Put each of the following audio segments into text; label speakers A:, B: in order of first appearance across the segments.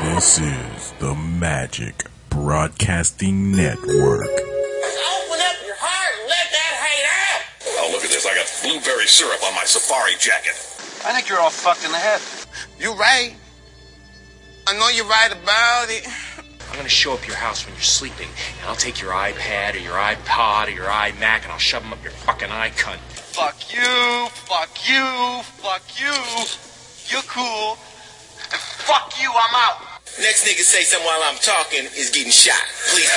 A: This is the Magic Broadcasting Network.
B: Open up your heart and let that hate out.
C: Oh, look at this. I got blueberry syrup on my safari jacket.
D: I think you're all fucked in the head.
B: You right. I know you're right about it.
E: I'm gonna show up your house when you're sleeping, and I'll take your iPad or your iPod or your iMac, and I'll shove them up your fucking eye cunt.
D: Fuck you, fuck you, fuck you. You're cool. And fuck you, I'm out.
B: Next nigga say something while I'm talking is getting shot. Please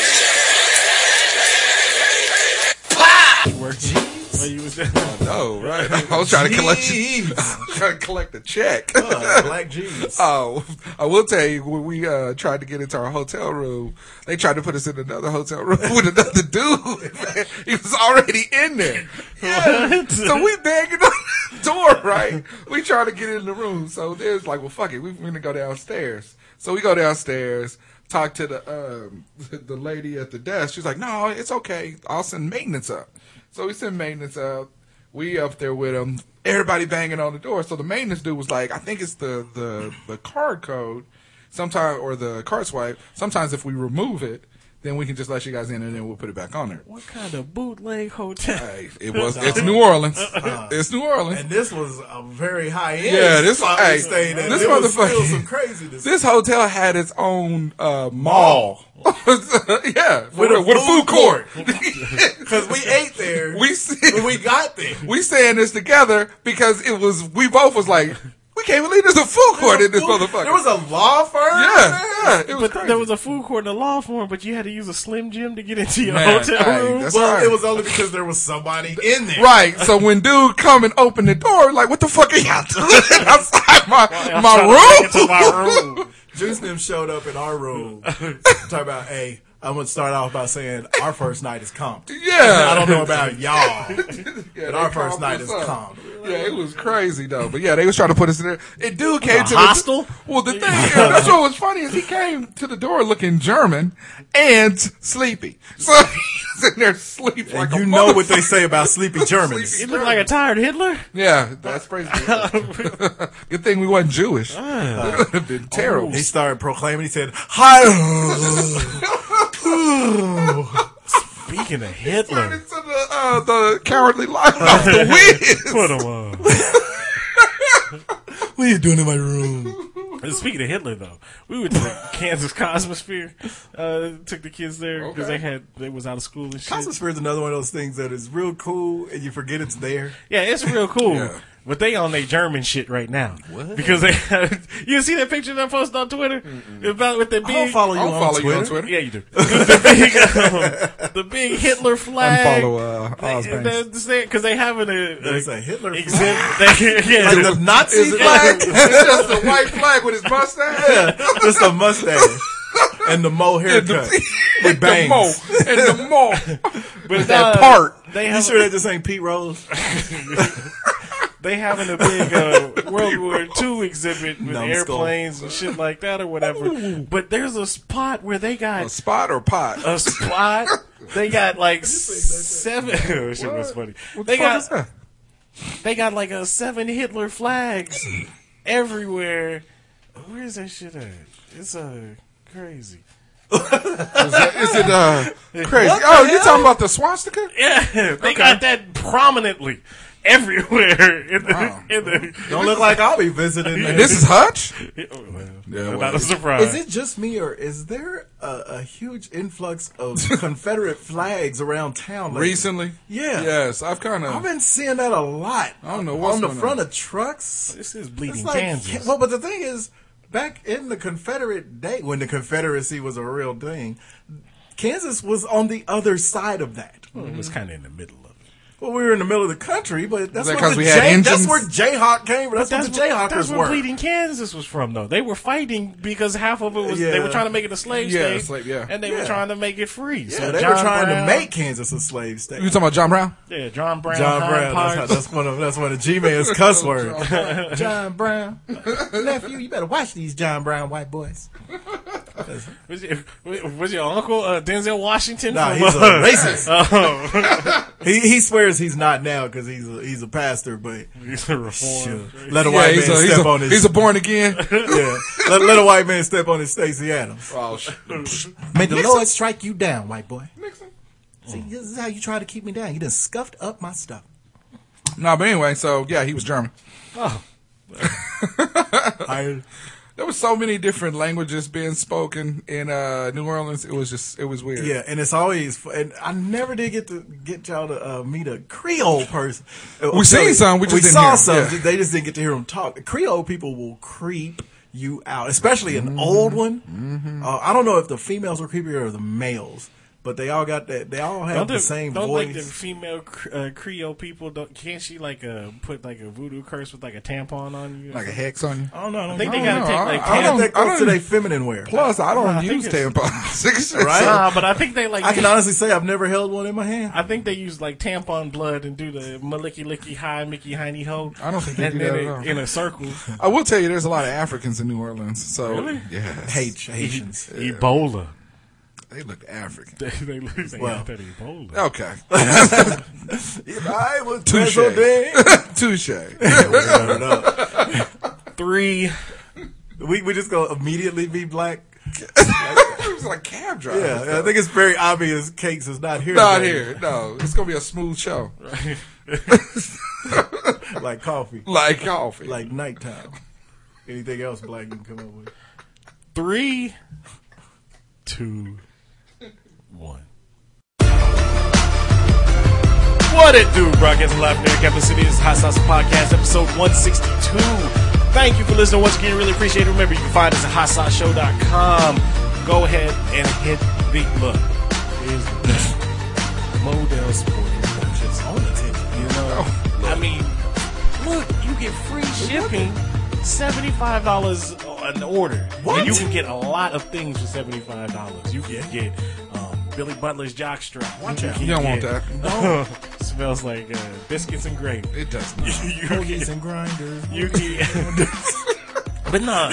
B: do
F: Well, you was down
G: Oh, right. I was trying to collect.
F: Jeez.
G: I was trying to collect a check.
F: uh, black jeans.
G: Oh, I will tell you when we uh, tried to get into our hotel room, they tried to put us in another hotel room with another dude. man. he was already in there. Yeah.
F: What?
G: So we banging on the door, right? We trying to get in the room. So there's like, well, fuck it, we're gonna go downstairs. So we go downstairs. Talk to the um, the lady at the desk. She's like, "No, it's okay. I'll send maintenance up." So we send maintenance up. We up there with them. Everybody banging on the door. So the maintenance dude was like, I think it's the the the card code, sometime or the card swipe. Sometimes if we remove it, then we can just let you guys in, and then we'll put it back on there.
F: What kind of bootleg hotel?
G: Hey, it was it's New Orleans. it's New Orleans.
F: Uh, And this was a very high end.
G: Yeah, this
F: spot we
G: hey,
F: stayed at.
G: this
F: There was
G: motherfucker.
F: still some craziness.
G: This hotel had its own uh, mall. yeah,
F: With a food because
G: Because
F: we ate there.
G: we see,
F: when we got there.
G: we saying this together because it was we both was like we can't believe there's a food court in this motherfucker.
F: There was a law firm.
G: yeah,
F: there?
G: yeah, it was
H: but
G: crazy.
H: there was a food court in the law form, but you had to use a Slim Jim to get into your
G: Man,
H: hotel
G: hey,
H: room.
G: that's
F: Well,
G: right.
F: it was only because there was somebody in there.
G: right. So when dude come and open the door, like what the fuck are y'all doing outside my
H: I'm
G: my
H: trying to
G: room?
H: get into my room.
F: Juice and them showed up in our room. talking about, hey, I'm gonna start off by saying our first night is calm.
G: Yeah.
F: I don't know about y'all,
G: Yeah,
F: but
G: they
F: our first
G: calmed
F: night
G: us
F: is
G: up.
F: calm.
G: Yeah, it was crazy though. But yeah, they was trying to put us in there. And dude came to
H: hostel?
G: The, well, the thing is, that's what was funny is he came to the door looking German and sleepy. So he's in there sleep like
F: And
G: a
F: you know
G: mother-
F: what they say about sleepy Germans.
H: It looked like a tired Hitler.
G: Yeah, that's crazy. Good thing we wasn't Jewish.
F: Ah.
G: It would have been terrible.
F: He started proclaiming. He said, "Hi." Speaking of Hitler,
G: Into the, uh, the cowardly lion off the wind.
H: Put him on.
F: what are you doing in my room?
H: Speaking of Hitler, though, we went to the Kansas Cosmosphere. Uh, took the kids there because they had they was out of school and shit.
F: Cosmosphere is another one of those things that is real cool, and you forget it's there.
H: Yeah, it's real cool.
G: Yeah.
H: But they on their German shit right now. What? Because they you see that picture that I posted on Twitter about with the big
F: I don't follow you
G: I'll
F: on
G: follow
F: Twitter.
G: you on Twitter.
H: Yeah, you do. the big um, the big Hitler flag.
G: Unfollow uh, Oz Banks.
H: Because they, 'cause they having a,
F: There's a Hitler
H: exhibit.
F: flag.
H: They, yeah,
F: Like the Nazi
G: It's
F: flag.
G: black. It's just a white flag with his mustache.
F: Just a mustache and the mo haircut with
G: The
F: bangs.
G: mo and the mo.
H: but uh,
G: that
H: nah,
G: part.
H: They
F: You
H: have
F: sure that just ain't Pete Rose?
H: they having a big uh, World War II exhibit with
F: Numbskull.
H: airplanes and shit like that or whatever. But there's a spot where they got
G: A spot or pot?
F: Uh,
H: a spot. They got like seven. Shit, that's funny.
G: What
H: They
G: the fuck
H: got
G: is that?
H: they got like a seven Hitler flags everywhere. Where's that shit at? It's uh, crazy.
G: Is it uh, crazy? Oh, you talking about the swastika?
H: Yeah, they got that prominently everywhere in the. In the
F: Don't look like I'll be visiting there.
G: This is Hutch.
H: oh, well,
G: Yeah,
H: not a surprise.
F: Is it just me, or is there a, a huge influx of Confederate flags around town? lately?
G: recently.
F: Yeah.
G: Yes, I've kind
F: I've
G: of.
F: been seeing that a lot.
G: I don't know what's
F: on the
G: going
F: front
G: on.
F: of trucks.
H: This is bleeding
F: It's like-
H: Kansas.
F: Well, but the thing is, back in the Confederate day, when the Confederacy was a real thing, Kansas was on the other side of that.
H: It was kind of in the middle of it.
F: Well, we were in the middle of the country, but that's
G: that
F: where
G: 'cause
F: the
G: we had
F: Jay- that's
G: engines?
F: where Jayhawk came. That's,
H: That's
F: where the
H: what- that's
F: Jayhawkers
H: where
F: were.
H: Bleeding Kansas was from, though. They were fighting because half of it was they
F: Yeah.
H: were trying to make it a slave
G: Yeah,
H: state,
G: slave- yeah.
H: and they
F: Yeah.
H: were trying to make it free.
F: Yeah,
H: so
F: they were
H: John
F: trying
H: Brown-
F: to make Kansas a slave state.
G: You talking about John Brown?
H: yeah John Brown,
F: John
H: Hyde
F: Brown. That's, how,
H: Park.
F: that's one of that's one of G Man's cuss words. John Brown, nephew, you better watch these John Brown white boys.
H: Was your, was your uncle uh, Denzel Washington?
F: Nah,
H: from,
F: he's a
H: uh,
F: racist.
H: um,
F: He he swears he's not now because he's a, he's a pastor, but
H: he's a reform.
F: shoot. let a
G: Yeah,
F: white
G: he's
F: man
G: a, he's,
F: step
G: a,
F: on his
G: he's a born again.
F: yeah. Let, let a white man step on his Stacey Adams.
G: oh, shit.
F: May the Lord strike you down, white boy.
G: Nixon.
F: See, this is how you try to keep me down. You done scuffed up my stuff.
G: No, but anyway, so yeah, he was German.
F: I,
G: There was so many different languages being spoken in uh, New Orleans. It was just, it was weird.
F: yeah, and it's always. fu- And I never did get to get y'all to uh, meet a Creole person. Uh,
G: We seen
F: Kelly,
G: some, we just
F: we
G: didn't
F: saw
G: hear 'em,
F: some.
G: yeah.
F: ju- They just didn't get to hear them talk. Creole people will creep you out, especially
G: Mm-hmm.
F: an old one. Uh, I don't know if the females were creepier or the males, but they all got that. They all have
H: Don't,
F: the,
H: the-
F: same
H: don't
F: voice.
H: like the female cr- uh, Creole people. Don't can't she like uh, put like a voodoo curse with like a tampon on you? or
G: Like a
H: something?
G: hex on you.
F: I don't know. I don't
H: I think
F: know.
H: they gotta
G: I don't
H: take
G: know,
H: like
G: I
F: I
H: tampons.
F: don't
G: don't-
F: think
G: I don't
F: goes to their
G: even-
F: feminine wear.
G: Plus, I don't
H: think
G: use
H: it's-
G: tampons.
F: Right?
H: Nah, but I think they like.
F: I can
H: use-
F: honestly say I've never held one in my hand.
H: I think they use like tampon blood and do the malicky licky high Mickey hiney ho.
G: I don't think they
H: and
G: do
H: then
G: that
H: it-
G: at all.
H: in a circle.
G: I will tell you, there's a lot of Africans in New Orleans. So yeah,
F: hate Haitians.
H: Ebola.
G: they looked African.
H: they they lose they
F: Well.
H: got that Ebola.
G: Okay,
F: If I was
G: Touche.
F: president,
G: touche.
H: Three.
F: we we just gonna immediately be black.
G: it was like cab driver.
F: Yeah, I think it's very obvious. Cakes is not here.
G: not
F: today,
G: here. No, it's gonna be a smooth show,
F: Like coffee,
G: like coffee.
F: like nighttime. Anything else black you can come up with?
H: Three. Two. One. What it do, broadcasting live from Eric City. This is Hot Sauce Podcast, episode 162. Thank you for listening once again. Really appreciate it. Remember, you can find us at hotsauceshow.com. Go ahead and hit the look. Here's the Model Sporting Merchants on the tip. You know,
G: Oh,
H: I mean, look, you get free shipping. Seventy-five dollars an order, and you can get a lot of things for seventy-five dollars. You can get um, Billy Butler's jockstrap. Watch out!
G: You don't want that.
H: uh, Smells like uh, biscuits and gravy.
G: It does. Not.
H: you
F: Cookies and grinders.
H: you can- but nah.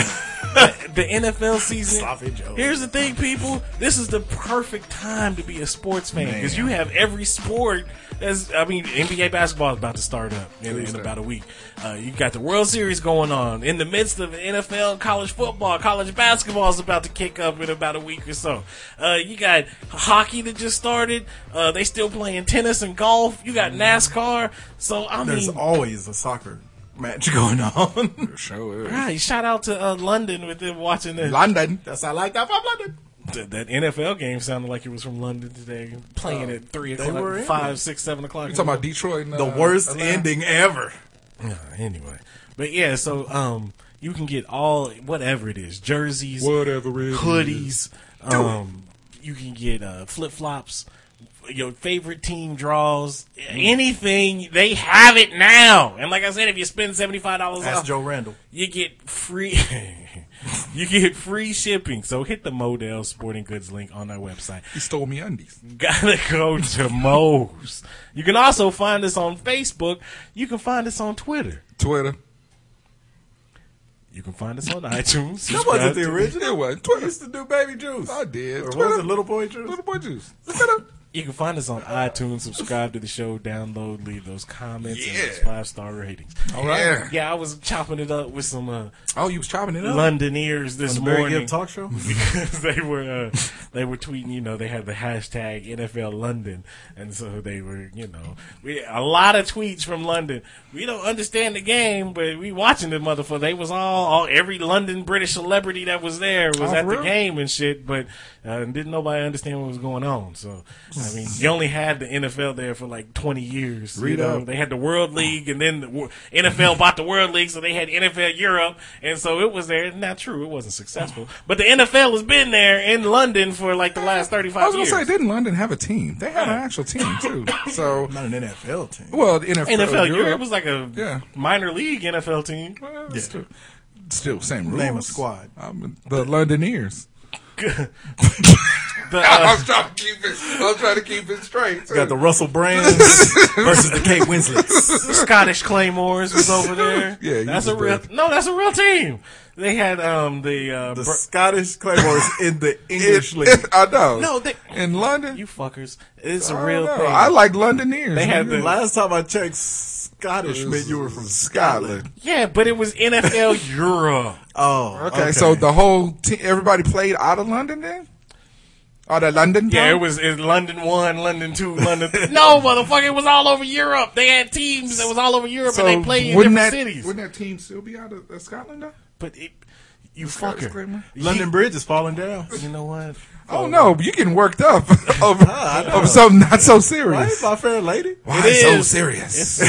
H: The NFL season.
F: Sloppy Joe.
H: Here's the thing, people. This is the perfect time to be a sports fan because you have every sport. That's, I mean, NBA basketball is about to start up in, in about a week. Uh, you got the World Series going on in the midst of NFL, college football, college basketball is about to kick up in about a week or so. Uh, you got hockey that just started. Uh, they still playing tennis and golf. You got NASCAR. So I
F: Mm-hmm. There's
H: mean,
F: always a soccer match going on.
G: Show is.
H: Right, shout out to uh, London with them watching the,
G: London.
F: That's I like that from London.
H: Th- that NFL game. Sounded like it was from London today, playing at three o'clock,
F: Oh, were in
H: five, six, seven o'clock.
G: You talking about Detroit? And,
F: The
G: uh,
F: worst
G: Atlanta?
F: ending ever.
H: Yeah, anyway, but yeah, so um, you can get all whatever it is, jerseys,
G: Whatever it is.
H: hoodies. Um, you can get uh, flip flops. Your favorite team draws
G: Mm.
H: anything they have it now, and like I said, if you spend seventy five dollars
F: That's
H: off,
F: Joe Randall.
H: you get free you get free shipping so hit the model sporting goods link on our website
G: He stole me undies.
H: gotta go to mo's you can also find us on facebook you can find us on twitter
G: Twitter.
H: you can find us on itunes
F: That wasn't
H: Subscribe
F: the
H: to-
F: original.
G: It was Twitter.
F: used to do baby juice.
G: I did.
F: Or was
G: Twitter.
F: it little boy juice?
G: Little boy juice. Twitter.
H: you can find us on itunes subscribe to the show download leave those comments and those
G: Yeah.
H: five star ratings
G: All right.
H: yeah i was chopping it up with some uh,
G: Oh, you was chopping it up.
H: londoners this
F: Barry
H: morning
F: Gibb talk show.
H: because they were uh, they were tweeting, you know, they had the hashtag NFL London, and so they were, you know, we a lot of tweets from London. We don't understand the game, but we watching the motherfucker. They was all, all every London British celebrity that was there was
G: Oh,
H: at
G: for
H: the
G: real?
H: game and shit, but uh, didn't nobody understand what was going on. So I mean, you only had the NFL there for like twenty years. you
G: Read
H: know?
G: up.
H: They had the World League, and then the wor- NFL bought the World League, so they had NFL Europe, and so it was there. Not true, it wasn't successful, but the NFL has been there in London for like the last
G: I was
H: thirty-five
G: gonna
H: years.
G: say, didn't London have a team? They had an actual team too. So,
F: Not an NFL team.
G: well, the NFL,
H: NFL
G: Europe,
H: Europe was like a
G: Yeah.
H: minor league NFL team.
G: well, it's still, still same rules.
F: Name a squad.
G: I'm the Londoners.
H: The, uh,
G: I'm trying to keep it. I'm trying to keep it straight.
F: Got the Russell Brands versus the Kate Winslets.
H: Scottish Claymores was over there.
G: Yeah, you
H: that's
G: was
H: a real.
G: bad.
H: No, that's a real team. They had um the uh,
F: The
H: Bur-
F: Scottish Claymores in the English
G: It-
F: league.
G: it- I know.
H: No, they-
G: in London.
H: you fuckers. It's a
G: I
H: real
G: don't know.
H: thing.
G: I like Londoners.
H: They had
G: man.
H: the-
F: Last time I checked, Scottish meant you were from Scotland.
G: Scotland.
H: yeah, but it was NFL Euro.
F: Oh,
G: Okay, so the whole team, everybody played out of London then? Out of London?
H: Yeah,
G: town?
H: it was it London one, London two, London. Th- no, motherfucker, it was all over Europe. They had teams that was all over Europe,
G: So
H: and they played in
G: wouldn't
H: different
G: that,
H: cities.
G: Wouldn't that team still be out of uh, Scotland though?
H: But it, you
G: Scottish
H: fucker.
G: Claymore?
F: London Bridge is falling down.
H: You know what?
G: Oh no, you're getting worked up over,
F: know.
G: over something not so
F: Why
G: serious.
F: my fair lady?
G: Why
H: It
G: so
H: is.
G: serious?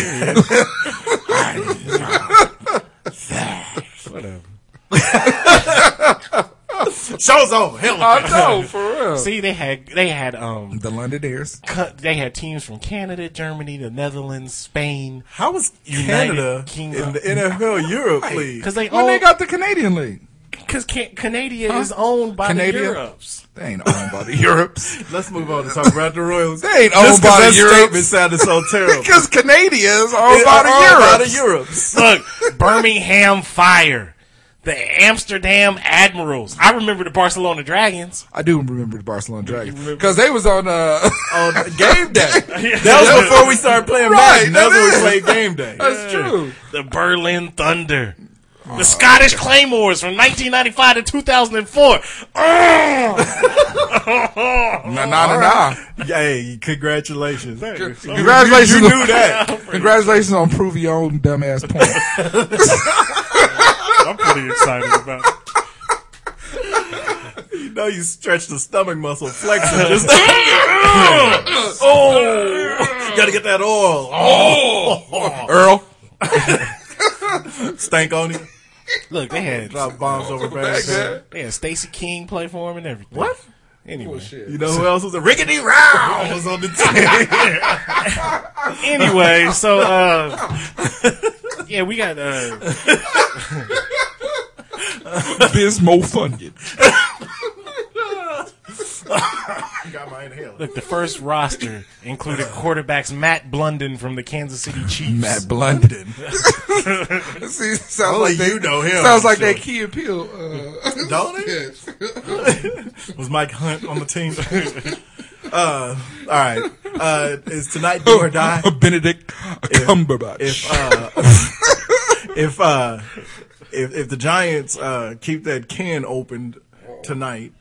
F: Show's over. Hell with
G: I know, for real.
H: See, they had they had um
G: the Londoners.
H: cut, they had teams from Canada, Germany, the Netherlands, Spain.
F: How is
H: United
F: Canada
H: Kingdom.
F: in the NFL Europe League?
H: Because they
G: When they
H: own,
G: got the Canadian league.
H: because Can- Canada is owned by
G: Canada?
H: the Europes.
G: They ain't owned by the Europes.
F: Let's move on to talk about the Royals.
G: They ain't
F: Just
G: owned by
F: that
G: the Europe.
F: statement sounded so terrible.
G: Because Canadians are owned
F: They
G: by
F: are owned by
G: the
F: the
G: Europes.
F: Europes.
H: Look, Birmingham Fire, the Amsterdam Admirals. I remember the Barcelona Dragons.
G: I do remember the Barcelona Dragons. Because they was on, uh,
F: On
G: game day.
F: That was before we started playing
G: Right,
F: Madden.
G: that
F: That's when
G: is.
F: we played game day.
G: That's true.
H: the Berlin Thunder, the Scottish Claymores from 1995 to 2004.
G: Nah, nah, nah, nah.
F: Hey, congratulations.
G: Congratulations.
F: Oh, You knew that.
G: Congratulations on proving your own dumbass point.
H: I'm pretty excited about.
F: You know you stretch the stomach muscle, flex it. Just oh, gotta get that oil. Oh,
G: Earl.
F: stank on you.
H: Look, they had
F: Drop bombs over
G: Back
F: fast.
G: there.
H: they had Stacey King play for him and everything. What? Anyway,
F: You know who else was there? Rickety Round was on the team.
H: anyway, so uh, yeah, we got uh,
G: Bismo funded.
F: Got my inhaler.
H: look the first roster included quarterbacks Matt Blunden from the Kansas City Chiefs.
G: Matt Blunden. See, sounds
F: Only
G: like they,
F: you know him.
G: Sounds like that Key and Peele. Uh,
F: Don't it?
G: yes.
F: Was Mike Hunt on the team? uh, all right. Uh, is tonight do or die?
G: Benedict Cumberbatch.
F: if uh, if uh, if if the Giants uh, keep that can open tonight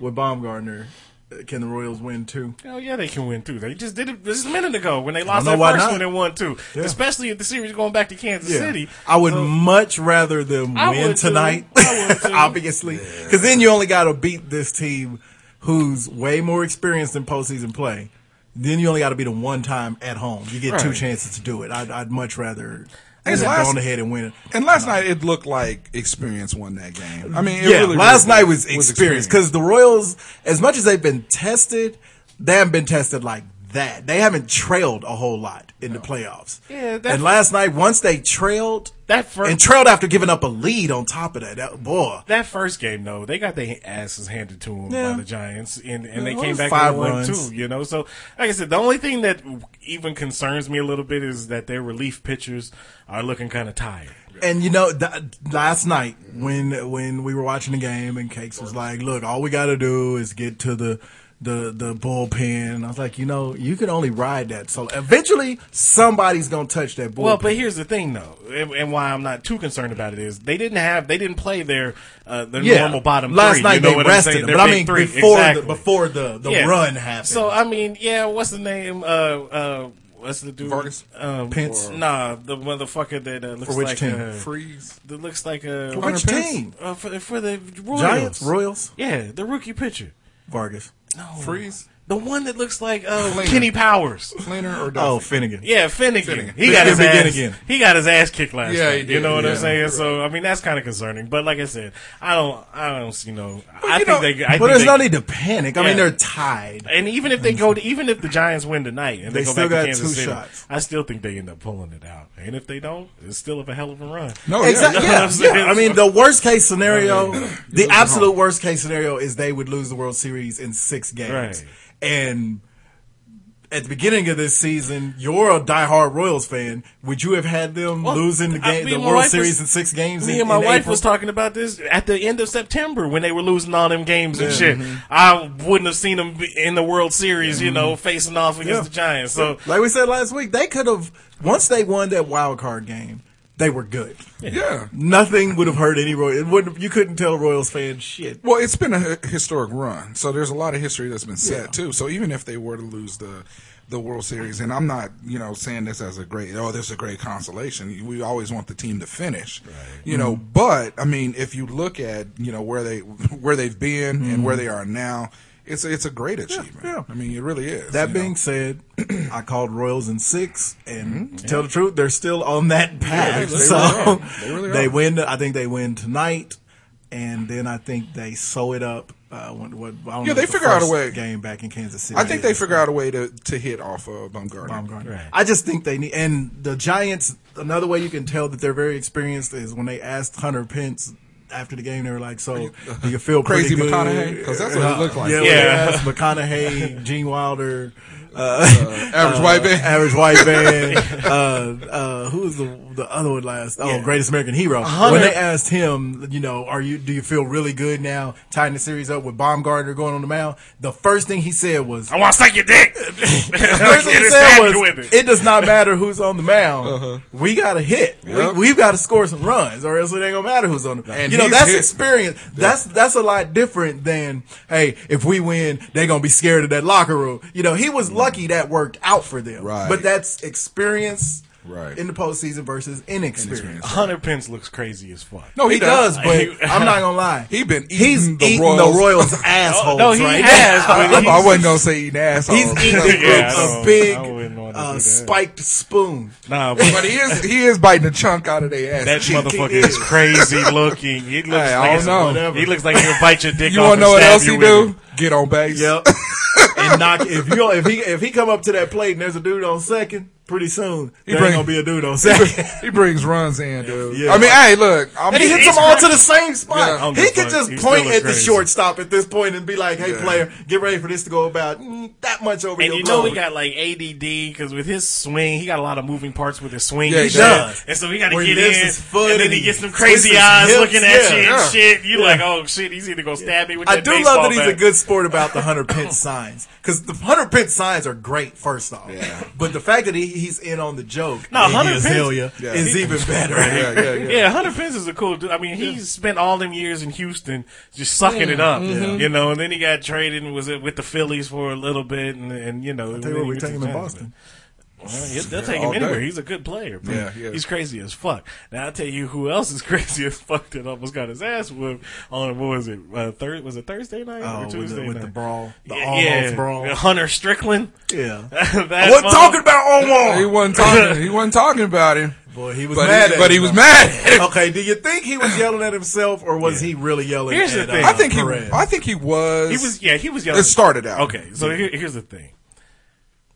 F: with Baumgartner, uh, can the Royals win too?
H: Hell yeah, they can win too. They just did it just a minute ago when they lost
F: know
H: that
F: why
H: first
F: not.
H: one and won two. Especially if the series going back to Kansas City.
F: I would
H: So-
F: much rather them
H: I
F: win
H: would too.
F: tonight,
H: I would too.
F: obviously, because then you only got to beat this team who's way more experienced in postseason play. Then you only got to beat them one time at home. You get two
G: Right.
F: chances to do it. I'd, I'd much rather
G: And
F: just go
G: last-
F: on ahead and win it.
G: and last night it looked like experience won that game. I mean, it
F: yeah,
G: really,
F: last
G: really
F: night was experience because the Royals, as much as they've been tested, they haven't been tested like that. They haven't trailed a whole lot in the playoffs.
H: Yeah, that-
F: and last night once they trailed
H: That first-
F: and trailed after giving up a lead on top of that, that boy.
H: That first game, though, they got their asses handed to them
F: Yeah.
H: by the Giants, and, and they
F: Yeah,
H: came
F: it was
H: back
F: five
H: and won
F: runs.
H: two. You know, so like I said, the only thing that even concerns me a little bit is that their relief pitchers are looking kind of tired.
F: And you know, th- last night when when we were watching the game and Cakes was like, "Look, all we got to do is get to the." The, the bullpen. And I was like, you know, you can only ride that. So eventually, somebody's gonna touch that bullpen.
H: Well, but here's the thing, though, and, and why I'm not too concerned about it is they didn't have they didn't play their uh, their normal bottom
F: Last
H: three.
F: night
H: you know
F: they
H: what I'm
F: rested
H: saying?
F: him,
H: Their
F: but I
H: big
F: mean
H: three.
F: before
H: Exactly.
F: the before the, the
H: Yeah.
F: run happened.
H: So I mean, yeah, what's the name? Uh, uh, what's the dude?
G: Vargas?
H: Um,
F: Pence?
H: Nah, the motherfucker that uh, looks
F: For which
H: like
F: team?
H: uh,
G: freeze.
H: that looks like a
F: which
G: Pence?
F: team?
H: uh, for, for the Royals.
F: Giants, Royals,
H: Yeah, the rookie pitcher.
F: Vargas.
H: No,
G: Freeze?
H: The one that looks like uh,
G: Cleaner.
H: Kenny Powers.
G: Cleaner or
F: Oh,
G: Duffy?
F: Finnegan.
H: Yeah, Finnegan.
G: Finnegan.
H: He got his
F: Finnegan
H: ass.
F: again.
H: He got his ass kicked last
G: Yeah, he
H: night. You
G: did,
H: know what I'm
G: yeah.
H: saying? So I mean, that's kind of concerning. But like I said, I don't. I don't. You know, I
G: you
H: think
G: know-
H: they. I
F: But
H: think
F: there's
H: they,
F: no need to panic. I mean,
H: Yeah.
F: they're tied.
H: And even if they go, to, even if the Giants win tonight and they,
F: They
H: go
F: still
H: back
F: got
H: to Kansas
F: two
H: City,
F: shots.
H: I still think they end up pulling it out. And if they don't, it's still a hell of a run.
G: No,
H: Oh,
F: Exactly.
H: You know what I'm
F: Yeah, yeah.
H: saying?
F: I mean, the worst case scenario, the absolute worst case scenario is they would lose the World Series in six games.
H: Right.
F: And at the beginning of this season, you're a diehard Royals fan. Would you have had them
H: Well,
F: losing the
H: I-
F: game,
H: me
F: the
H: and my
F: World
H: wife was-
F: Series in six games?
H: Me
F: in-
H: and my
F: in
H: wife
F: April?
H: was talking about this at the end of September when they were losing all them games and shit. I wouldn't have seen them be- in the World Series, you know, facing off against
F: Yeah.
H: the Giants. So
F: Like we said last week, they could have once they won that wild card game, they were good.
G: Yeah.
F: Nothing would have hurt any Royal. It wouldn't. You couldn't tell Royals fan shit.
G: Well, it's been a hi- historic run, so there's a lot of history that's been set too. So even if they were to lose the the World Series, and I'm not, you know, saying this as a great oh, this is a great consolation. We always want the team to finish, you know.
F: Mm-hmm.
G: But I mean, if you look at you know where they where they've been and where they are now, it's a, it's a great achievement.
F: Mm-hmm. yeah.
G: I mean, it really is.
F: That
G: you know.
F: being said, I called Royals in six, and to tell the truth, they're still on that path.
G: they really
F: so
G: are. They really are.
F: win. I think they win tonight, and then I think they sew it up. Uh, when, what, I don't
G: Yeah,
F: know what
G: they
F: the
G: figure out a
F: first
G: way.
F: Game back in Kansas City.
G: I think they
F: is.
G: figure out a way to, to hit off of Baumgartner.
F: Baumgartner. I just think they need, and the Giants. Another way you can tell that they're very experienced is when they asked Hunter Pence after the game, they were like, "So do you feel
G: Crazy
F: pretty good?"
G: McConaughey? 'Cause that's what it looked like.
F: Yeah, when
H: Yeah.
F: they asked McConaughey, Gene Wilder,
G: Average white man.
F: average white man. uh, uh, who was the the other one last? Oh, Greatest American Hero. When they asked him, you know, are you do you feel really good now tying the series up with Baumgartner going on the mound? The first thing he said was,
H: I want to suck your dick.
F: First thing he
H: It's
F: said
H: happened
F: was,
H: with
F: it. does not matter who's on the mound. We got to hit.
G: Uh-huh. Yep.
F: We, have got to score some runs, or else it ain't gonna matter who's on the mound.
G: And
F: you know,
G: he's
F: that's
G: hit.
F: experience. That's that's a lot different than hey, if we win, they're gonna be scared of that locker room. You know, he was lucky that worked out for them.
G: Mm. Right.
F: But that's experience
G: Right.
F: in the postseason versus inexperience. Oh,
H: Hunter Pence looks crazy as fuck.
G: No,
F: He does,
H: He-
F: but I'm not gonna lie.
G: He been eating
F: He's
G: the
F: eating
G: Royals.
F: the Royals' assholes.
H: no, he
F: right?
H: has, but
G: I
H: he's-
G: wasn't gonna say eating asshole.
F: He's eating
H: Yeah, I
F: a
H: don't-
F: big
H: I wouldn't wanna do
F: uh,
H: that.
F: spiked spoon.
H: Nah, but
G: but he is he is biting a chunk out of their ass.
H: that
G: cheek.
H: motherfucker is crazy looking. He looks
G: Hey, I
H: like
G: don't
H: it's-
G: know.
H: whatever. he looks like he'll bite your dick
G: You
H: off
G: want
H: and
G: to know what
H: stab
G: else
H: you
G: he
H: with
G: do?
H: it.
G: Get on base.
F: Yep. and knock if you if he if he come up to that plate and there's a dude on second, pretty soon there
G: bring-
F: ain't gonna be a dude on second.
G: He brings runs in, dude.
F: Yeah.
G: I mean, hey, look. I'm,
F: And he hits them all to the same
G: Yeah.
F: spot.
H: I'm
F: he
H: just
F: could
H: like-
F: just
H: he still
F: point at the
H: looks crazy.
F: shortstop at this point and be like, "Hey,
G: Yeah.
F: player, get ready for this to go about mm, that much over
H: And
F: your
H: you know he
F: glove."
H: got like ADD because with his swing, he got a lot of moving parts with his swing.
G: Yeah,
H: and
G: he
H: shit.
F: does.
H: And so he got to
F: Where he
H: get
F: lifts
H: in,
F: his foot
H: and then
F: and
H: he
F: he
H: gets some
F: twists
H: crazy
F: his
H: eyes
F: hips.
H: looking at
F: Yeah,
H: you and
G: yeah.
H: shit. You like, oh shit, he's either gonna stab me with
F: I
H: that
F: do
H: baseball
F: love that he's a
H: bat.
F: good sport about the Hunter Pence signs because the Hunter Pence signs are great. First off,
G: Yeah.
F: but the fact that he, he's in on the joke,
H: No,
F: and he
H: Hunter
F: is
H: Pence-
F: hell yeah,
G: Yeah.
F: is even better.
G: Yeah, yeah, yeah.
H: Yeah, Hunter Pence is a cool dude. I mean, he spent all them years in Houston just sucking it up, you know. And then he got traded and was with the Phillies for a little bit, and, and you know,
F: Tell you
H: and then
F: what, we
H: he
F: take him
H: went
F: in
H: to the Giants.
F: Boston.
H: Well, yeah, they'll take him
G: all day.
H: anywhere. He's a good player. But
G: Yeah, yeah.
H: He's crazy as fuck. Now I tell you who else is crazy as fuck that almost got his ass whooped on what was it? Uh, thir- was it Thursday night
F: Oh,
H: or
F: with the-
H: Tuesday
F: with the
H: night?
F: brawl. The
H: yeah,
F: almost
H: yeah.
F: brawl.
H: Hunter Strickland.
F: Yeah.
H: I
F: What talking about
G: He
F: Omar?
G: wasn't talking. He wasn't talking about him.
F: Boy, he was
G: But
F: mad.
G: he,
F: at
G: but
F: him,
G: he was
F: though.
G: mad. At him.
F: Okay, do you think he was yelling at himself, or was he really yelling?
H: Here's the
F: at,
H: thing.
F: Uh,
G: I think he.
F: Perez?
G: I think he was.
H: He was yeah, he was yelling.
G: It started out.
H: Okay, so here, here's the thing.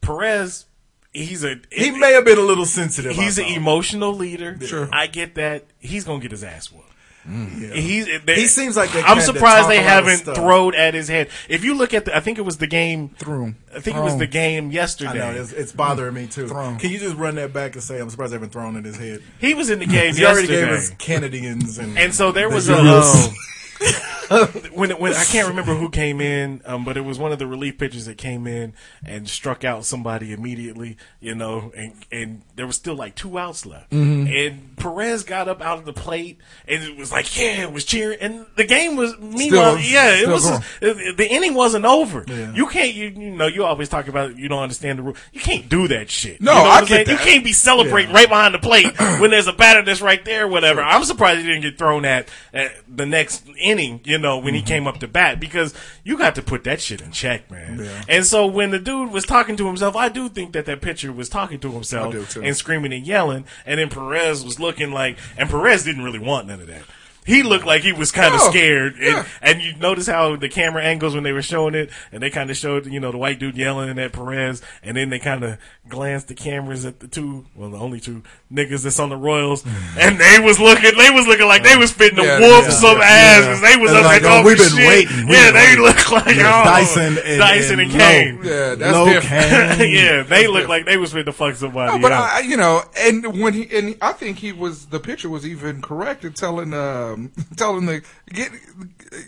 H: Perez, he's a
F: he may have been a little sensitive.
H: he's
F: I
H: an
F: thought.
H: emotional leader.
G: Sure.
H: I get that. He's gonna get his ass whooped.
F: Mm. Yeah.
H: He's, they,
F: He seems like the
H: I'm
F: cat that
H: surprised
F: talk
H: they
F: a lot of
H: haven't
F: stuff.
H: throwed at his head. If you look at the, I think it was the game.
G: Threw him. Um,
H: I think it was
G: Thrown.
H: the game
F: I
H: yesterday.
F: know it's, it's bothering me too.
G: Thrown.
F: Can you just run that back and say I'm surprised they haven't thrown in his head?
H: He was in the game
F: He already
H: yesterday,
F: gave us Canadians and
H: and so there was a.
F: Yes.
H: Um, when it, when I can't remember who came in, um, but it was one of the relief pitchers that came in and struck out somebody immediately, you know, and and there was still like two outs left,
G: Mm-hmm.
H: and Perez got up out of the plate and it was like yeah, it was cheering, and the game was meanwhile yeah, it
G: still
H: was
G: going.
H: it- the inning wasn't over.
F: Yeah.
H: You can't you you know you always talk about you don't understand the rule. You can't do that shit.
G: No,
H: you know
G: I
H: I'm
G: get
H: saying? You
G: that.
H: can't be celebrating right behind the plate when there's a batter that's right there, whatever. I'm surprised he didn't get thrown at, at the next inning, you you know, when he
G: Mm-hmm.
H: came up to bat because you got to put that shit in check, man. And so when the dude was talking to himself, I do think that that pitcher was talking to himself
G: do, too.
H: and screaming and yelling, and then Perez was looking like, and Perez didn't really want none of that. He looked like he was kind of
G: No.
H: scared, and,
G: Yeah.
H: and you notice how the camera angles when they were showing it, and they kind of showed you know the white dude yelling at Perez, and then they kind of glanced the cameras at the two, well, the only two niggas that's on the
F: Mm.
H: Royals, and they was looking, they was looking like they was spitting
G: Yeah,
H: a wolf
G: yeah,
H: or some ass, 'cause they was
F: And
H: up
F: like,
H: there
F: oh,
H: talking
F: we've been
H: shit.
F: waiting, we've
H: yeah,
F: been
H: they
F: waiting.
H: look like
F: Yeah,
H: oh,
F: Dyson and-
H: Dyson and,
F: and
H: Kane.
F: Lowe.
G: Yeah, that's
F: Low
G: different.
F: can.
H: yeah, they look like they was spitting to fuck somebody.
G: No, but
H: out.
G: I, you know, and when he and I think he was the pitcher was even correct in telling um telling the get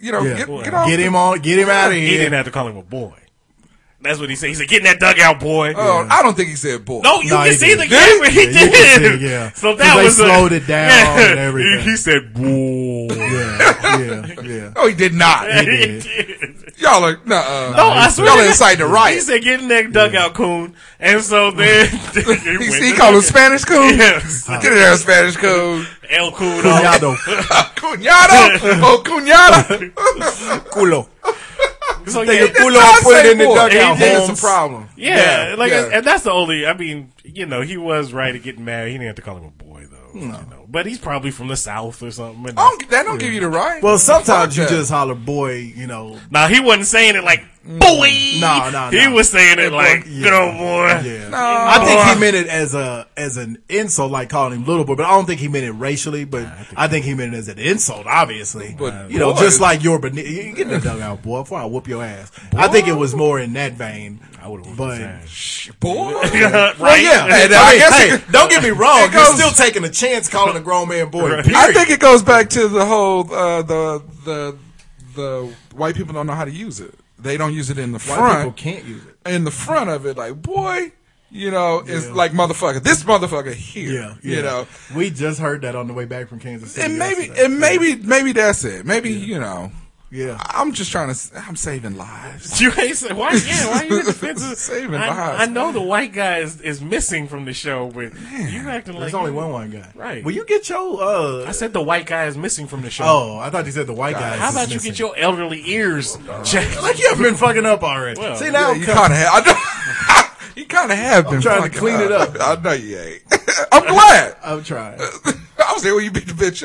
G: you know
F: Yeah.
G: get, get off
F: Get
G: the-
F: him on. Get him out of
H: he didn't
F: here.
H: have to call him a boy. That's what he said. He said, "Get in that dugout, boy."
G: Oh, I don't think he said bull.
H: No, you
F: No,
H: can
F: he
H: see
F: did.
H: the
F: Did he?
H: camera. He
F: Yeah, you
H: did.
F: can see, yeah.
H: So
F: 'Cause
H: that
F: they
H: was a-
F: slowed it down
H: Yeah.
F: and everything.
H: He, he said, "Boo."
F: Yeah, yeah, yeah.
G: no, he did not.
H: He
F: did.
H: did.
G: Y'all are nuh-uh.
H: No, I swear.
G: Y'all
H: to God.
G: inside the right.
H: He said, "Get in that dugout, coon." And so then he,
G: He,
H: went
G: he
H: to
G: called him
H: dugout.
G: Spanish coon.
H: Yes.
G: Get it out, Spanish coon.
H: El Coon.
F: Cuñado.
G: Oh. Cunado. Oh, cunada.
F: Culo.
H: So,
F: Take
H: yeah,
F: your culo
G: not
F: and put it
G: say
F: in the
G: boy.
F: dugout,
H: He did.
F: Holmes.
G: That's a problem.
H: yeah, like,
G: yeah.
H: and that's the only. I mean, you know, he was right at getting married. He didn't have to call him a boy though. You know, but he's probably from the south or something. and
G: I don't, that don't give you the right.
F: Well, sometimes
G: Fuck
F: you
G: that.
F: just holler, boy, you know.
H: Now he wasn't saying it like boy.
F: No, no,
H: He
F: no.
H: was saying it like
F: Yeah.
H: good old boy.
F: Yeah.
G: No.
F: I think he meant it as a as an insult, like calling him little boy. But I don't think he meant it racially. But I think he meant it as an insult, obviously.
G: But
F: you know,
G: boy-
F: just like your bene- you get in the dugout, boy, before I whoop your ass. I think it was more in that vein. I would have, but
G: Boy.
H: right?
F: well, yeah.
G: Hey, that-
F: I
G: I
F: mean,
G: guess it
F: hey,
G: could-
F: don't get me wrong.
G: It
F: You're
G: goes-
F: still taking a chance calling a grown man boy. Period.
G: I think it goes back to the whole uh, the the the white people don't know how to use it. They don't use it in the
F: White people
G: front.
F: can't use it.
G: In the front of it, like boy, you know, it's like motherfucker. This motherfucker here,
F: Yeah, yeah.
G: you know.
F: we just heard that on the way back from Kansas City.
G: And maybe,
F: yesterday.
G: and maybe, maybe that's it. Maybe you know.
F: yeah.
G: I'm just trying to. s- I'm saving lives.
H: You ain't say why? Yeah, why you in defensive?
G: Saving lives.
H: I, I know the white guy is, is missing from the show, but you acting like
F: There's only one white guy.
H: Right.
F: Will you get your uh
H: I said the white guy is missing from the show.
F: Oh, I thought you said the white guy.
H: How about you get your elderly ears
F: Oh,
H: checked?
F: like you have been fucking up already.
H: Well,
F: See
G: Yeah,
F: now
G: you kind of have. I know, you kind of have been
F: trying to
G: fucking
F: clean it
G: I know you ain't. I'm glad.
F: I'm trying.
G: I was there when you beat the bitch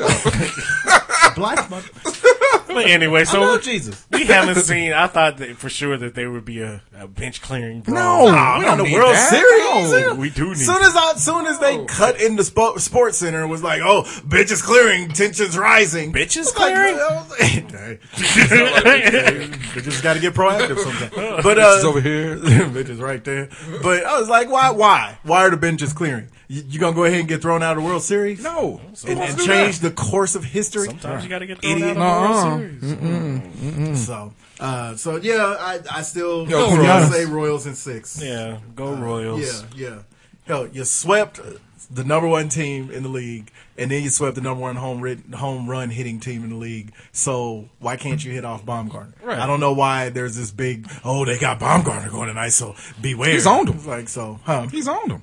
G: up.
F: Black mother.
H: But anyway, so
F: Lord Jesus.
H: we haven't seen. I thought that for sure that there would be a, a bench clearing.
G: No,
H: brawl.
G: we don't
F: the
G: need
F: World
G: that.
F: Series.
G: No.
H: we do need.
F: Soon as I, soon as they cut in the spo- sports center, it was like, oh, bitches clearing, tensions rising.
H: Bitches
F: It's like,
H: clearing?
F: hey, bitches got to get proactive sometimes. But uh,
G: It's over here.
F: bitches right there. But I was like, why? Why? Why are the benches clearing? You, you gonna go ahead and get thrown out of the World Series?
G: No,
F: and, and change the course of history.
H: Sometimes you got to get thrown
F: Idiot. Uh-uh.
H: out of the World Series.
F: Mm. So, uh, so yeah, I, I still
G: Yo,
F: still
G: Royals.
F: say Royals in six.
H: Yeah, go
F: yeah,
H: Royals.
F: yeah. Hell, you swept the number one team in the league, and then you swept the number one home rit- home run hitting team in the league. So why can't you hit off Baumgartner?
H: Right.
F: I don't know why there's this big. Oh, they got Baumgartner going tonight, so beware.
G: He's owned him.
F: It's Like so, huh?
G: He's on them.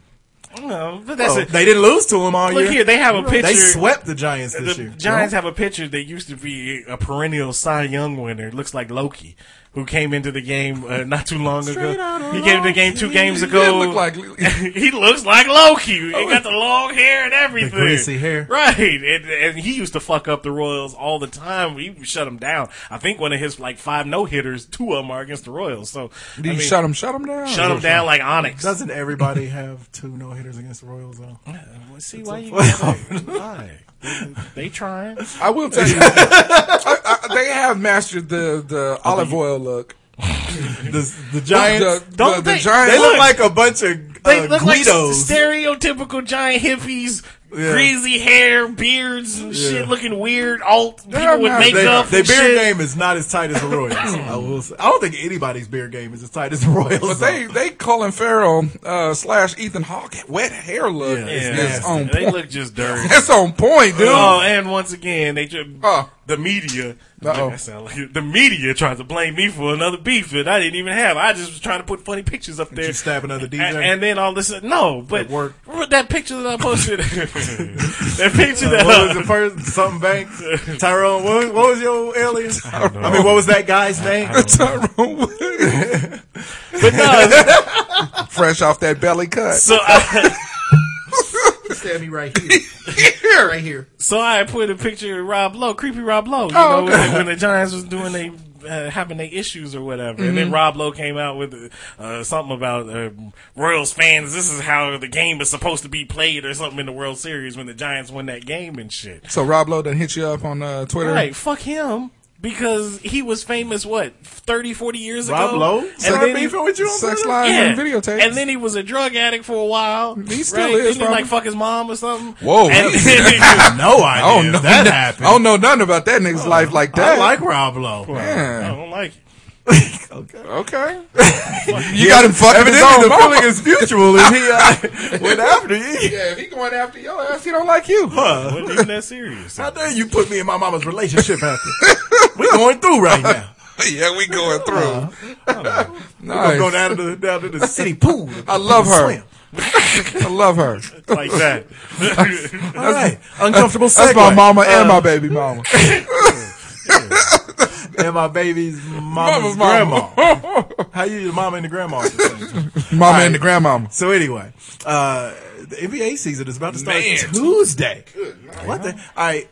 H: No, but that's
F: Well,
H: it.
F: Oh, they didn't lose to him all
H: Oh. Look
F: year.
H: here, they have a picture.
F: They swept the Giants
H: The
F: this year.
H: Giants have a pitcher that used to be a perennial Cy Young winner. Looks like Loki, who came into the game uh, not too long ago. He came into the game two games ago.
G: did look like-
H: he looks like Loki. He got the long hair and everything.
F: greasy hair.
H: right? And, and he used to fuck up the Royals all the time. We shut him down. I think one of his like five no hitters, two of them are against the Royals. So I
G: Do you
H: mean,
G: shut him? Shut him down.
H: shut him down like Onyx.
F: Doesn't everybody have two no hitters against the Royals though?
H: See why you why they trying?
G: I will tell you, I, I, they have mastered the the olive oil look.
F: The, the Giants.
G: The,
H: Don't
G: the, the
H: they-
G: Giants.
F: they look like a bunch of uh,
H: They look like
F: Guidos.
H: stereotypical giant hippies, greasy hair, beards, and shit, looking weird, alt people with
G: not-
F: They-
H: makeup.
F: Their
H: and
F: beer
H: shit.
F: game is not as tight as the Royals. I will. Say. I don't think anybody's beer game is as tight as the Royals.
G: But they they Colin Farrell uh, slash Ethan Hawke wet hair look
F: Yeah.
G: is,
H: Yeah.
G: is on
H: They
G: point.
H: look just dirty.
G: That's on point, dude.
H: Oh, and once again, they just,
G: Uh.
F: Oh.
H: the media.
G: Uh-oh.
H: That sound like it. The media tries to blame me for another beef that I didn't even have. I just was trying to put funny pictures up there.
F: you stab another
H: A-
F: DJ?
H: And, then all this, no, but
F: At work?
H: that picture that I posted. They picked you that
F: What was
H: up.
F: the first something Banks? Tyrone. What, what was your alias? I, mean, what was that guy's name?
H: But no,
G: Fresh off that belly cut.
H: so I,
F: Stab me right here. right here.
H: so I put a picture of Rob Lowe, creepy Rob Lowe. You
G: Oh,
H: know, when, when the Giants was doing they. Uh, having their issues or whatever, and
G: Mm-hmm.
H: then Rob Lowe came out with uh, something about uh, Royals fans. This is how the game is supposed to be played, or something in the World Series when the Giants won that game and shit.
G: So Rob Lowe done hit you up on uh, Twitter.
H: Right, fuck him. Because he was famous, what, 30, 40 years
F: Rob
H: ago?
F: Lowe?
H: And
F: Start
H: then he-
F: beefing with you on
G: Sex
F: Twitter?
G: lives
H: yeah.
G: and videotapes.
H: And then he was a drug addict for a while.
G: He still
H: right?
G: is,
H: Didn't he,
G: probably.
H: like, fuck his mom or something?
G: Whoa,
H: And
G: he-
H: then he-
F: No idea.
G: I don't know
F: that
G: Oh, no- Oh,
F: happened.
G: I don't know nothing about that nigga's
H: Oh,
G: life like
F: I
G: that.
F: like Rob Lowe.
G: Yeah.
H: I don't like it.
G: Okay. you got him fucking his
F: Evidently,
G: own
F: the
G: mama.
F: feeling is mutual. If he uh, went after you,
G: Yeah, if he going after your ass, he don't like you.
H: Wasn't even that serious.
F: how dare you put me in my mama's relationship after? we going through right now.
G: yeah, we going through.
F: I'm
G: nice.
F: going down to the, down to the city pool.
G: I love her.
F: Swim.
G: I love her.
H: like that.
F: All right, uncomfortable
G: That's
F: segue.
G: my mama and my baby mama.
F: and my baby's mama's,
G: Mama's mama.
F: grandma. How you your mama and the grandma? are the same.
G: Mama and the grandmama.
F: so anyway, uh, the NBA season is about to start
G: Man.
F: Tuesday. What the? All right.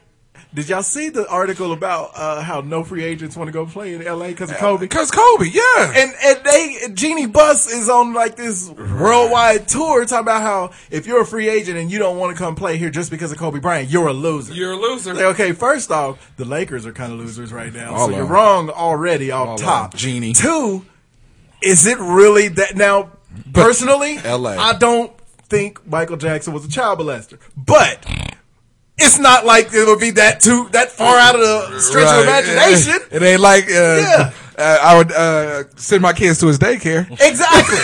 F: Did y'all see the article about uh, how no free agents want to go play in LA because of Kobe?
G: Because Kobe, yeah.
F: and and they Jeannie Buss is on like this worldwide tour talking about how if you're a free agent and you don't want to come play here just because of Kobe Bryant, you're a loser.
G: You're a loser.
F: Like, okay, first off, the Lakers are kind of losers right now,
G: All
F: so you're
G: of 'em.
F: wrong already off
G: All of 'em,
F: top.
G: Jeannie.
F: two, is it really that now? personally,
G: LA.
F: I don't think Michael Jackson was a child molester, but. It's not like it would be that too that far out of the stretch of
G: Right.
F: imagination.
G: It ain't like uh,
F: Yeah.
G: uh, I would uh, send my kids to his daycare.
F: Exactly.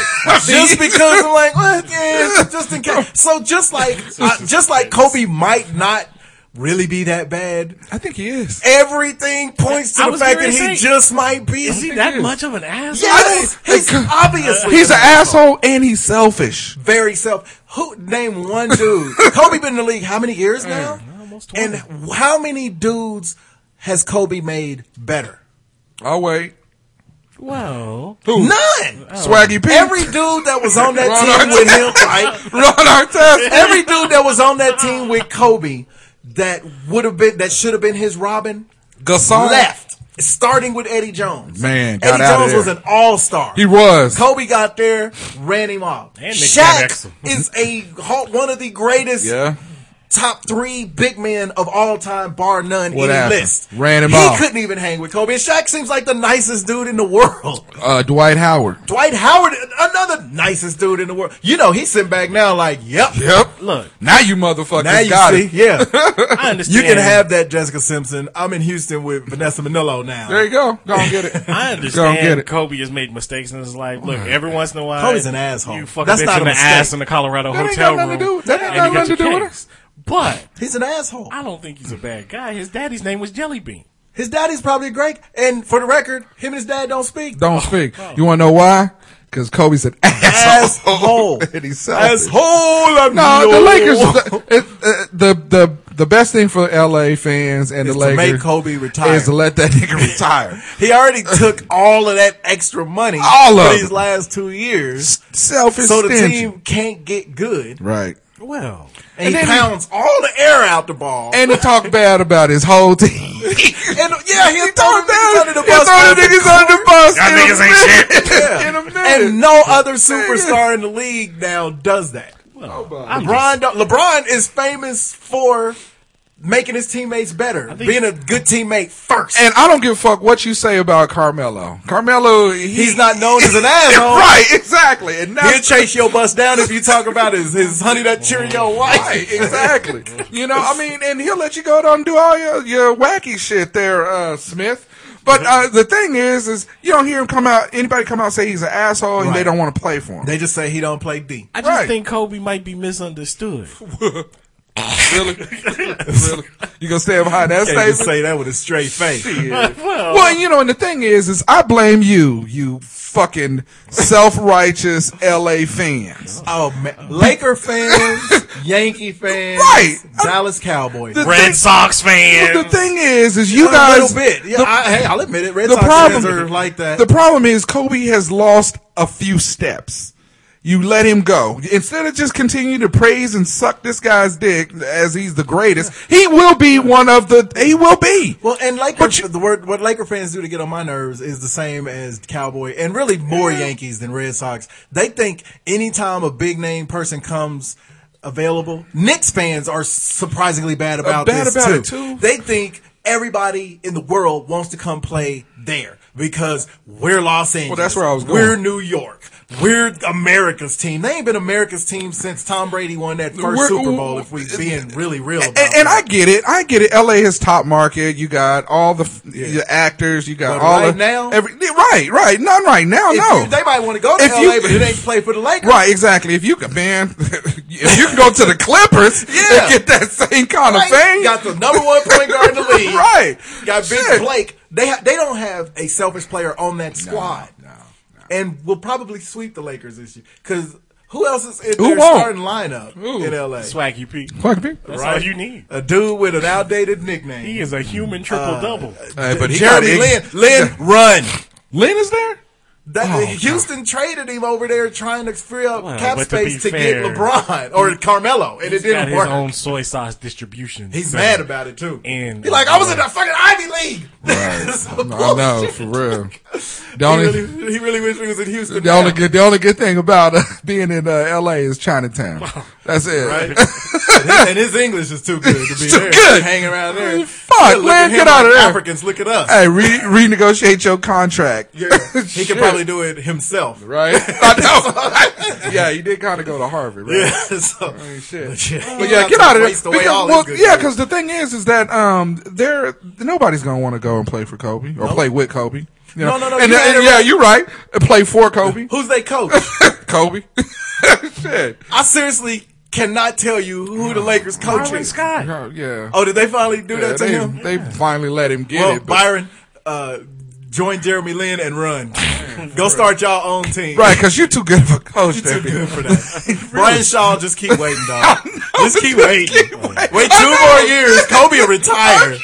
F: just because I'm like, well, yeah, just in case. So just like, uh, just like Kobe might not really be that bad.
G: I think he is.
F: Everything points to
H: I
F: the
H: was
F: fact that
H: gonna say,
F: he just might be.
H: Is he that much of an asshole?
F: Yes,
G: I-
F: he's obviously
G: He's an asshole and he's selfish.
F: very self. Who name one dude? Kobe been in the league how many years now?
H: almost 20.
F: And how many dudes has Kobe made better?
G: Oh wait,
H: Well,
G: who?
F: None.
G: Swaggy P.
F: Every dude that was on that team with him, right?
G: Ron Artest.
F: every dude that was on that team with Kobe that would have been that should have been his Robin
G: Gasol
F: left, starting with Eddie Jones.
G: Man, got
F: Eddie
G: out of
F: Jones
G: there.
F: was an all star.
G: He was.
F: Kobe got there, ran him off.
H: And Nick Van
F: Shaq
H: Exel.
F: is a ho- one of the greatest
G: Yeah.
F: top three big men of all time, bar none.
G: What
F: any
G: happened?
F: list
G: Ran him
F: He
G: off.
F: couldn't even hang with Kobe. And Shaq seems like the nicest dude in the world.
G: Uh, Dwight Howard.
F: Dwight Howard, another nicest dude in the world. You know, he's sitting back now, like, yep.
G: Yep.
H: look,
G: Now you motherfuckers
F: Now you
G: got
F: see,
G: it.
F: yeah.
H: I understand.
F: You can have that Jessica Simpson. I'm in Houston with Vanessa Manillo now.
G: There you go. Go and get it.
H: I
G: Go and get
H: understand
G: it.
H: Kobe has made mistakes in his life. Look, every once in a while,
F: Kobe's an asshole.
H: You fuck
F: That's
H: a bitch
F: not
H: in
F: a
H: the
F: mistake.
H: ass in the Colorado
G: That ain't
H: hotel
G: got nothing to
H: room.
G: do- that ain't
H: and
G: got
H: you got
G: nothing to
H: your
G: do with
H: cakes. But
F: He's an asshole.
H: I don't think he's a bad guy. His daddy's name was Jelly Bean.
F: His daddy's probably great. And for the record, him and his dad don't speak.
G: Don't speak. You want to know why? Because Kobe's an asshole.
F: Asshole.
G: and he's selfish.
F: Asshole. I'm
G: No, the
F: your-
G: Lakers. The, it, uh, the the the best thing for LA fans and
F: Is
G: the
F: to
G: Lakers
F: make Kobe retire.
G: is to let that nigga retire.
F: He already took all of that extra money
G: All of
F: for
G: it.
F: these last two years.
G: Selfish,
F: So the
G: stingy.
F: team can't get good.
G: right?
H: Well,
F: And, he
G: then he-
F: pounds all the air out the ball.
G: And to talk bad about his whole team.
F: And, yeah, he'll throw niggas
G: Throwing
F: under the
G: he
F: bus.
G: throwing niggas under the bus.
C: Y'all
G: in a
C: niggas ain't
G: minute.
F: Yeah.
G: In a minute.
F: And no other superstar in the league now does that.
G: Oh,
H: I'm just-
F: LeBron, don't- LeBron is famous for making his teammates better, being a good teammate first.
G: And I don't give a fuck what you say about Carmelo. Carmelo, he-
F: he's not known as an asshole.
G: right, exactly. And
F: He'll
G: that's
F: chase your bus down if you talk about his his honey that Cheerio wife.
G: right, exactly. you know, I mean, and he'll let you go down and do all your, your wacky shit there, uh, Smith. But
F: Mm-hmm.
G: uh, the thing is, is you don't hear him come out. Anybody come out and say he's an asshole, and they
F: Right.
G: don't want to play for him.
F: They just say he don't play D.
H: I just
G: Right.
H: think Kobe might be misunderstood.
G: really? really? You gonna stand behind that
F: Can't just
G: statement?
F: say that with a straight face.
G: Yeah. well, you know, and the thing is, is I blame you, you fucking self-righteous LA fans.
F: Oh man, Laker fans, Yankee fans,
G: Right.
F: Dallas Cowboys.
G: The
H: Red
G: thing-
H: Sox fan.
G: The thing is, is you
F: a
G: guys.
F: little bit. Yeah,
G: the-
F: I, hey, I'll admit it. Red
G: the
F: Sox
G: problem
F: fans are like that.
G: The problem is Kobe has lost a few steps. You let him go instead of just continue to praise and suck this guy's dick as he's the greatest. He will be one of the. He will be.
F: well, and Laker,
G: But you-
F: the word what Laker fans do to get on my nerves is the same as Cowboy, and really more Yankees than Red Sox. They think anytime a big name person comes available, Knicks fans are surprisingly bad about
G: Uh, bad
F: this
G: about
F: too.
G: it, too.
F: They think everybody in the world wants to come play there because we're Los Angeles.
G: that's where I was going.
F: We're New York. We're America's team. They ain't been America's team since Tom Brady won that 1st
G: We're-
F: Super Bowl. If we being really real, about
G: and,
F: it.
G: and I get it. I get it. LA is top market. You got all the f your actors. You got
F: But
G: all
F: right
G: the,
F: now?
G: Every, right, right. Not right now.
F: If
G: no,
F: you- they might want to go to
G: If
F: LA,
G: you-
F: but it ain't play for the Lakers.
G: Right, exactly. If you can, man, if you can go to the Clippers
F: Yeah.
G: and get that same kind
F: Right?
G: of thing,
F: Got the number one point guard in the league.
G: right?
F: Got Big
G: Shit.
F: Blake. They ha- they don't have a selfish player on that squad. And will probably sweep the Lakers this year because who else is in
G: Who
F: their
G: won't?
F: starting lineup in LA?
H: Swaggy P.
G: Fucking people.
H: That's all you need.
F: A dude with an outdated nickname.
H: He is a human
G: Uh,
H: triple double.
G: Hey, but he
F: Jeremy
G: got
F: Lin.
G: ex-
F: Lin, run.
G: Lin is there.
F: That,
G: Oh,
F: Houston traded him over there trying to free up
H: Well,
F: cap
H: but to
F: space
H: be
F: to,
H: fair,
F: get LeBron or Carmelo, and
H: Got
F: it didn't
H: his
F: work.
H: own soy sauce distribution.
F: He's
H: So-
F: mad about it too.
H: And-
F: He's like, I was in the fucking Ivy League. Some
G: uh, I know
F: bullshit.
G: for real. The
F: He
G: only,
F: really, he really wished he was in Houston.
G: the
F: now.
G: only good, the only good thing about uh, being in uh, L.A. is Chinatown. That's it.
F: Right? and his English is too good to be
G: too
F: there.
G: good.
F: Hanging around there.
G: Fuck,
F: Yeah, look
G: man,
F: at him
G: get out of
F: like
G: there.
F: Africans, look at us.
G: Hey, re- renegotiate your contract.
F: Yeah, he
G: Shit.
F: could probably do it himself.
G: right? I know. yeah, you did kind of go to Harvard, right?
F: Yeah, so,
G: shit.
F: But yeah,
G: But yeah, get out of there.
F: Away
G: Because-
F: all
G: well,
F: his good
G: yeah,
F: things.
G: because the thing is, is that um, there nobody's gonna want to go and play for Kobe or play with Kobe. You
F: No,
G: know?
F: no, no,
G: And,
F: you
G: and
F: ain't
G: yeah,
F: right.
G: you're right. Play for Kobe.
F: who's they coach?
G: Kobe. Shit.
F: I seriously cannot tell you who the Lakers coach
H: Byron
F: is.
H: Scott.
G: Oh, yeah.
F: Oh, did they finally do
G: Oh, yeah
F: that to
G: they,
F: him?
G: they finally let him get
F: Well,
G: it. but-
F: Byron, uh, join Jeremy Lin and run. Go start y'all own team.
G: right, because you're too good of a coach.
F: Too
G: Debbie.
F: good for that. Brian Shaw, just keep waiting, dog. just keep waiting. Wait
G: I
F: two
G: know.
F: more years. Kobe will retire.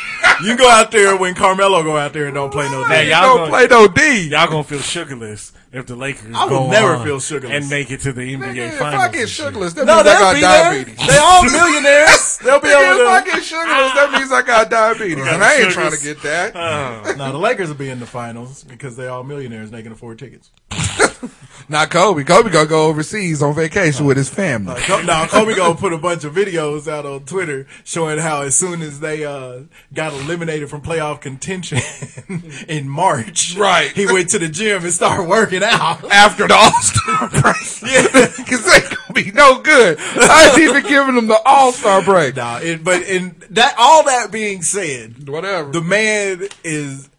F: You go out there when Carmelo go out there and don't play no
H: Now
F: day.
H: y'all
G: Don't
H: gonna-
G: play no D.
H: Y'all gonna feel sugarless if the Lakers
F: I will
H: go
F: never
H: on
F: feel sugarless.
H: and make it to the NBA
G: Nigga, If
H: finals.
G: I get
H: and shit.
G: sugarless, that
F: No,
G: means I
F: they'll be
G: got
F: there.
G: diabetes.
F: They all millionaires. They'll be
G: Nigga, if I
F: able
G: get sugarless, that means I got diabetes, and I ain't trying to get that.
F: to. No, the Lakers will be in the finals because they all millionaires and they can afford tickets.
G: Not Kobe. Kobe gonna go overseas on vacation with his family.
F: Co- Now Kobe gonna put a bunch of videos out on Twitter showing how as soon as they uh, got eliminated from playoff contention in March,
G: Right.
F: He went to the gym and started working out.
G: After the All Star break,
F: Yeah.
G: because they gonna be no good. I ain't even giving them the All Star break.
F: Nah, it, but in that all that being said,
G: Whatever.
F: the man is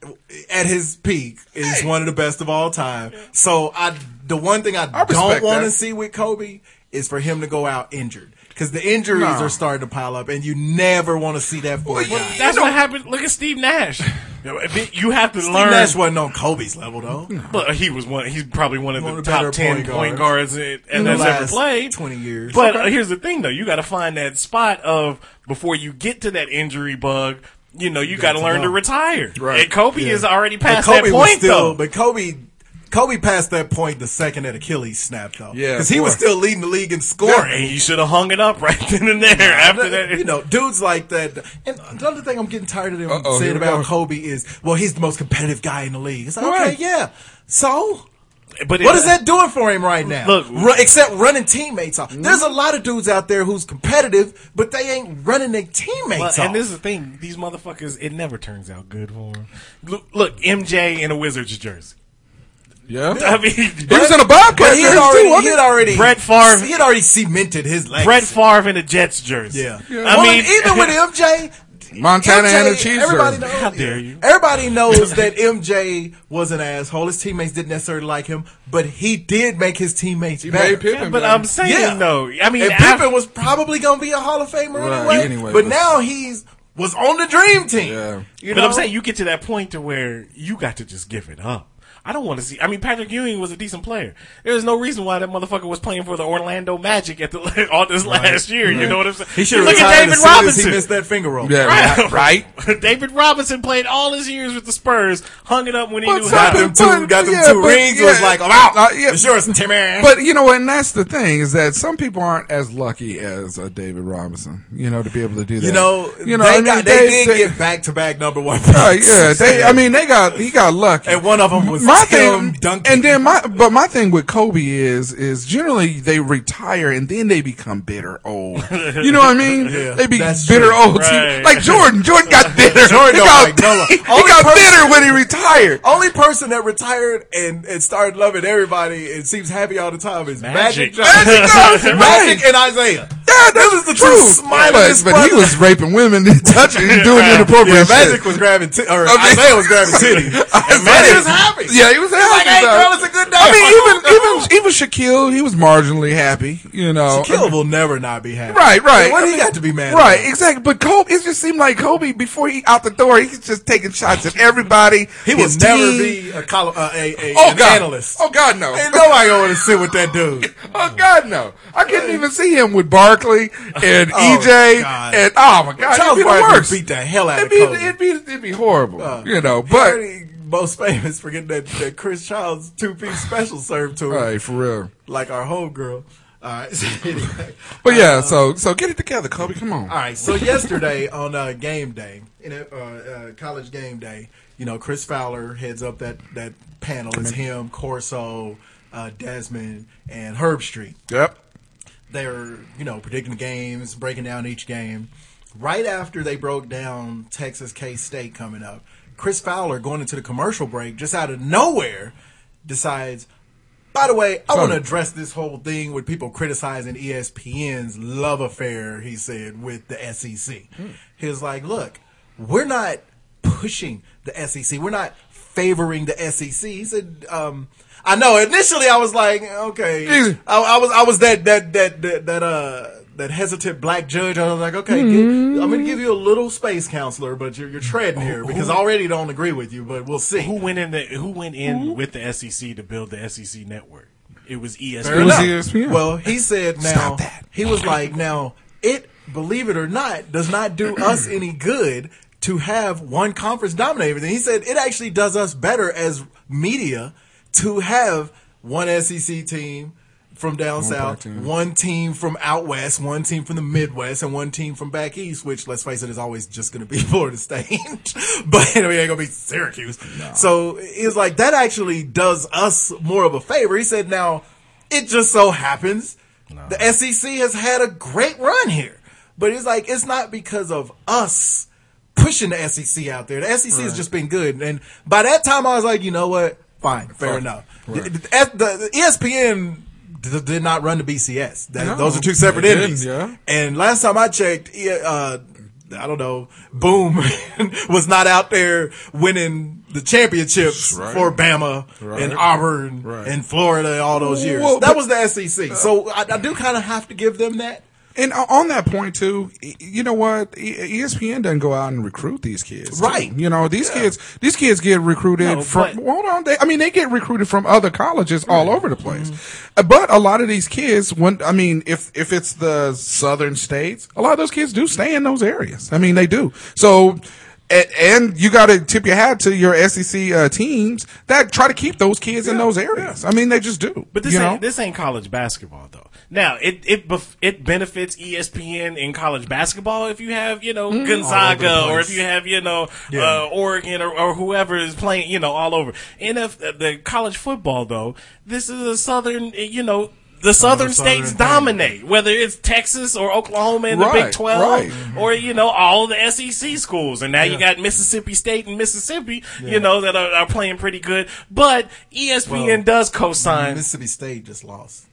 F: at his peak is one of the best of all time. So I, the one thing I, don't
G: respect
F: want to
G: that.
F: see with Kobe is for him to go out injured because the injuries
G: Nah.
F: are starting to pile up, and you never want to see that for a guy.
H: That's what happened. Look at Steve Nash. You have to
F: Steve
H: learn.
F: Nash wasn't on Kobe's level though.
H: But he was one. He's probably one of the,
F: One of the
H: top
F: better
H: ten point,
F: point
H: guards, that
F: In the
H: that's ever
F: last
H: played.
F: 20 years.
H: But uh, here's the thing, though. You got to find that spot of before you get to that injury bug. You know, you, got to
F: to
H: learn to
F: know.
H: retire. And Kobe is already
F: But
H: past that
F: Kobe was
H: point,
F: still,
H: though.
F: but Kobe. Kobe passed that point the second that Achilles snapped, though.
G: Yeah,
F: because he was
G: boy.
F: still leading the league in
H: Or-
F: scoring.
H: and you should have hung it up right then and there. after that,
F: you know, dudes like that. And another thing I'm getting tired of them
G: Uh-oh, here
F: saying
G: we
F: about
G: go.
F: Kobe is, well, he's the most competitive guy in the league. It's like,
G: Right.
F: okay, yeah. So,
H: But
F: what
H: it-
F: is that doing for him right now?
H: Look-
F: Ru- except running teammates off. There's a lot of dudes out there who's competitive, but they ain't running their teammates
H: Well,
F: off.
H: and this is the thing: these motherfuckers, it never turns out good for them. Look, look MJ in a Wizards jersey.
G: yeah,
H: I mean,
G: he was in a Bobcat
F: but he had
G: jersey
F: already,
G: too.
F: he
G: Wasn't
F: had already,
H: Brett Favre-
F: he had already cemented his legacy.
H: Brett Favre in a Jets jersey.
F: Yeah.
H: I
F: Well,
H: mean,
F: even with MJ,
H: crazy.
G: Montana and the cheese
F: everybody
G: server.
F: knows,
H: How dare you.
F: Everybody knows that MJ was an asshole. His teammates didn't necessarily like him, but he did make his teammates
G: made
F: better.
G: Pippen.
H: but
G: man.
H: I'm saying
F: Yeah.
H: though, I mean,
F: and
H: af-
F: Pippen was probably gonna be a Hall of Famer
G: Right,
F: anyway,
G: anyway,
F: But
G: but-
F: now he's was on the dream team.
G: Yeah.
F: You
H: but
F: know?
H: I'm saying you get to that point to where you got to just give it up. I don't want to see. I mean, Patrick Ewing was a decent player. There's no reason why that motherfucker was playing for the Orlando Magic at the all this last year. You know what I'm saying?
F: he should
H: You
F: have
H: look
F: retired
H: at David
F: as soon as he
H: Robinson.
F: missed that finger roll.
G: Yeah, right. right.
H: David Robinson played all his years with the Spurs, hung it up when he
G: But
H: knew
F: Got
H: how.
G: something-
F: them two, got them
G: Yeah,
F: two
G: but-
F: rings.
G: yeah.
F: was like, I'm out.
G: Uh, yeah.
F: It's yours, Timmy.
G: But you know, and that's the thing is that some people aren't as lucky as a David Robinson, you know, to be able to do that.
F: you know,
G: I
F: they,
G: mean,
F: got, they, did
G: they-
F: get back to back number one.
G: Uh, yeah, they. I mean, they got he got lucky.
F: And one of them was
G: my
F: Tim
G: thing,
F: Duncan.
G: and then my but my thing with Kobe is is generally they retire and then they become bitter old. You know what I mean? they be
F: that's
G: bitter
F: true.
G: old.
H: Right.
G: Like Jordan, Jordan got bitter.
F: Jordan
G: he
F: don't
G: got,
F: like no love.
G: he
F: Only
G: got
F: person-
G: bitter when he retired.
F: Only person that retired and, and started loving everybody and seems happy all the time is Magic
H: Magic.
F: Johnson.
G: Magic Johnson, right.
F: Magic and Isaiah.
G: Yeah, that was the truth.
F: smilingest
G: but, but he
F: brother.
G: was raping women and touching and doing inappropriate
F: Yeah,
G: shit.
F: Magic was grabbing, t- or
G: I mean-
F: Isaiah was grabbing titty. and Magic was happy.
G: Yeah, he was happy.
F: like, "Hey,
G: though.
F: girl, it's a good day."
G: I mean, even even even Shaquille, he was marginally happy. You know,
F: Kill will never not be happy.
G: oh. Right, right.
F: What do
G: I
F: you
G: mean,
F: got to be mad?
G: Right,
F: about?
G: exactly. But Kobe, it just seemed like Kobe before he out the door, he's just taking shots at everybody.
F: He will
G: his
F: never
G: team.
F: be a, col- uh, a, a
G: oh
F: an
G: god,
F: analyst.
G: oh god, no.
F: Ain't nobody gonna want to sit with that dude.
G: Oh God, no! I couldn't even see him with Barkley and
F: Oh,
G: EJ
F: God.
G: and oh my God, it'd
F: Charles
G: be the
F: Barkley
G: worst.
F: beat the hell out
G: It'd
F: of
G: be,
F: Kobe.
G: it'd be it'd be horrible,
F: Uh,
G: you know.
F: he
G: But
F: already most famous for getting that, that Chris Childs two piece special served to him,
G: right, for real.
F: like our whole girl. All right, so anyway.
G: But yeah, so so get it together, Kobe. Come on.
F: Uh, All right, so yesterday on uh, game day, in uh, uh, college game day, you know, Chris Fowler heads up that, that panel. It's
G: Mm-hmm.
F: him, Corso, uh, Desmond, and Herb Street.
G: Yep.
F: They're, you know, predicting games, breaking down each game. Right after they broke down Texas K State coming up, Chris Fowler going into the commercial break just out of nowhere decides, by the way, I want to address this whole thing with people criticizing E ESPN's love affair, he said, with the SEC. He was like, look, we're not pushing the SEC. We're not favoring the SEC. He said, um, I know initially I was like, okay,
G: Easy.
F: I, I was, I was that, that, that, that, that, uh, that hesitant black judge. I was like, okay, get, I'm going to give you a little space counselor, but you're, you're treading here because I already don't agree with you, but we'll see.
H: Who went in? The, who went in with the SEC to build the SEC network? It was E ESPN.
F: Fair
G: was E
F: enough.
G: ESPN.
F: Well, he said now
G: Stop that.
F: he was like now it believe it or not does not do us any good to have one conference dominate everything. He said it actually does us better as media to have one SEC team from down south,
G: team.
F: one team from out west, one team from the Midwest, and one team from back east. Which, let's face it, is always just going to be Florida State, but you know, it ain't going to be Syracuse. So it's like that actually does us more of a favor. He said, "Now it just so happens the SEC has had a great run here, but it's like it's not because of us." Pushing the SEC out there. The SEC has just been good. And by that time, I was like, you know what? Fine, fair
G: Fuck.
F: enough.
G: Right.
F: The- the, the E ESPN d- did not run the BCS. That-
G: No,
F: those are two separate
G: they didn't,
F: entities.
G: yeah.
F: And last time I checked, E- uh, I don't know, Boom was not out there winning the championships
G: Right.
F: for Bama and
G: Right.
F: Auburn
G: Right.
F: and Florida all those years.
G: Well,
F: that
G: but-
F: was the SEC. So I, I do kind of have to give them that.
G: And o- on that point too, y- you know what? E- ESPN doesn't go out and recruit these kids, too.
F: Right.
G: You know these kids. These kids get recruited
H: No,
G: from.
H: but-
G: hold on, they, I mean they get recruited from other colleges all over the place.
H: Mm-hmm.
G: Uh, But a lot of these kids, when I mean, if if it's the southern states, a lot of those kids do stay in those areas. I mean they do. So. And, and you got to tip your hat to your SEC uh, teams that try to keep those kids in those areas. I mean, they just do.
H: But this
G: you know?
H: ain't this ain't college basketball though. Now it it bef- it benefits E ESPN in college basketball if you have you
G: Mm-hmm.
H: know Gonzaga or if you have you know uh, Oregon or, or whoever is playing you know all over. And if the, the college football though, this is a southern eh, you know. The southern,
F: southern
H: states
F: thing.
H: dominate, whether it's Texas or Oklahoma in the Big
G: Right,
H: Twelve,
G: right.
H: or you know all the SEC schools, and now you got Mississippi State and Mississippi, you know that are, are E playing pretty good. But ESPN does co-sign
F: Mississippi State just lost.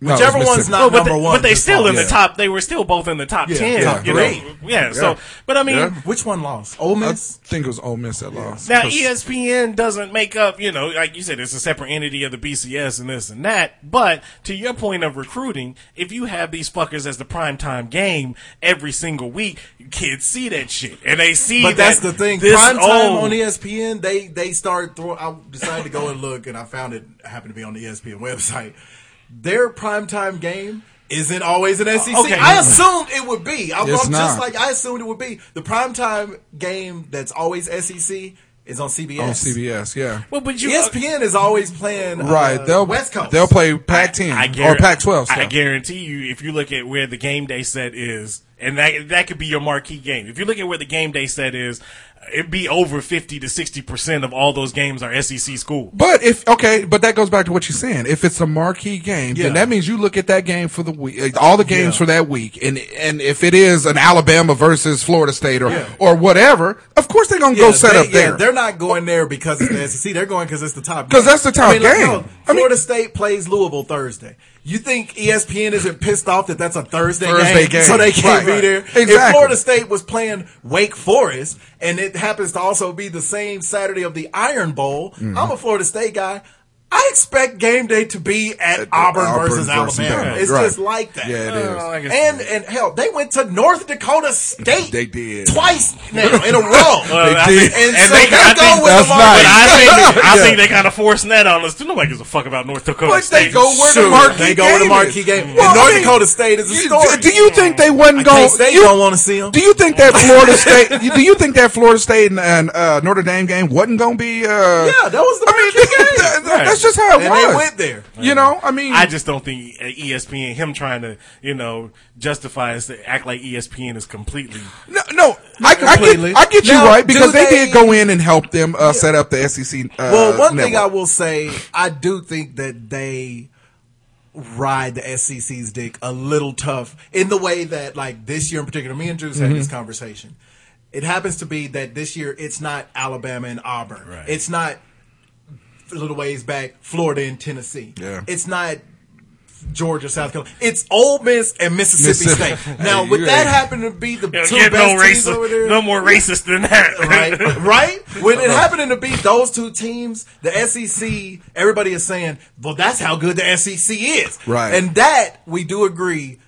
G: No,
F: Whichever
G: it's
F: one's
G: Mississippi.
F: not
H: Oh, but
F: number
H: they,
F: one.
H: But they
F: is
H: still in
F: lost.
H: the top. They were still both in the top
F: Yeah,
H: ten.
F: top
H: you
F: three.
H: know? yeah. So, but I mean,
G: Yeah.
F: Which one lost? Ole
G: I
F: Miss.
G: think it was Ole Miss that lost.
H: Now E
G: 'Cause-
H: ESPN doesn't make up, you know, like you said, it's a separate entity of the BCS and this and that. But to your point of recruiting, if you have these fuckers as the primetime game every single week, kids see that shit and they see.
F: But
H: that
F: that's the thing.
H: This
F: Prime time
H: old-
F: on E ESPN, they they start throwing. I decided to go and look, and I found it happened to be on the E ESPN website. Their primetime game isn't always an SEC.
H: Okay.
F: I assumed it would be. I'm,
G: Uh, It's
F: I'm just
G: not.
F: like I assumed it would be the primetime game that's always SEC is on CBS.
G: on CBS, yeah.
H: Well, but
F: E
H: you
F: ESPN is always playing uh,
G: Right, they'll
F: West Coast.
G: They'll play Pac-10
H: I
G: or
H: guarantee,
G: Pac-12.
H: I
G: stuff.
H: guarantee you, if you look at where the game day set is, and that that could be your marquee game. If you look at where the game day set is, it'd be over fifty to sixty percent of all those games are SEC school.
G: But if okay, but that goes back to what you're saying. If it's a marquee game,
F: Yeah.
G: then that means you look at that game for the week, all the games for that week, and and if it is an Alabama versus Florida State or
F: Yeah.
G: or whatever, of course they're gonna go set
F: they,
G: up there.
F: they're not going there because it's the SEC. They're going because it's the top.
G: 'Cause
F: game.
G: that's the top game. I mean-
F: Florida State plays Louisville Thursday. You think E ESPN isn't pissed off that that's a Thursday,
G: Thursday
F: game,
G: game.
F: so they can't
G: Right.
F: be there? If
G: Exactly.
F: Florida State was playing Wake Forest and it happens to also be the same Saturday of the Iron Bowl,
G: Mm-hmm.
F: I'm a Florida State guy. I expect game day to be at, Auburn, versus, Alabama. It's
G: Right.
F: just like that.
G: Yeah, it is.
F: And and hell, they went to North Dakota State.
G: They did.
F: twice now in a row.
H: Well, Uh, I think-
G: did.
F: Uh,
H: and
F: And so
H: they,
F: they
H: I
F: go
H: think,
F: with
G: That's
F: the marquee.
G: nice.
H: But I think, I
G: Yeah.
H: think they kind of forced that on us. too. Nobody gives a fuck about North Dakota
G: But they
H: State.
G: go where
F: Shoot,
G: the marquee
F: they go
G: game
F: with the marquee
G: is.
F: game.
G: Well,
F: and North
G: I mean,
F: Dakota State is a
G: you-
F: story.
G: Do you think they wasn't
F: K
G: going?
F: State
G: you-
F: don't want to see them.
G: Do you think that Florida State? you- Do you think that Florida State and, and uh, Notre Dame game wasn't going to be? Uh,
F: yeah, that was the
G: I mean,
F: marquee game.
G: that- that's just how it
F: And
G: was.
F: they went there.
G: You know, I mean,
H: I just don't think uh, ESPN, him trying to, you know, justify us to act like E ESPN is completely.
G: No, no, I, I
F: completely.
G: get, I get you
F: Now,
G: right
F: do
G: because they,
F: they-
G: did go in and help them uh, set up the SEC. Uh,
F: Well, one thing I
G: network.
F: will say, I do think that they ride the SEC's dick a little tough in the way that, like this year in particular, me and Drews had
G: Mm-hmm.
F: this conversation. It happens to be that this year it's not Alabama and Auburn.
H: Right.
F: It's not a little ways back Florida and Tennessee.
G: Yeah.
F: It's not Georgia, South Carolina. It's Ole Miss and Mississippi
G: Mississippi.
F: State. Now,
G: Hey,
F: with
G: you
F: that
G: ain't-
F: happen to be the two
H: Get
F: best
H: no
F: teams over there,
H: racist, no more racist than that,
F: right? right? When it happened to beat those two teams, the SEC, everybody is saying, well, that's how good the SEC is.
G: Right.
F: And that, we do agree,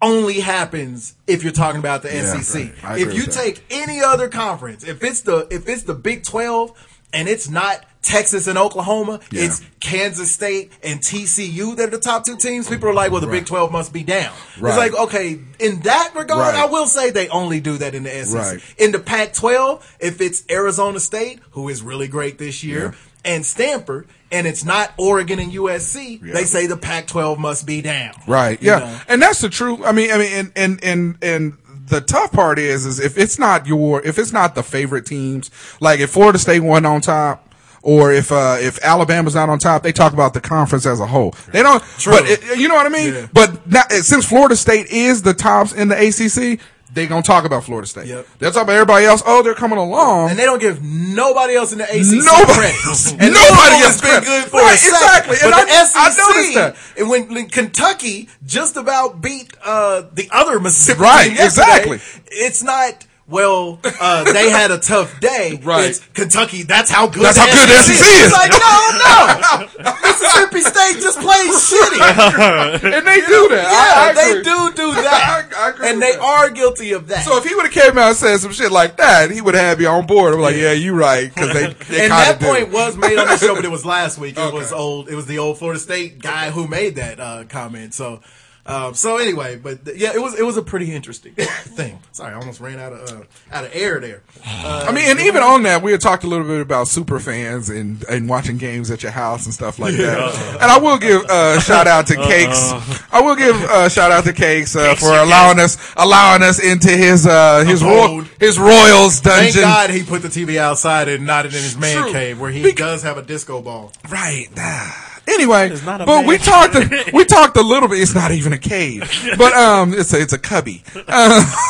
F: only happens if you're talking about the SEC.
G: right. I
F: If
G: agree
F: you
G: with that.
F: take any other conference, if it's the if it's the Big 12 and it's not Texas and Oklahoma,
G: Yeah.
F: it's Kansas State and TCU that are the top two teams. People are like, well, the Big 12 must be down.
G: Right.
F: It's like, okay, in that regard,
G: Right.
F: I will say they only do that in the E SEC.
G: Right.
F: In the Pac 12, if it's Arizona State, who is really great this year, and Stanford, and it's not Oregon and USC,
G: Yeah.
F: they say the Pac 12 must be down.
G: right,
F: You
G: yeah,
F: know?
G: and that's the truth. I mean, I mean, and and and and the tough part is, is if it's not your, if it's not the favorite teams, like if Florida State won on top. Or if uh, if Alabama's not on top, they talk about the conference as a whole. They don't, but it, you know what I mean.
F: Yeah.
G: But not, since Florida State is the tops in the ACC, they gonna talk about Florida State.
F: Yep.
G: They'll talk about everybody else. Oh, they're coming along,
F: And they don't give nobody else in the ACC
G: Nobody
F: credit.
G: else.
F: And
G: Nobody
F: Louisville has
G: else
F: been
G: credit.
F: good for
G: Right,
F: a second.
G: exactly.
F: But
G: And
F: the
G: I- I
F: SEC,
G: noticed that.
F: And when, when Kentucky just about beat uh, the other Mississippi
G: Right,
F: team yesterday,
G: exactly.
F: It's not. Well, uh, they had a tough day.
G: Right.
F: It's Kentucky. That's how good.
G: That's
F: the E
G: how good the SEC is.
F: It's like no, no. Mississippi State just plays shitty.
G: and they do
F: Yeah,
G: that. I- I
F: they
G: agree.
F: do do that,
G: I- I agree
F: and
G: with
F: they
G: that.
F: are guilty of that.
G: So if he would have came out and said some shit like that, he would have had me on board. I'm like, yeah, you right, because they, they
F: and
G: kind
F: that
G: of
F: point
G: do.
F: was made on the show, but it was last week. It
G: Okay.
F: was old. It was the old Florida State guy who made that uh, comment. So, um, so anyway, but th- yeah, it was it was a pretty interesting thing. Sorry, I almost ran out of uh, out of air there. Uh,
G: I mean, and even on that, we had talked a little bit about super fans and, and watching games at your house and stuff like that. And I will give uh, shout out to Cakes. I will give uh, shout out to Cakes uh, for allowing us allowing us into his uh, his royal
F: Abode.
G: his Royals
F: thank
G: dungeon.
F: God he put the TV outside and not in his man
G: True.
F: cave where he
G: Bec-
F: does have a disco ball.
G: Right. Ah. Anyway,
H: It's not a
G: but we
H: man.
G: talked a, we talked a little bit. It's not even a cave, but um, it's a, it's a cubby. Uh,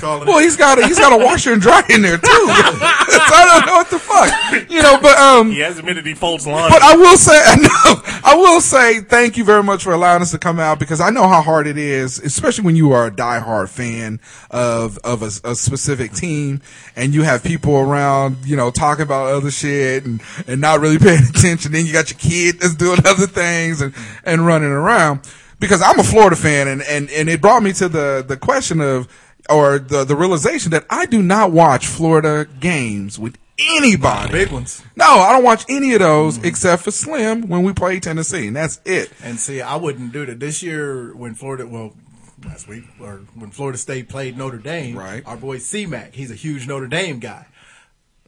G: Well, he's got a, he's got a washer and dryer in there too. so I don't know what the fuck, you know. But um,
H: He has admitted he folds laundry.
G: but I will say, I know, I will say, thank you very much for allowing us to come out because I know how hard it is, especially when you are a diehard fan of of a, a specific team and you have people around, you know, talking about other shit and and not really paying attention. Then you got your kid that's doing other things and and running around because I'm a Florida fan and and and it brought me to the the question of. Or the, the realization that I do not watch Florida games with anybody.
F: Big ones.
G: No, I don't watch any of those except for Slim when we play Tennessee, and that's it.
F: And see, I wouldn't do that. This year, when Florida, well, last week, or when Florida State played Notre Dame,
G: Right.
F: our boy C Mac, he's a huge Notre Dame guy.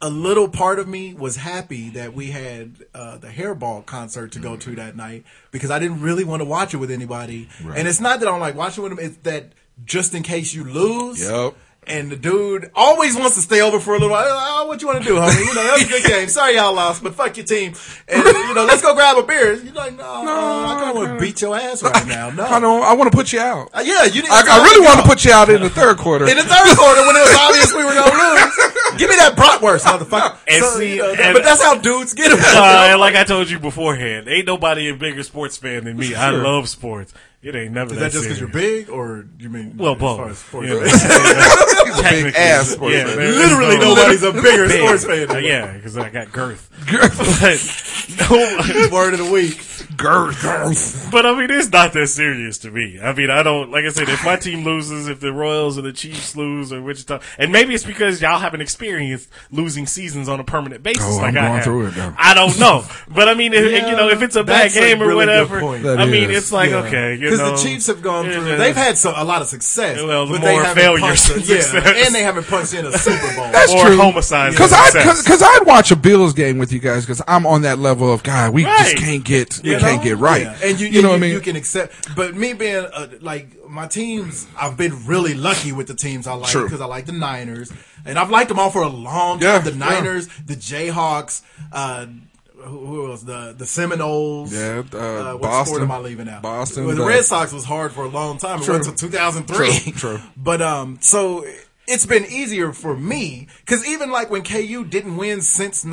F: A little part of me was happy that we had uh, the hairball concert to go to that night because I didn't really want to watch it with anybody. And it's not that I don't like watching with them, it's that just in case you lose.
G: Yep.
F: And the dude always wants to stay over for a little while. Oh, what you want to do, homie? You know, that was a good game. Sorry y'all lost, but fuck your team. And, you know, let's go grab a beer. You're like, no, I kind of want to beat your ass right now. No.
G: I don't. I want to put you out.
F: Uh, yeah, you didn't.
G: I, I really want to put you out in the third quarter.
F: In the third quarter, when it was obvious we were going to lose, give me that bratwurst, motherfucker.
H: And
F: So,
H: see,
F: you know,
H: and-
F: but that's how dudes get it.
H: Uh, and like I told you beforehand, ain't nobody a bigger sports fan than me. I love sports. It ain't never
F: Is
H: that,
F: that just because
H: serious.
F: you're big, or you mean
H: Well,
F: as
H: both.
F: far as sports?
H: You know,
G: He's a big
H: technically,
G: ass sports
H: yeah,
G: fan.
H: man.
F: Literally,
H: There's no-
F: nobody's a bigger
H: Big.
F: sports fan.
H: Uh,
F: Than
H: yeah, because I got girth. But no,
F: Word of the week.
G: Girth, girth.
H: But I mean, it's not that serious to me. I mean, I don't like I said. If my team loses, if the Royals or the Chiefs lose, or Wichita, and maybe it's because y'all haven't experienced losing seasons on a permanent basis.
G: Oh,
H: like
G: I'm
H: I
G: going
H: have.
G: through it now.
H: I don't know, but I mean, if, you know, if it's a bad
F: that's a
H: game or
F: really good
H: whatever,
F: point.
G: That
H: I mean,
G: is,
H: it's like
F: Yeah.
H: okay, you
F: because
H: know,
F: the Chiefs have gone
H: it
F: through.
H: is.
F: They've had some a lot of success.
H: Well,
F: but
H: more
F: they haven't
H: failures
F: punched
H: than
F: a-
H: success.
F: Yeah, and they haven't punched in a Super Bowl.
G: That's
H: Or
G: true.
H: homicide
G: Because I,
H: success.
G: because I'd watch a Bills game with you guys because I'm on that level of God. We
H: Right.
G: just can't get, we
F: You
G: can't
F: know?
G: get right.
F: Yeah. And you,
G: you know what I mean?
F: You can accept, but me being uh, like my teams, I've been really lucky with the teams I like
G: True.
F: because I like the Niners, and I've liked them all for a long time.
G: Yeah,
F: the
G: yeah.
F: Niners, the Jayhawks, uh, who, who else? The the Seminoles.
G: Yeah, uh,
F: what sport
G: Boston.
F: am I leaving out?
G: Boston,
F: Well, the
G: the-
F: Red Sox was hard for a long time. It
G: True.
F: went until 2003.
G: True, true.
F: But um, so it's been easier for me because even like when KU didn't win since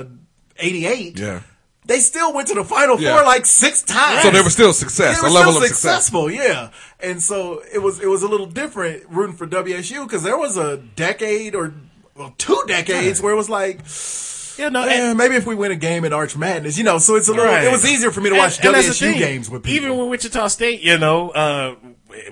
F: 1988,
G: Yeah.
F: they still went to the Final
G: Yeah.
F: Four like six times.
G: so there was still success,
F: They were
G: a level
F: still
G: of success.
F: successful, yeah. And so it was it was a little different rooting for WSU because there was a decade or well two decades where it was like.
H: you know, and-
F: Eh, maybe if we win a game at Arch Madness, you know, so it's a little.
H: Right.
F: It was easier for me to
H: And-
F: watch
H: and that's the
F: WSU
H: thing.
F: games with people.
H: Even with Wichita State, you know, uh,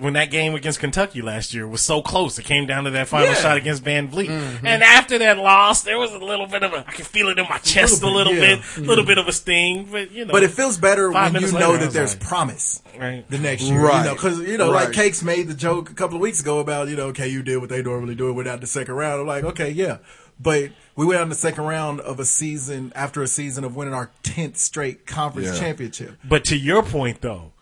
H: when that game against Kentucky last year was so close, it came down to that final
F: Yeah. Mm-hmm.
H: shot against Van Vliet. And after that loss, there was a little bit of a, I can feel it in my chest a
F: bit,
H: little bit,
F: yeah. Mm-hmm.
H: a little, bit, of a sting, but you know.
F: But it feels better
H: Five
F: when you
H: minutes
F: know
H: later, I
F: that
H: was
F: there's
H: like-
F: promise
H: Right.
F: the next year. You
G: Right.
F: know, because, you know, like
G: Right.
F: Cakes made the joke a couple of weeks ago about, you know, okay, you did what they normally do without the second round. I'm like, okay, yeah. But we went on the second round of a season after a season of winning our 10th straight conference
G: Yeah.
F: championship.
H: But to your point, though,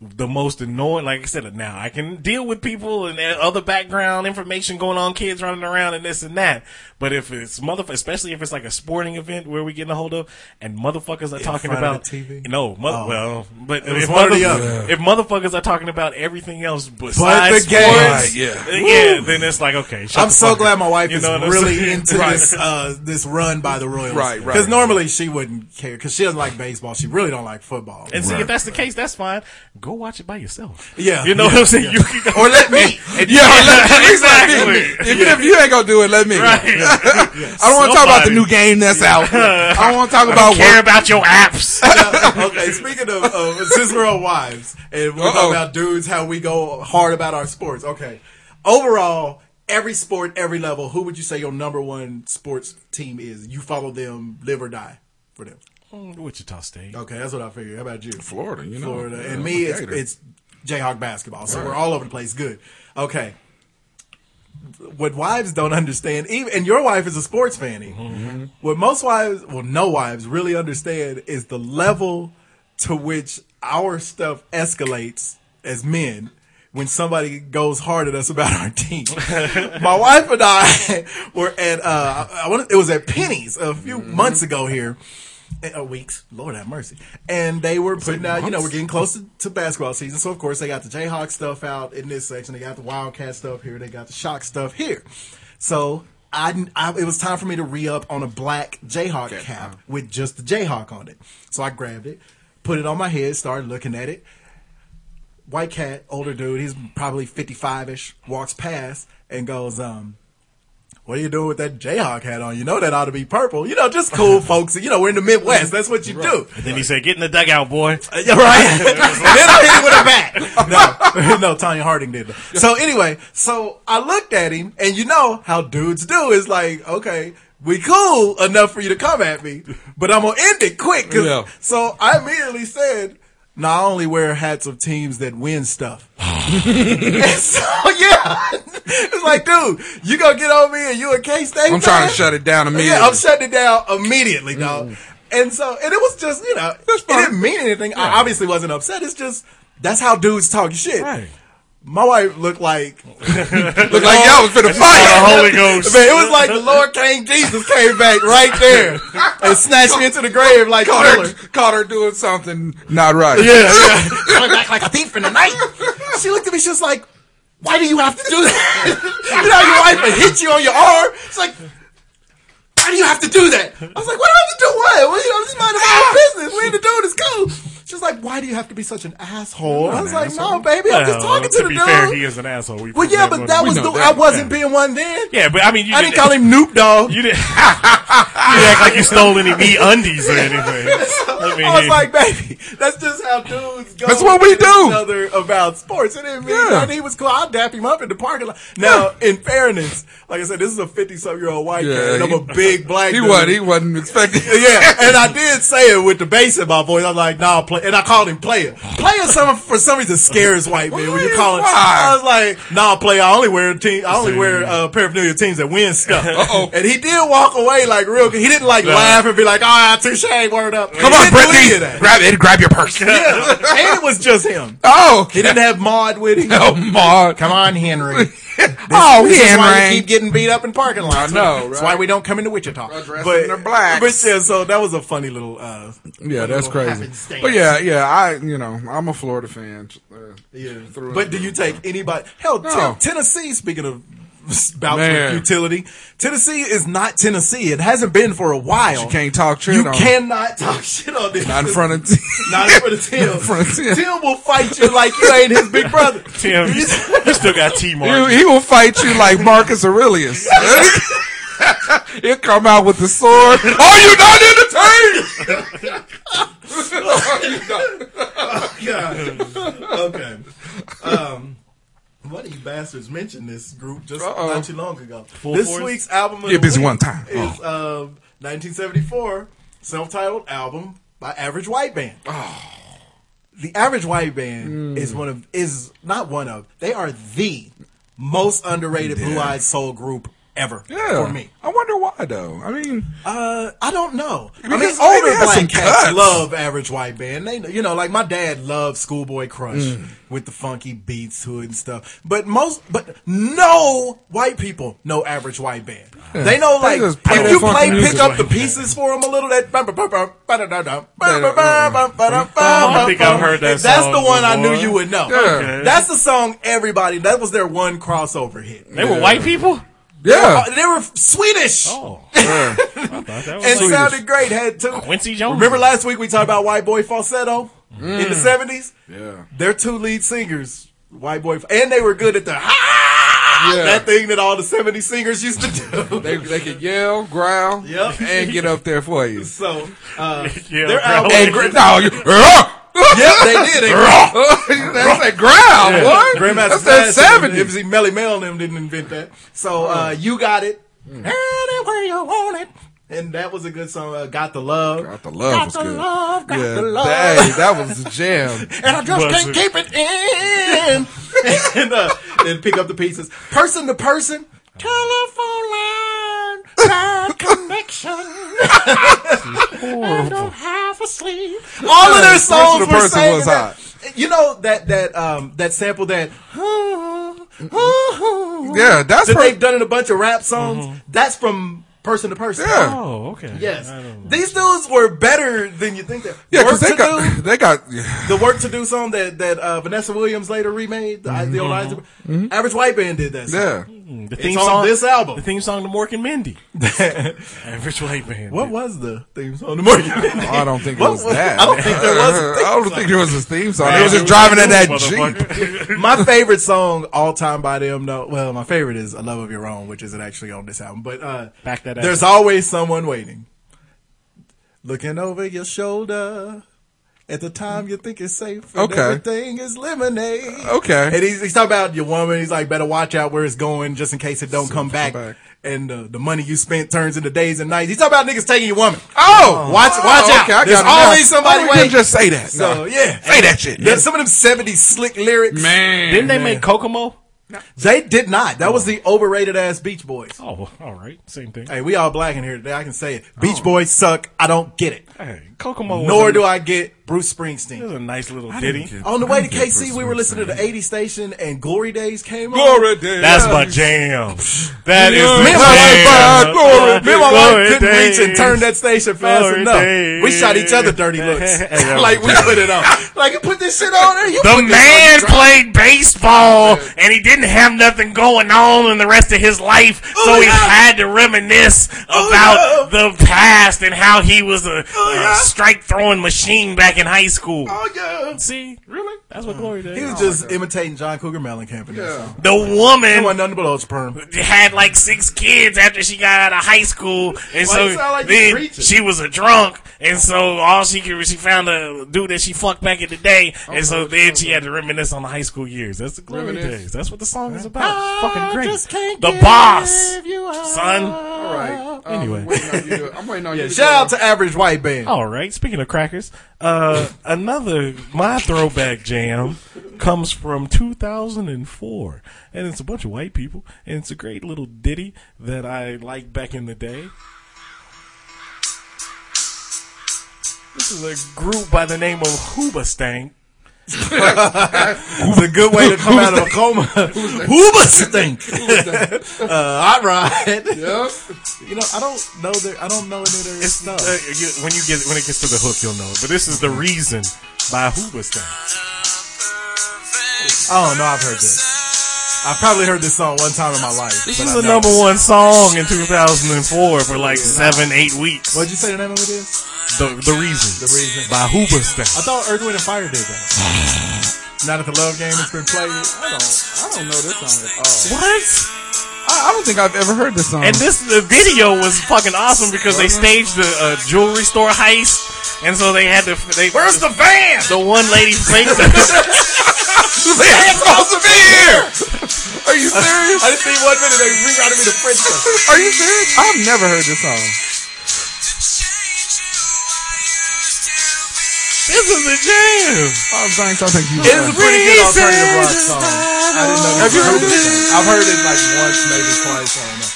H: the most annoying, like I said, now I can deal with people and their other background information going on, kids running around and this and that. But if it's motherfuckers, especially if it's like a sporting event where we getting a hold of and motherfuckers are talking
F: front of
H: about
F: the TV?
H: No, mother, well, but
F: was
H: if,
F: one or the
H: motherf-
F: other.
H: if motherfuckers are talking about everything else besides
F: the game.
H: sports,
G: Right, yeah.
H: uh, yeah, then it's like okay. shut
F: I'm
H: the
F: so
H: fuck
F: glad
H: up.
F: my wife
H: You
F: is
H: know what I'm
F: really
H: saying?
F: into
H: Right.
F: this uh, this run by the Royals.
G: Right, right.
F: Because normally she wouldn't care because she doesn't like baseball. She really don't like football.
H: And see, if that's the case, that's fine. Go watch it by yourself.
F: Yeah,
H: you know
F: yeah,
H: what I'm saying. You can go
G: Or let me.
H: And-
G: yeah, or let me.
H: Exactly.
G: Exactly. Even if you ain't gonna do it, let me. I don't want to talk about the new game that's out. I don't want to talk about
H: care
G: work.
H: about your apps.
F: okay, speaking of, of since we're on wives and we're
G: Uh-oh.
F: talking about dudes, how we go hard about our sports. Okay, overall, every sport, every level. Who would you say your number one sports team is? You follow them, live or die for them.
H: Wichita State.
F: Okay, that's what I figured. How about you?
G: Florida, you know.
F: Florida,
G: Yeah,
F: and me, it's,
G: Gator.
F: it's Jayhawk basketball. So we're all over the place. Good. Okay. What wives don't understand, even and your wife is a sports fanny.
G: Mm-hmm.
F: What most wives, well, no wives really understand is the level to which our stuff escalates as men when somebody goes hard at us about our team. My wife and
G: Mm-hmm.
F: I were at, uh, I, I wanna- it was at Penny's a few months ago here uh, weeks. Lord have mercy. And they were putting out, you know, we're getting close to, to basketball season. So, of course, they got the Jayhawk stuff out in this section. They got the Wildcat stuff here. They got the Shock stuff here. So, I, I it was time for me to re up on a black Jayhawk cap with just the Jayhawk on it. So, I grabbed it, put it on my head, started looking at it. White cat, older dude, he's probably 55 ish, walks past and goes, um, what are you doing with that Jayhawk hat on? You know that ought to be purple. You know, just cool folks. You know, we're in the Midwest. That's what you do.
H: Then he said, "Get in the dugout, boy."
F: Uh, yeah, right. and then I hit him with a bat. No, no, Tanya Harding did. that. So anyway, so I looked at him, and you know how dudes do is like, okay, we cool enough for you to come at me, but I'm gonna end it quick. 'cause-
G: Yeah.
F: So I immediately said. No, I only wear hats of teams that win stuff. And so yeah, it's like, dude, you gonna get on me and you a K State?
G: I'm trying to shut it down immediately. Mm.
F: Yeah, I'm shutting it down immediately, dog. And so, and it was just, you know, it didn't mean anything. I obviously wasn't upset. It's just, that's how dudes talk shit.
G: Right.
F: My wife looked like,
G: Look like y'all was finna fight.
H: Holy Ghost.
F: man, it was like the Lord King Jesus came back right there and snatched me into the grave like
G: Caught
F: Hitler.
G: her, caught her doing something not right.
F: Coming back like a thief in the night. She looked at me, she was like, why do you have to do that? you know, how your wife will hit you on your arm. It's like, why do you have to do that? I was like, why do I have to do what? Well, you know, this is mind my own business. We ain't to do this cool. She's like, why do you have to be such Oh, an asshole? I was like, no, baby, I'm just talking to,
H: to
F: the
H: be
F: dude.
H: fair, he is an asshole. We
F: well,
H: proved
F: yeah, but that
H: one.
F: was the,
G: know
F: I
G: that,
F: wasn't being one then.
H: yeah, but I mean, you
F: I didn't call him Noop Dog.
H: You didn't. you didn't act like you stole any me undies or anything. I mean,
F: I was like, baby, that's just how dudes go.
G: That's what we
F: with
G: do.
F: Each other about sports. It didn't mean
G: Yeah.
F: nothing. He was cool. I'll dap him up in the parking lot. Now, in fairness, like I said, this is a fifty-some-year-old white
G: Yeah,
F: kid, and I'm
G: he-
F: a big black.
G: He
F: dude.
G: wasn't. He wasn't expecting.
F: Yeah, and I did say it with the bass in my voice. I'm like, nah, play, and I called him player. Player, some for some reason scares white men when you call him.
G: Why?
F: I was like, nah, player. I only wear team. I only wear uh, paraphernalia teams that win stuff.
G: Uh-oh.
F: And he did walk away like real. He didn't like laugh and be like, ah, touche, word up.
G: Come
F: He didn't
G: on,
F: do any
G: Brittany.
F: of that.
G: Grab it. Grab your purse.
F: Yeah, and it was just him.
G: Oh.
F: He didn't have Maud with him.
G: Oh, Maud.
F: Come on, Henry.
G: Oh,
F: This is why
G: Henry.
F: we keep getting beat up in parking lots.
G: I know,
F: That's
G: right?
F: why we don't come into Wichita.
G: dressed in their blacks.
F: But yeah, so that was a funny little. Uh,
G: Yeah, that's crazy.
F: happenstance.
G: But yeah, yeah, I, you know, I'm a Florida fan. Uh, through and
F: but do you take anybody? Hell, Ten-
G: No.
F: Tennessee. Speaking of bouts with
G: Man.
F: futility, Tennessee is not Tennessee. It hasn't been for a while.
G: You can't talk shit
F: You
G: on
F: cannot talk shit on this.
G: not in front of.
F: Not in front of Tim.
G: In front of Tim.
F: Tim will fight you like you ain't his big brother.
H: Tim, you still got T
G: You-
H: mark.
G: he, will fight you like Marcus Aurelius. He'll come out with the sword. Are you not entertained?
F: God. Okay. Um, one of you bastards mentioned this group just
G: Uh-oh.
F: not too long ago. this
H: force?
F: week's album of
G: Get
F: the
G: busy
F: week
G: one time. Oh.
F: is um, 1974 self-titled album by Average White Band.
G: Oh.
F: The Average White Band
G: Hmm.
F: is one of is not one of they are the most underrated blue-eyed soul group ever
G: Yeah.
F: for me.
G: I wonder why though. I mean,
F: Uh, I don't know. I mean,
G: Because they
F: older
G: had some
F: black cats
G: cuts.
F: love average white band. They, you know, like my dad loved Schoolboy Crush
G: Mm.
F: with the funky beats to it and stuff. But most, but no white people know average white band. They know like
G: They just play
F: if
G: that
F: you
G: funky
F: play,
G: music.
F: pick up the pieces for them a little. That
H: I
F: I
H: think I've heard that
F: That's
H: song
F: the one I
H: before.
F: knew you would know.
G: Okay.
F: That's the song everybody. That was their one crossover hit.
H: They were white people.
G: yeah.
F: Uh, they were Swedish
H: Oh,
G: yeah.
H: that was
F: and
H: like
F: sounded great. Had two.
H: Quincy Jones.
F: Remember last week we talked about White Boy Falsetto in the seventies.
G: Mm. Yeah.
F: Their two lead singers, White Boy, and they were good at the "Ah!"
G: Yeah.
F: that thing that all the seventies singers used to do.
G: They, they can yell, growl,
F: Yep.
G: and get up there for you.
F: so, uh,
H: Yeah,
F: their
H: bro.
F: album,
G: And gr- no, you,
F: yep, they did. They
G: that's that growl, boy.
F: Grandmaster
G: that's that
F: Flash and
G: seventy.
F: Ipsy Melly Mel and them didn't invent that. So uh, you got it.
G: Mm.
F: Anywhere you want it. And that was a good song. Uh, got the love.
G: Got the love
F: Got
G: was
F: the
G: good.
F: love. Got
G: Yeah,
F: the love.
G: dang, that was a jam.
F: and I just
H: Was
F: can't
H: it?
F: keep it in. and uh, then pick up the pieces, person to person, telephone line, bad connection. I don't have a sleep. All of their
G: Person
F: songs
G: to
F: were
G: person
F: singing
G: was
F: that. You know that that um that sample that.
G: Yeah, that's
F: that Uh-huh.
G: per-
F: they've done in a bunch of rap songs. That's from person to person.
G: Yeah.
H: Oh, okay.
F: Yes,
H: I don't know.
F: these dudes were better than you think. That
G: Yeah,
F: work
G: because they
F: to do,
G: got they got yeah,
F: the work to do song that that uh, Vanessa Williams later remade. The, the old Isaac- Average White Band did that. Song.
G: yeah.
H: Mm-hmm. The theme
F: on
H: song
F: this album.
H: The theme song to Mork and Mindy. Average white man.
F: What was the theme song? The Morgan.
G: I don't think it
F: What
G: was
F: was-
G: that.
F: I don't think there was a
G: I don't think there was a theme song. They was just driving in that jeep.
F: my favorite song all time by them though well my favorite is a love of your own which isn't actually on this album but uh
H: Back that
F: there's
H: ass
F: always someone waiting looking over your shoulder at the time you think it's safe and
G: Okay.
F: everything is lemonade and
G: Okay,
F: he's, he's talking about your woman he's like better watch out where it's going just in case it don't come back,
G: back.
F: and uh, the money you spent turns into days and nights he's talking about niggas taking your woman
G: Oh,
F: watch watch out
G: okay, I got
F: there's
G: it now.
F: always somebody
G: Why don't you
F: waiting
G: Just say that.
F: so
G: No.
F: yeah
G: say that shit.
F: yeah, some of them 70s slick lyrics.
G: man.
H: Didn't they make Kokomo?
F: They did not. That was the overrated ass Beach Boys.
H: Oh, all right. Same thing.
F: Hey, we all black in here today. I can say it. Beach Boys suck. I don't get it.
H: Hey, Kokomo was
F: Nor
H: a,
F: do I get Bruce
H: It was
F: Springsteen.
H: a nice little
G: didn't
H: ditty.
G: get it.
F: On the way to
G: I get
F: KC,
G: Bruce
F: we were listening to the 80 station and Glory Days came on.
G: Glory days.
H: That's my jam. That is
G: Me
H: the jam.
G: and my wife,
F: Me and my wife
H: Glory
F: couldn't
H: days.
F: reach and turn that station fast
H: Glory
F: enough.
H: days.
F: We shot each other dirty looks.
H: Yeah.
F: like we put it on. Like you put this shit on there. You
H: The
F: put this on
H: man
F: the
H: played baseball and he didn't have nothing going on in the rest of his life, so
F: Ooh,
H: he
F: yeah.
H: had to reminisce about the past and how he was a,
F: yeah.
H: strike throwing machine back in high school.
F: drive. Oh, yeah.
H: See, really? That's what glory
F: He
H: did.
F: was just imitating John Cougar Mellencamp in that song.
H: The
F: It wasn't
H: woman
F: nothing but old sperm.
H: had like six kids after she got out of high school, and
F: Why you
H: so
F: sound like you
H: then
F: preaching?
H: she was a drunk, and so all she could she found a dude that she fucked back in the day,
F: Oh
H: and so then she had to reminisce on the high school years. That's the glory
G: Reminisce.
H: days. That's what the song is about. It's fucking great.
F: just can't
H: the
F: give
H: boss,
F: you up.
H: son.
G: All right. Um,
H: Anyway.
G: I'm waiting on you to- I'm waiting on you.
F: Shout out to Average White Band.
H: All right. Speaking of crackers, uh, another my throwback jam comes from 2004, and it's a bunch of white people, and it's a great little ditty that I liked back in the day. This is a group by the name of Hoobastank.
F: It's a good way to come out of a coma. Who must think? uh, all right. You know, I don't know their, I don't know any of their
H: It's
F: stuff.
H: uh, you- when you get when it gets to the hook, you'll know. it. But this is the reason by Hoobastank.
F: oh no, I've heard this. I've probably heard this song one time in my life.
H: This
F: but
H: is
F: I
H: the
F: know.
H: number one song in 2004 for like seven, eight weeks.
F: What'd you say the name of it is?
H: The, the reason.
F: The reason.
H: by
F: I
H: Hoobastank.
F: thought Earth, Wind, and Fire did that. Now that the love game has been played, I don't, I don't know this song at all.
H: What?
G: I, I don't think I've ever heard this song.
H: And this the video was fucking awesome because they staged a, a jewelry store heist, and so they had to. They, Where's the van? The one lady faked it.
G: they ain't supposed to be here. Are you serious?
F: I just see one minute they rerouted me to French. Touch.
G: Are you serious? I've never heard this song.
H: this is a jam.
G: Oh, thanks. I think you.
F: It is a pretty good alternative rock song. I didn't know.
G: Have you heard
F: this?
G: this?
F: Song. I've heard it like once, maybe twice. I don't know.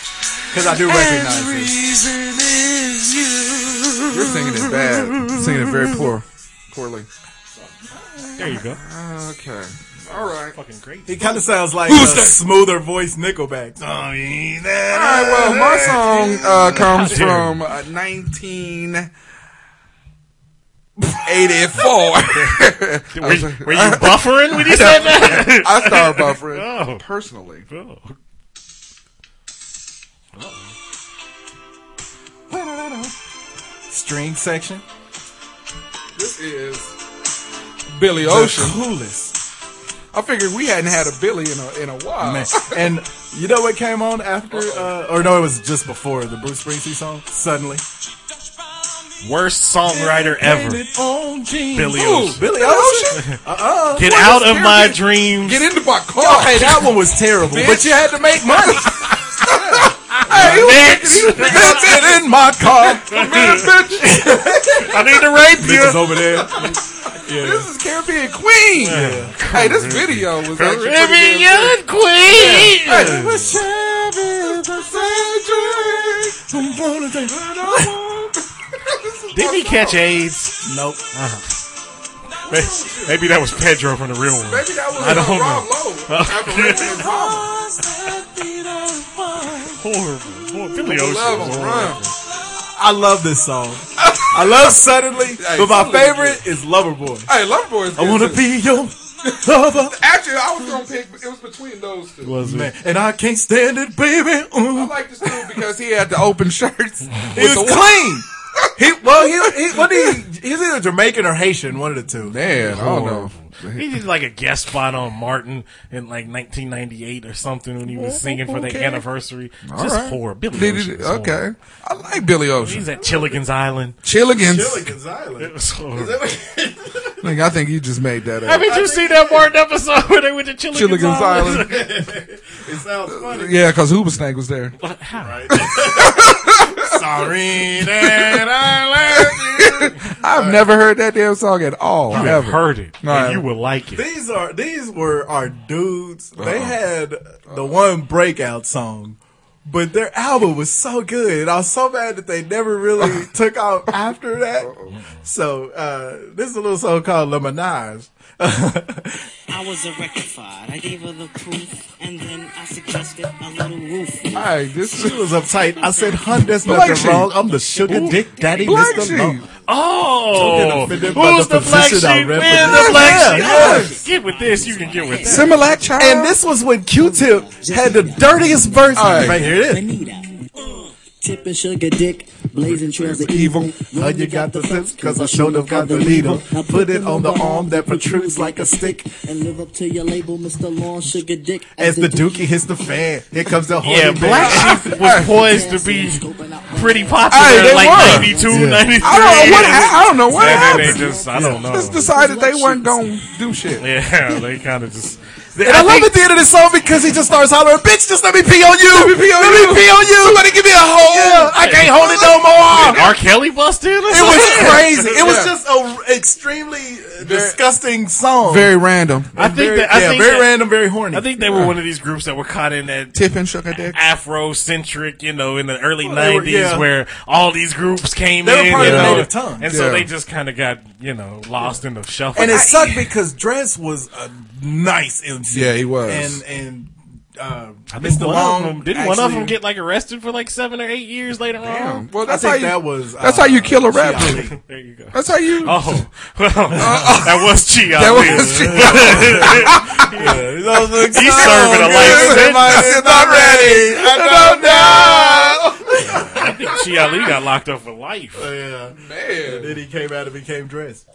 F: Because I do recognize it.
G: You're singing it bad. You're singing it very poor, poorly.
H: There you go.
G: Okay. All right. All right.
H: Fucking great.
F: He kind of sounds like a smoother voice Nickelback.
H: Oh,
G: Well, my song uh, comes from uh, 1984.
H: Were, you- were you buffering when you said that?
G: I start buffering
H: Oh.
G: personally.
H: Oh.
F: String section.
G: This is Billy
F: The
G: Ocean.
F: coolest.
G: I figured we hadn't had a Billy in a in a while.
F: Man. And you know what came on after, uh, or no, it was just before the Bruce Springsteen song? Suddenly.
H: Worst songwriter ever. Billy
F: Billy
H: Ocean.
F: Billy
G: Ocean?
F: Ocean? Uh-uh.
H: Get
G: What
H: out
G: is
H: of my
G: Kirby?
H: dreams.
G: Get into my car.
F: Okay, that one was terrible, but you had to make money.
G: Hey, you
H: Bitch,
F: Get in my car.
G: man, bitch.
H: I need to rape you.
F: Bitches over there.
G: This is Caribbean Queen. Hey, this video was actually pretty good.
H: Caribbean Queen.
G: Hey, what's up is the century.
H: Did he catch AIDS? Uh-huh.
F: Nope.
H: May- Maybe that was Pedro from the real one.
G: Maybe that was
H: I don't
G: uh,
H: know.
G: Rob Lowe. After Raising His Mama.
H: horrible. horrible. Billy
G: I
F: Oh,
H: Ocean.
G: love him,
H: horrible.
G: run.
F: I love this song. I love Suddenly,
G: Hey,
F: but my
G: Suddenly
F: favorite is Loverboy.
G: Hey, Loverboy is
F: I
G: good,
F: wanna
G: too.
F: be your lover,
G: Actually, I was gonna pick. It was between those two.
H: Was
F: man,
H: it?
F: and I can't stand it, baby.
G: I
F: Ooh.
G: like this dude because he had the open shirts.
F: He was clean. He well, he, he what did he? He's either Jamaican or Haitian, one of the two.
G: Man, I don't know.
H: He did like a guest spot on Martin in like 1998 or something when he was singing for the
G: okay.
H: anniversary. Just
G: right.
H: horrible. Billy
G: Did
H: Ocean
G: it-
H: is horrible.
G: okay, I like Billy
H: He's
G: Ocean.
H: at Chilligan's Island.
G: Chilligans.
H: It was horrible.
G: Like, I think you just made that up.
H: Haven't you seen that Martin episode where they went to Chilligan's,
G: Chilligans
H: Island?
G: Island.
F: It sounds funny.
G: Yeah, because Hoover Snake was there.
F: Sorry that I love you.
G: I've never heard that damn song at all.
H: You have
G: ever.
H: heard it,
G: No, I
H: and you
G: haven't.
H: will like it.
F: These are these were our dudes.
G: Uh-huh.
F: They had the one breakout song, but their album was so good. And I was so mad that they never really took off after that. So uh, this is a little song called Lemonage.
I: I was erectified. I gave her the proof, and then I suggested a little roof.
G: All right, this
F: She was
G: is
F: uptight. I said, "Hun, that's
G: Black
F: nothing
G: Sheep.
F: wrong. I'm the sugar dick daddy,
G: Black
F: Mister
G: Sheep.
F: Long."
H: Oh,
F: Don't get offended by
H: who's
F: the
H: the black sheep?
F: position I
H: Where's
F: represent.
H: the black sheep?
G: Yes.
H: Get with this, you can get with that.
G: Similac Child.
F: And this was when Q-Tip had the dirtiest verse.
G: All right.
F: Right here it is.
I: Anita. Tipping sugar dick, blazing trails of evil.
F: Now you got the sense, cause I showed up got the needle. I put it on the arm that protrudes like a stick.
I: And live up to your label, Mr. Long Sugar Dick.
F: As the dookie hits the fan, here comes the horny
H: Yeah,
F: man.
H: Black Sheep was poised to be pretty popular
G: Hey, they
H: in like
G: were.
H: 92,
F: Yeah.
H: 93.
G: I don't know what.
H: And
G: I, I don't know what
H: then
G: happened.
H: they just, I don't know.
G: Just decided they weren't gonna do shit.
H: Yeah, they kind of just.
F: And I, love at the end of the song because he just starts hollering, "Bitch, just let me pee on you! Let me pee on you! Somebody give me a hole! I can't hold it no more!"
H: R. Kelly busted. It
F: Oh, It was crazy. It was
G: Yeah.
F: just a extremely uh, disgusting song.
G: Very random.
H: I think
F: Very-
H: that. I
F: yeah,
H: think
F: very
H: that-
F: random, very horny.
H: I think they were one of these groups that were caught in that
G: Tip and sugar dick.
H: Afrocentric, you know, in the early
F: they were-
H: '90s,
F: yeah.
H: where all these groups came
F: They were
H: in,
F: part
H: you
F: of the
H: know,
F: native tongue.
H: and so
G: Yeah.
H: they just kind of got you know lost in the shuffle.
F: and it sucked because Dress was a nice MC.
G: Yeah, he was.
F: And and uh,
H: I think
F: Mr.
H: one
F: Long
H: of them, didn't one of
F: actually-
H: them get like arrested for like seven or eight years later on?
G: Well,
F: I
G: that's
F: think
G: how you,
F: that was.
G: That's
F: uh,
G: how you kill a
F: Chi
G: rapper.
F: Ali.
H: There you go.
G: That's how you.
H: Oh, well, that was Chi.
G: that
H: Ali.
G: was.
H: He's serving
G: Oh,
H: a life sentence.
G: I'm not ready. I
H: I think Chi Ali got locked up for life.
F: Yeah.
G: don't know. Man.
F: Then he came out and became dressed.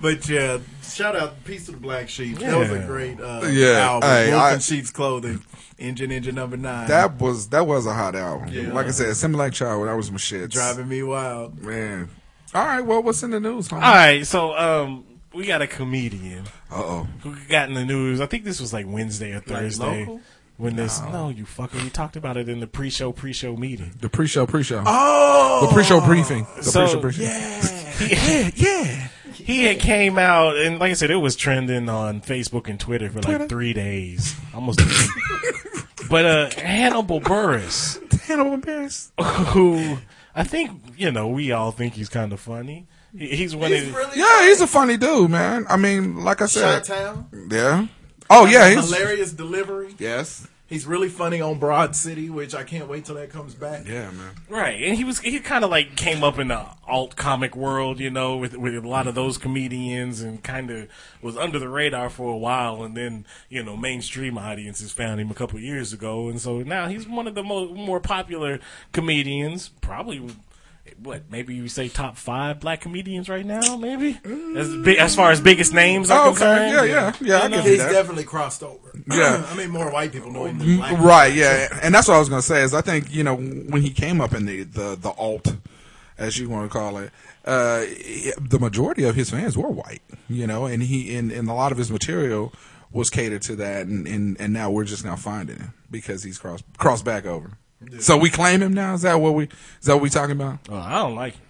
F: but yeah, shout out peace to the black sheep. That was a
H: Yeah.
F: great uh,
G: Yeah,
F: album.
G: hey,
F: Wolf
G: I-
F: in sheep's clothing. Engine, engine number nine.
G: That was that was a hot album.
F: Yeah.
G: Like I said, Similac Child. That was my shit.
F: driving me wild.
G: Man. All right. Well, what's in the news, homie?
H: All right, so um, we got a comedian
G: Uh oh.
H: who got in the news. I think this was like Wednesday or Thursday.
F: local?
H: when this, no, you fucker, we talked about it in the pre-show, pre-show meeting.
G: The pre-show, pre-show, the
F: Oh,
G: pre-show briefing, the
H: So-
G: pre-show briefing.
H: yeah, yeah. He had came out, and like I said, it was trending on Facebook and Twitter for like three days, almost. a week. but uh, Hannibal Burris,
G: Hannibal Buress.
F: Oh,
H: who I think you know, we all think he's kind of funny. He, he's one of the-
G: Yeah, he's a funny dude, man. I mean, like I said,
F: Chi-Town.
G: yeah. Oh yeah, he's
F: Hilarious delivery.
G: yes,
F: He's really funny on Broad City, which I can't wait till that comes back.
G: yeah, man.
H: Right, and he was he kind of like came up in the alt comic world, you know, with with a lot of those comedians, and kind of was under the radar for a while, and then you know mainstream audiences found him a couple years ago, and so now he's one of the mo- more popular comedians, probably. What maybe you say top five black comedians right now? Maybe as big, as far as biggest names are
G: Oh, okay.
H: concerned.
G: Yeah, yeah, yeah. I
H: You know?
G: get
F: He's
G: that.
F: definitely crossed over.
G: Yeah.
F: I mean, more white people know him than black people.
G: Right, yeah, and that's what I was gonna say is I think you know when he came up in the the, the alt, as you want to call it, uh, the majority of his fans were white, you know, and he and, and a lot of his material was catered to that, and, and, and now we're just now finding him because he's crossed crossed back over. So we claim him now. Is that what we is that what we talking about?
H: Oh, I don't like. It.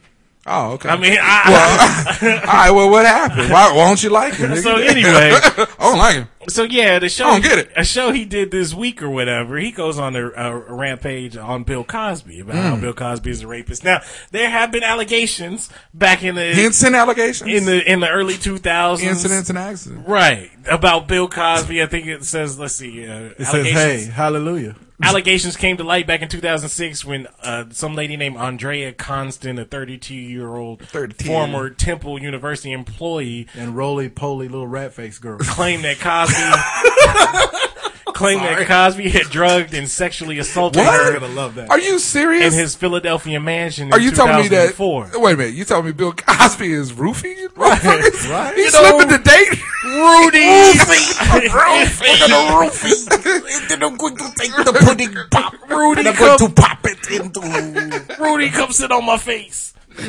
G: Oh, okay.
H: I mean, I,
G: well, all right. Well, what happened? Why, why don't you like him?
H: so
G: nigga?
H: anyway.
G: I don't like him.
H: So yeah, the show
G: I don't get it.
H: a show he did this week or whatever. He goes on a, a rampage on Bill Cosby about
G: Hmm.
H: how Bill Cosby is a rapist. Now there have been allegations back in the
G: Hinson allegations?
H: in the in the early two thousands
G: incidents and accidents.
H: right about Bill Cosby. I think it says let's see. Uh,
F: It says, "Hey, hallelujah."
H: allegations came to light back in 2006 when uh, some lady named Andrea Constant, a 32 year old
G: 32.
H: former Temple University employee,
F: And roly poly little rat face girl.
H: claimed that Cosby. claimed that Cosby had drugged and sexually assaulted
F: You're
H: her
F: gonna love that.
G: Are you serious?
H: in his Philadelphia mansion. In
G: Are you telling me that?
H: 2004.
G: Wait a minute. You telling me Bill Cosby is roofing you? motherfuckers?
F: right.
G: He's
F: You
G: slipping the date.
H: Rudy?
G: Rudy,
A: I'm
G: come-
A: going to pop it into.
H: Rudy, come sit on my face. but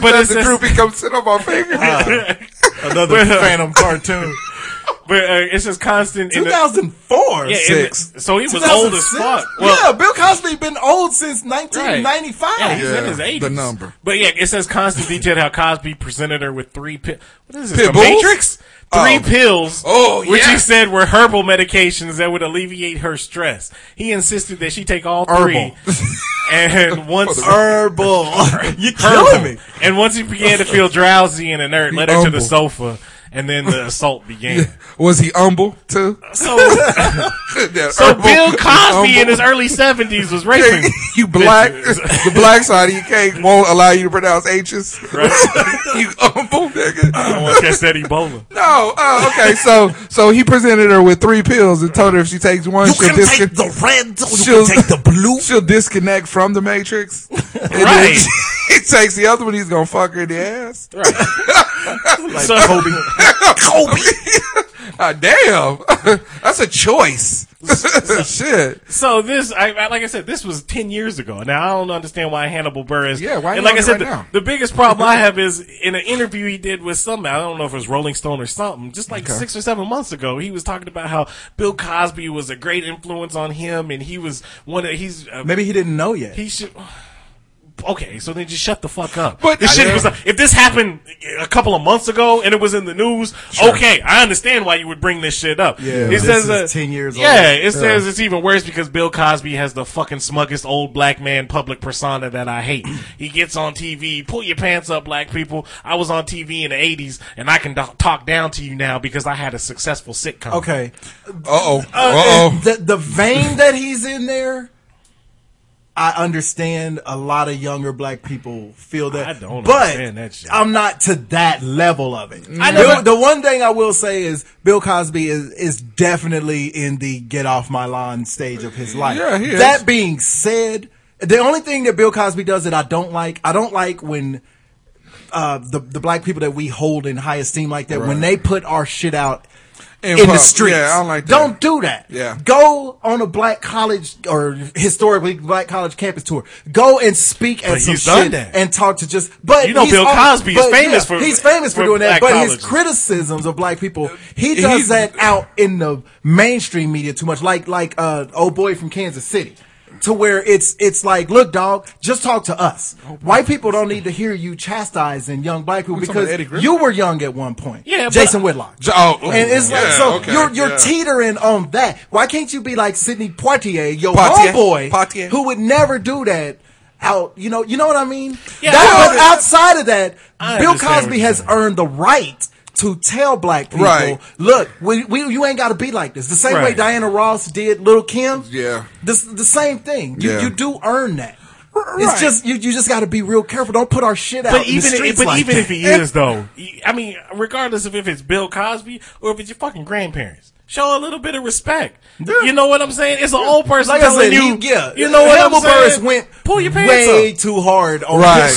G: That's
H: it's
G: the
H: just-
G: groupie come sit on my favorite.
H: Uh-huh.
F: Another Phantom cartoon.
H: but, uh, it's just constant. in the-
F: 2004.
H: yeah, in the-
G: six.
H: so he was old as fuck. Well,
F: yeah, Bill Cosby been old since 1995.
H: Yeah, he's in
G: Yeah,
H: his
G: the
H: 80s.
G: number.
H: But yeah, it says constant detail how Cosby presented her with three pills. What is this?
G: Pit
H: the
G: bulls?
H: Matrix? Three
G: Oh.
H: pills.
G: Oh,
H: Which
G: yeah.
H: he said were herbal medications that would alleviate her stress. He insisted that she take all
G: Herbal.
H: three. and once.
F: Herbal. you
H: herbal.
F: killing me.
H: And once he began to feel drowsy and inert, led her to the
G: Herbal.
H: sofa. And then the assault began.
G: Was he humble too?
H: So,
G: That
H: so
G: herbal-
H: Bill
G: he's
H: Cosby in
G: humble.
H: his early seventies was raping.
G: you black,
H: bitches.
G: the black side of your cake won't allow you to pronounce H's. you humble
H: I
G: nigga.
H: want to catch that Ebola.
G: No, oh, okay. So, so he presented her with three pills and told her if she takes one,
A: You
G: she'll,
A: can
G: discon-
A: take the red, you
G: She'll-
A: can take the blue.
G: she'll disconnect from the Matrix. And then
H: Right.
G: he takes the other one. He's gonna fuck her in the ass.
H: so,
G: Kobe. Ah, damn, that's a choice. Shit.
H: So this, I, I like I said, this was ten years ago. Now I don't understand why Hannibal Burris.
G: Yeah, why
H: And
G: you
H: like I
G: on it
H: said,
G: right
H: the,
G: now?
H: the biggest problem I have is in an interview he did with some. I don't know if it was Rolling Stone or something. Just like six or seven months ago, he was talking about how Bill Cosby was a great influence on him, and he was one of he's uh,
F: Maybe he didn't know yet.
H: he should. Okay, so then just shut the fuck up.
G: But-
H: this shit
G: Yeah.
H: was like, if this happened a couple of months ago and it was in the news, okay, I understand why you would bring this shit up.
F: Yeah,
H: it
F: this
H: says
F: is
H: uh,
F: 10 years
H: Yeah,
F: old.
H: it says it's even worse because Bill Cosby has the fucking smuggest old black man public persona that I hate. he gets on TV, pull your pants up, black people. I was on TV in the '80s, and I can do- talk down to you now because I had a successful sitcom.
F: okay.
G: Uh-oh.
F: Uh,
G: Uh-oh.
F: the, the vein that he's in there, I understand a lot of younger black people feel that.
H: I don't
F: but
H: understand that shit.
F: I'm not to that level of it.
H: I know,
F: Bill-
H: but-
F: the one thing I will say is Bill Cosby is, is definitely in the get off my lawn stage of his life.
G: Yeah, he is.
F: That being said, the only thing that Bill Cosby does that I don't like, I don't like when uh, the the black people that we hold in high esteem like that when they put our shit out in, the
G: pub-
F: streets.
G: Yeah, I don't like that.
F: Don't do that.
G: Yeah.
F: Go on a black college or historically black college campus tour. Go and speak at
H: But
F: some
H: he's done
F: shit
H: that.
F: and talk to just. But
H: You know
F: he's
H: Bill
F: on-
H: Cosby is
F: but,
H: famous for-
F: he's famous for,
H: for
F: doing that.
H: black
F: But
H: colleges.
F: his criticisms of black people, he
G: He's-
F: does that out in the mainstream media too much. Like like uh old boy from Kansas City. To where it's it's like, look, dog, just talk to us.
H: Oh,
F: White people don't need to hear you chastising young black people
G: We talking about
F: because
G: Eddie Griffin?
F: you were young at one point.
H: Yeah, but-
F: Jason Whitlock.
G: J- Oh, oh,
F: And it's like
G: yeah,
F: so
G: okay,
F: you're you're
G: yeah.
F: teetering on that. Why can't you be like Sidney Poitier, your
G: Poitier,
F: homeboy,
G: Poitier.
F: who would never do that? Out, you know, you know what I mean.
H: Yeah,
F: that,
H: I-
F: but outside of that,
H: I
F: Bill
H: understand what
F: Cosby
H: you're
F: has
H: saying.
F: earned the right to tell black people,
G: Right.
F: look, we, we you ain't got to be like this. The same way
H: Right.
F: Diana Ross did Little Kim.
G: Yeah.
F: this the same thing. You
G: Yeah.
F: you do earn that.
G: right.
F: It's just you you just got to be real careful. Don't put our shit out.
H: But
F: in the
H: even if,
F: streets
H: but
F: like
H: even
F: that.
H: if he is though, I mean, regardless of if it's Bill Cosby or if it's your fucking grandparents, show a little bit of respect. You know what I'm saying? It's an old person
F: like I
H: telling
F: said,
H: you.
F: he- yeah,
H: you know what
F: Hannibal
H: I'm saying?
F: Buress went
H: Pull your pants
F: way
H: up.
F: too hard on
G: Right.
F: hip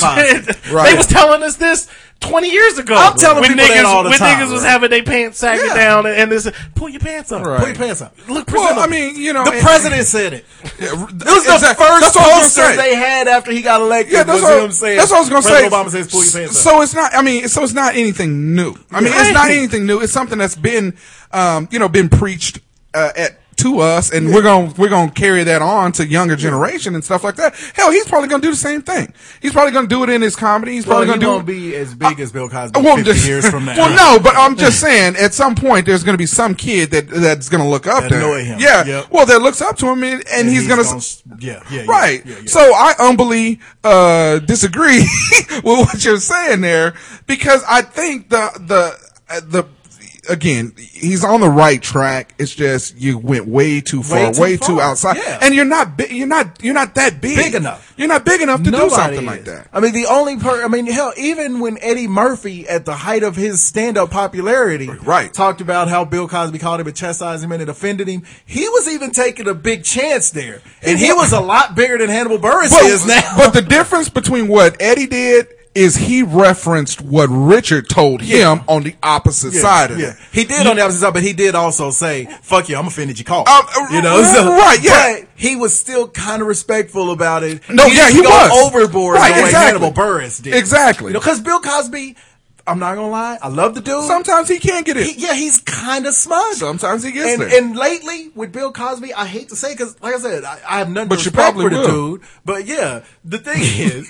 F: hop.
G: Right.
H: They was telling us this 20 years ago.
F: I'm telling
H: when
F: people
H: niggas,
F: that all the
H: when
F: time,
H: niggas was
F: right.
H: having their pants sagging
G: Yeah.
H: down and, and this, pull your pants up.
G: Right.
F: Pull your pants up.
H: Look,
G: Well,
H: presentable.
G: I mean, you know,
F: The
G: and-
F: president said it.
G: Yeah, r-
F: It was the
G: exact-
F: first
G: that's what I was
F: poster
G: gonna say.
F: they had after he got elected.
G: Yeah, that's
F: was
G: what,
F: him saying,
G: that's what I was gonna
F: President
G: say.
F: Obama says, "Pull your pants up."
G: so it's not. I mean, so it's not anything new. I mean, it's not
H: Right.
G: anything new. It's something that's been, um, you know, been preached uh, at to to us, and we're gonna we're gonna carry that on to younger generation and stuff like that. Hell, he's probably gonna do the same thing. He's probably gonna do it in his comedy. He's
F: Well,
G: probably
F: he
G: gonna do
F: won't
G: it-
F: be as big as Bill Cosby
G: I won't
F: 50
G: just-
F: years from now.
G: Well, no, but I'm just saying, at some point, there's going to be some kid that that's going to look up
F: That
G: to
F: annoy him.
G: Yeah.
F: Yep.
G: Well, that looks up to him, and, and,
F: And
G: he's, going to.
F: s- yeah, yeah, yeah,
G: Right.
F: yeah, yeah.
G: So I humbly uh, disagree with what you're saying there because I think the the uh, the again he's on the right track. It's just you went way too far, way too,
F: too far.
G: outside,
F: Yeah.
G: and you're not big. You're not you're not that big.
F: Big enough.
G: You're not big enough to do
F: Nobody
G: something
F: is.
G: like that.
F: I mean, the only per, I mean, hell, even when Eddie Murphy at the height of his stand up popularity,
G: Right.
F: talked about how Bill Cosby called him and chastised him and it offended him, he was even taking a big chance there. And he was a lot bigger than Hannibal Burris is now.
G: but the difference between what Eddie did is he referenced what Richard told him on the opposite
F: Yeah,
G: side of
F: yeah.
G: it.
F: He did on the opposite side, but he did also say, "Fuck you, I'm offended. You called."
G: Um,
F: you know, so,
G: right, yeah.
F: But he was still kind of respectful about it.
G: No, yeah,
F: didn't
G: he
F: go
G: was.
F: overboard
G: Right,
F: the way
G: exactly.
F: Hannibal Burris did.
G: Exactly.
F: You know, because Bill Cosby, I'm not gonna lie, I love the dude.
G: Sometimes he can't get it.
F: He- yeah, he's kind of smug.
G: Sometimes he gets
F: and,
G: there.
F: and lately with Bill Cosby, I hate to say because, like I said, I, I have nothing
G: But
F: but
G: you
F: respect
G: probably
F: for the
G: will.
F: dude. But yeah, the thing is,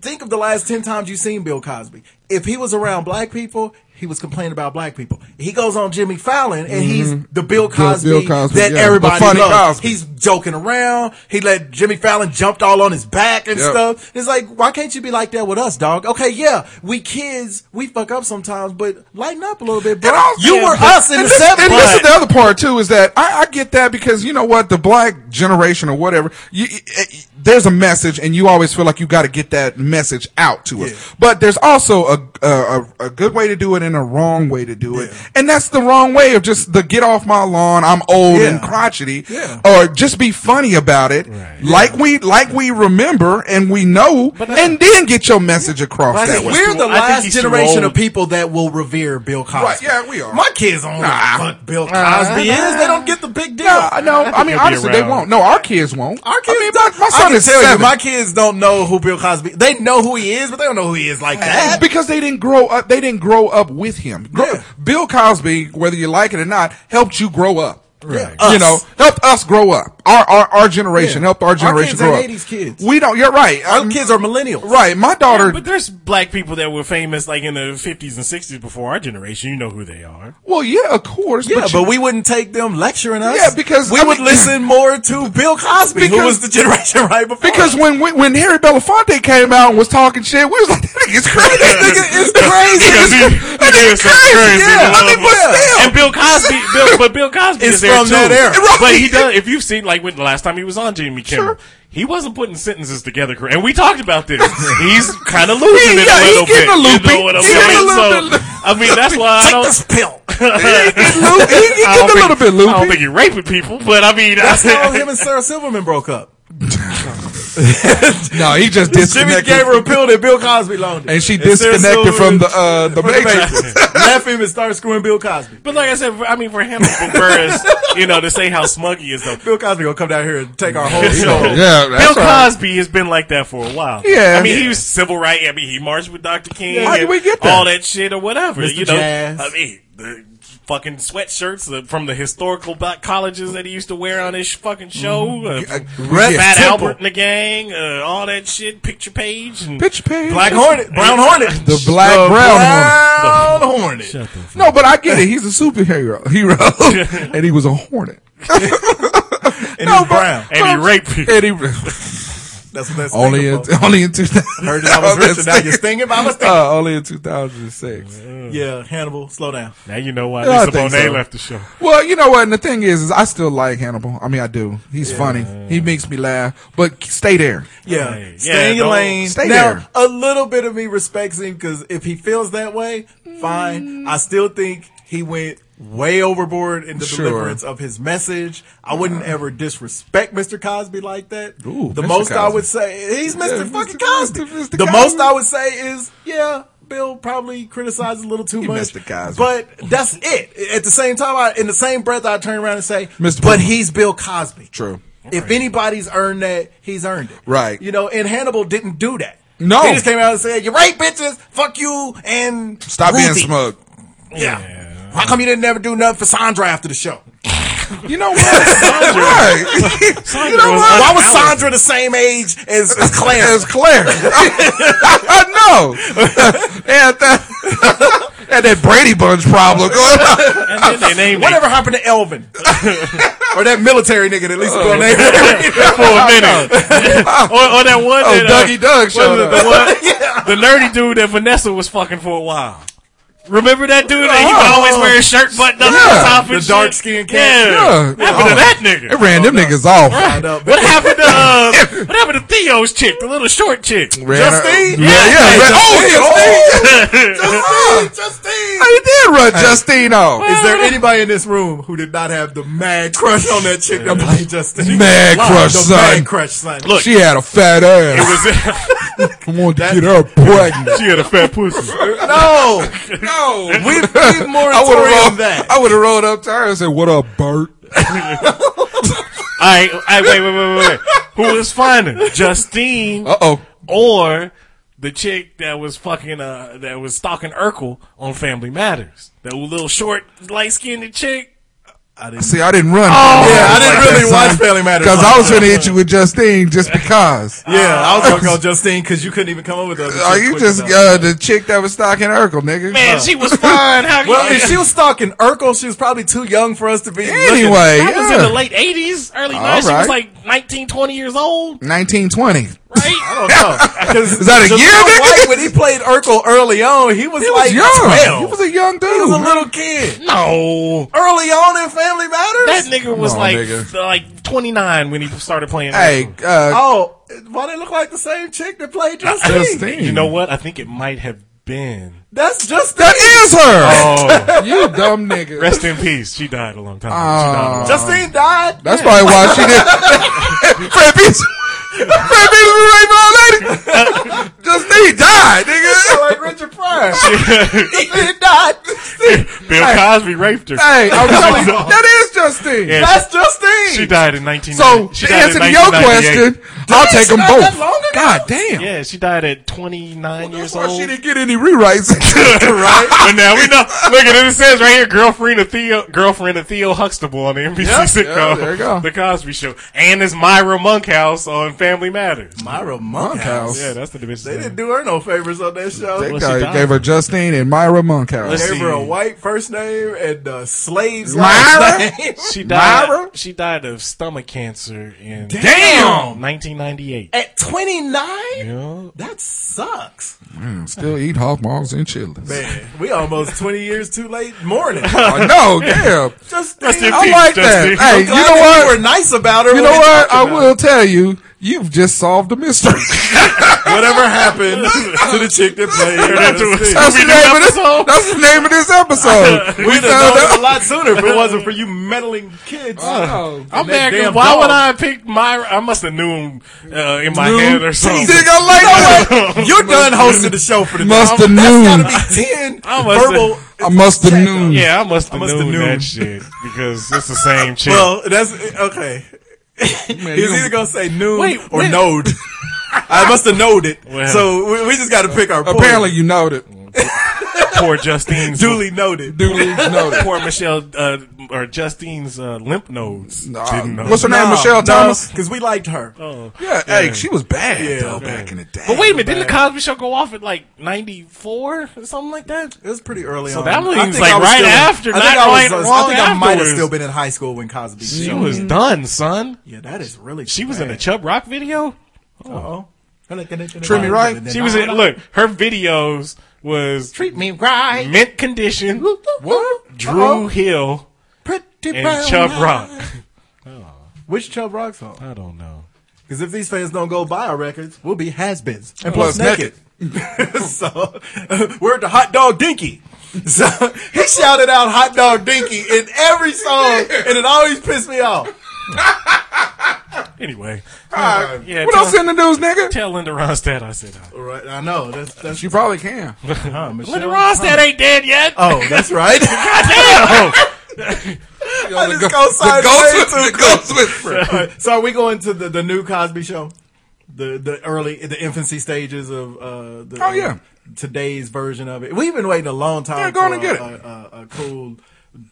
F: think of the last ten times you've seen Bill Cosby. If he was around black people, he was complaining about black people. He goes on Jimmy Fallon, and he's the Bill Cosby,
G: Mm-hmm. Bill Cosby,
F: that
G: yeah, the
F: everybody
G: funny
F: loves.
G: Cosby.
F: He's joking around. He let Jimmy Fallon jumped all on his back and
G: Yep.
F: stuff. It's like, why can't you be like that with us, dog? Okay, yeah, we kids, we fuck up sometimes, but lighten up a little bit, bro.
G: And also-
F: you were us in
G: and
F: the
G: this,
F: seventies.
G: And this is the other part too is that I, I get that because you know what the black generation or whatever, you, you- eh, there's a message and you always feel like you got to get that message out to us.
F: Yeah.
G: But there's also a, a a- a good way to do it and a wrong way to do it,
F: Yeah.
G: and that's the wrong way of just the get off my lawn. I'm old and
F: Yeah.
G: crotchety,
F: Yeah.
G: or just be funny about it, like we like we remember and we know, and then get your message across
H: But I
G: that
H: think
G: way.
H: He's
F: We're
H: too-
F: the
H: I think
F: last
H: he's too
F: generation of
H: old.
F: people that will revere Bill Cosby.
G: Right, yeah, we are.
F: My kids don't
G: Nah.
F: know what Bill Cosby is. They don't get the big deal.
G: No, no. I mean,
H: They'll be
G: honestly, they
H: around.
G: won't. No, our kids won't.
F: Our kids
G: I mean,
F: don't.
G: my, my
F: I
G: son
F: can
G: is
F: tell
G: seven.
F: you, my kids don't know who Bill Cosby. They know who he is, but they don't know who he is like that.
G: because they didn't grow up. They didn't grow up with him. Grow-
F: Yeah.
G: Bill Cosby, whether you like it or not, helped you grow up.
F: Right.
G: You
F: Us.
G: know, helped us grow up. Our our, our generation
F: Yeah.
G: helped our
F: Our
G: generation
F: kids
G: grow
F: ain't
G: up.
F: 80s kids.
G: We don't. You're right.
F: Our
G: I'm-
F: kids are millennials.
G: right. My daughter.
H: But there's black people that were famous like in the 50s and 60s before our generation. You know who they are.
G: well, yeah, of course.
F: Yeah, but,
G: you-
F: we wouldn't take them lecturing us.
G: Yeah, because,
F: we
G: I
F: would
G: mean-
F: listen more to Bill Cosby, who
G: Because-
F: was the generation right before.
G: Because when we, when Harry Belafonte came out and was talking shit, we was like, "That nigga's crazy. That nigga is crazy.
H: Because he-
G: That
H: he
G: nigga's
H: is so
G: crazy."
H: crazy.
G: Yeah, I mean, but
F: Yeah.
G: still,
H: And Bill Cosby, Bill, but Bill Cosby
F: It's
H: is there
F: from
H: too.
F: that era.
G: Right.
H: But he does. If you've seen like when the last time he was on Jimmy Kimmel,
G: Sure.
H: he wasn't putting sentences together. correct. And we talked about this. He's kind of losing
G: He-
H: it
G: yeah,
H: a
G: he
H: little
G: getting
H: bit.
G: a loopy.
H: You know what I'm
G: He getting a
H: saying? So
G: little bit-
H: I mean, that's why I
F: take
H: don't.
F: this pill.
G: Lou- he, he
H: I
G: getting
H: don't
G: a
H: think-
G: little bit
H: I don't
G: loopy.
H: think he's raping people, but I mean,
F: That's
H: I,
F: how him and Sarah Silverman broke up.
G: No, he just
F: Jimmy gave her a pill that Bill Cosby loaned. him.
G: and she
F: Sarah
G: disconnected
F: Silverman-
G: from the uh, the
F: From the
G: matrix.
F: Matrix. Left him and started screwing Bill Cosby.
H: But like I said, I mean, for him, for Burris, you know, to say how smug he is, though.
F: Bill Cosby gonna come down here and take our whole show.
G: yeah, that's
H: Bill
G: right.
H: Cosby has been like that for a while.
G: Yeah.
H: I mean,
G: Yeah.
H: he was civil rights. I mean, he marched with Dr. King.
G: How
H: and
G: did we get that?
H: All that shit or whatever.
F: Mr.
H: You know,
F: Jazz.
H: I mean, the fucking sweatshirts uh, from the historical black colleges that he used to wear on his fucking show. Uh,
G: Mm-hmm.
H: from
G: Red
H: Fat
G: Temple.
H: Albert and the gang. Uh, all that shit. Picture page. And
G: Pitch page.
F: Black Hornet, Brown Hornet,
G: The black brown
F: brown Hornet.
G: No, but I get it. He's a superhero hero, and he was a hornet.
F: And
G: No,
F: he's
G: but-
F: brown.
H: and he raped people.
G: And he
F: That's what that's
G: only in only in two thousand.
F: Heard that I was rich and now you're stinging. I was thinking.
G: Uh, only in 2006.
F: Yeah, Hannibal, slow down.
H: Now you know why
G: Yeah, I
H: Lisa
G: think
H: Bonet
G: so.
H: left the show.
G: Well, you know what? And the thing is, is I still like Hannibal. I mean, I do. He's funny. He makes me laugh. But stay there.
F: Yeah,
H: Right.
F: stay
H: Yeah,
F: in your
H: don't-
F: lane.
G: stay
F: now,
G: there.
F: a little bit of me respects him because if he feels that way, fine. I still think he went way overboard in the
G: Sure.
F: deliverance of his message. I wouldn't ever disrespect Mr. Cosby like that.
G: Ooh,
F: the
G: Mr.
F: most I
G: Cosby.
F: would say, he's Mr. fucking
G: Mr.
F: Cosby.
G: Mr.
F: The
G: Cosby.
F: most I would say is, yeah. Bill probably criticized a little too
G: He
F: much,
G: Mr. Cosby.
F: but that's it. At the same time, I, in the same breath, I turn around and say,
G: Mr.
F: "But
G: President.
F: he's Bill Cosby."
G: True.
F: If anybody's earned that, he's earned it.
G: Right.
F: You know, and Hannibal didn't do that.
G: No.
F: He just came out and said, You're right, bitches. Fuck you and
G: Stop being
F: Ruthie."
G: smug.
F: Yeah. How come you didn't never do nothing for Sandra after the show?
G: You know what? right. you know what?
A: Why was Sandra the same age as, as Claire?
G: As Claire. I know. and that, and that Brady Bunch problem going on.
H: And then they named it
F: Whatever happened to Elvin?
A: or that military nigga that
G: Oh,
A: Lisa Bonet
H: for a minute. or, or that one.
G: Oh,
H: that, uh,
G: Dougie Doug showed
H: the,
G: up.
H: the one, the nerdy dude that Vanessa was fucking for a while. Remember that dude? that He would always wear his shirt buttoned up
G: Yeah.
H: on top and
F: The
H: shit?
F: dark-skinned cat.
H: Yeah.
G: Yeah.
H: What happened to that nigga?
G: It ran them niggas off.
F: Find out,
H: What happened to uh, what happened to Theo's chick, the little short chick?
G: Ran
F: Justine?
G: Yeah, yeah.
H: Yeah,
G: ran- oh, Justine.
F: Justine. Oh.
G: They did run Justine Oh. off.
F: Is there anybody in this room who did not have the mad crush on that chick that played Justine?
G: Mad crush,
F: the
G: son.
F: mad crush, son.
H: Look,
G: She had a fat ass. I want to get her pregnant.
H: she had a fat pussy.
F: no,
G: No,
F: we we
G: I would have rolled
F: moratorium that.
G: I would have rolled up to her and said, "What up, Bert?"
H: I, I wait, wait, wait, wait, wait. Who was finding Justine
G: Uh oh.
H: or the chick that was fucking uh that was stalking Urkel on Family Matters? That little short, light skinned chick.
G: See, I didn't run.
F: Yeah, Oh, I didn't really watch Family Matters
G: because I was gonna hit you with Justine just because.
F: Yeah, I was gonna go Justine because you couldn't even come up with other.
G: Are
F: chick
G: you
F: quick
G: just
F: enough.
G: uh, the chick that was stalking Urkel, nigga?
H: Man, she was fine. How can
F: Well,
H: you?
F: if she was stalking Urkel, she was probably too young for us to be. looking.
G: Anyway,
H: that was in the
G: yeah.
H: late eighties, early
G: All
H: nineties. She was
G: right.
H: like 19, 20 years old,
G: 1920.
H: right?
F: I don't know. 'Cause
G: Is that a
F: Jamal
G: year, nigga?
F: White, when he played Urkel early on, he was
G: He was
F: like
G: young.
F: 12.
G: He was a young dude.
F: He was a little kid.
H: no,
F: Early on in Family Matters?
H: that nigga was
G: on,
H: like
G: nigga.
H: like twenty nine when he started playing.
G: hey, uh,
F: oh, why they look like the same chick that played Justine?
G: Justine.
H: you know what? I think it might have been.
F: That's Justine.
G: that is her.
H: Oh,
G: You dumb nigga.
H: rest in peace. She died a long time. ago. She died a long
F: Justine died.
G: That's probably why she did. Fred Beats. Fred Beats was raping our lady. Justine died, nigga.
F: like Richard Pryor. he died.
H: Bill Cosby raped her.
G: Hey, I'm telling you, that is Justine.
H: Yeah,
F: That's Justine.
H: she died in 19.
G: So
H: she
G: to
H: died in
G: answer to your
H: 1998.
G: question, I'll
F: Damn,
G: take
F: she
G: them
F: not that long ago.
G: both. God damn.
H: Yeah, she died at 29 years
G: That's why
H: old.
G: she didn't get any rewrites. right?
H: but now we know. Look at it. It says right here, girlfriend of Theo, girlfriend of Theo Huxtable on the NBC sitcom,
G: yeah, there you go.
H: The Cosby Show, and it's Myra Monkhouse on Family Matters.
F: Myra Monkhouse.
G: Monkhouse.
H: Yeah, that's the division.
F: They didn't do her no favors on that show.
G: They
H: Well, she
G: got-
H: died.
G: gave her Justine and Myra Monkhouse.
H: Let's
F: gave
H: see.
F: her a white first name and uh, slaves last
G: Myra?
F: name.
H: She died.
G: Myra?
H: She died of stomach cancer in
F: Damn.
H: 1998.
F: At 29?
H: Yeah.
F: That sucks.
G: Still eat hot dogs and chili.
F: Man, we almost 20 years too late mourning.
G: I know, damn.
F: Just
H: Rest in
F: I'm
H: peace,
F: like,
G: like that.
H: Justine.
G: Hey,
F: I'm
G: you
F: glad
G: know
F: that
G: what?
F: You were nice about her.
G: You
F: when
G: know
F: we
G: what?
F: talked
G: I
F: about
G: will tell you, you've just solved a mystery.
F: it. Whatever happened to the chick that
H: That's
F: played.
H: what-
F: Justine.
G: That's
H: We
G: the
H: do
G: name of this.
H: episode?
G: That's the name of this episode. we
F: We'd have known it a lot sooner if it wasn't for you meddling kids.
G: Oh,
H: I'm
F: And
H: mad.
F: that damn
H: Why
F: dog.
H: would I have picked Myra? I must have knew him uh, in my
G: Knew?
H: head or something.
G: Dig, I like that.
F: You're done hosting the show for the
G: Must
F: day.
G: have
F: That's
G: known.
F: gotta be 10
H: I must have-
F: verbal.
G: I must have known.
H: Yeah, I must have
F: must have
H: known
F: knew.
H: that shit because it's the same chick.
F: Well, that's okay. He's
G: you-
F: either gonna say noon
H: Wait,
F: or
H: when-
F: node. I must have knowed it.
H: Well.
F: So we, we just got to pick our poison.
G: Apparently, you know it.
F: Mm.
H: Poor Justine's
F: duly noted.
G: Duly noted.
H: Poor Michelle uh, or Justine's uh, lymph nodes. Didn't know.
G: Uh, What's her name? Michelle Thomas.
F: because we liked her.
H: Oh.
G: Yeah, hey, she was bad
F: Yeah.
G: though back in the day.
H: But wait a minute, didn't the Cosby Show go off at like '94 or something like that?
F: It was pretty early
H: So
F: on.
H: that was
F: I
H: even,
F: think
H: like,
F: I was
H: right
F: still-
H: after,
F: I think
H: not
F: I was-
H: right-
F: I
H: long
F: think I might have
H: afterwards.
F: still been in high school when Cosby.
H: She
F: showed.
G: Mm.
H: was done, son.
F: Yeah, that is really.
H: She was in a Chub Rock video.
F: Oh,
G: Treat
F: treat
G: me right?
H: She was in. Look, her videos was
F: treat me right.
H: Mint Condition,
F: What?
H: Drew Hill,
F: Pretty
H: and
F: brown
H: Chub
F: eyes.
H: Rock.
F: Which Chubb Rock song?
H: I don't know.
F: Because if these fans don't go buy our records, we'll be has-beens. And
G: Plus naked.
F: so we're at the hot dog dinky. So he shouted out hot dog dinky in every song, and it always pissed me off.
H: Anyway,
G: Uh,
H: yeah,
G: what
H: tell-
G: else in the news, nigga?
H: tell Linda Ronstadt I said uh, hi.
F: Right, I know that's that's
G: She probably can.
F: huh, Michelle.
H: Linda Ronstadt ain't dead yet.
F: Oh, that's right.
H: Damn.
G: I
F: just co-signed way
G: the ghost whisperer.
F: All right, so are we going to the, the new Cosby Show, the the early the infancy stages of uh, the,
G: Oh, yeah.
F: today's version of it? We've been waiting a long time.
G: Yeah, go on
F: for
G: and get
F: a, a, a, a cool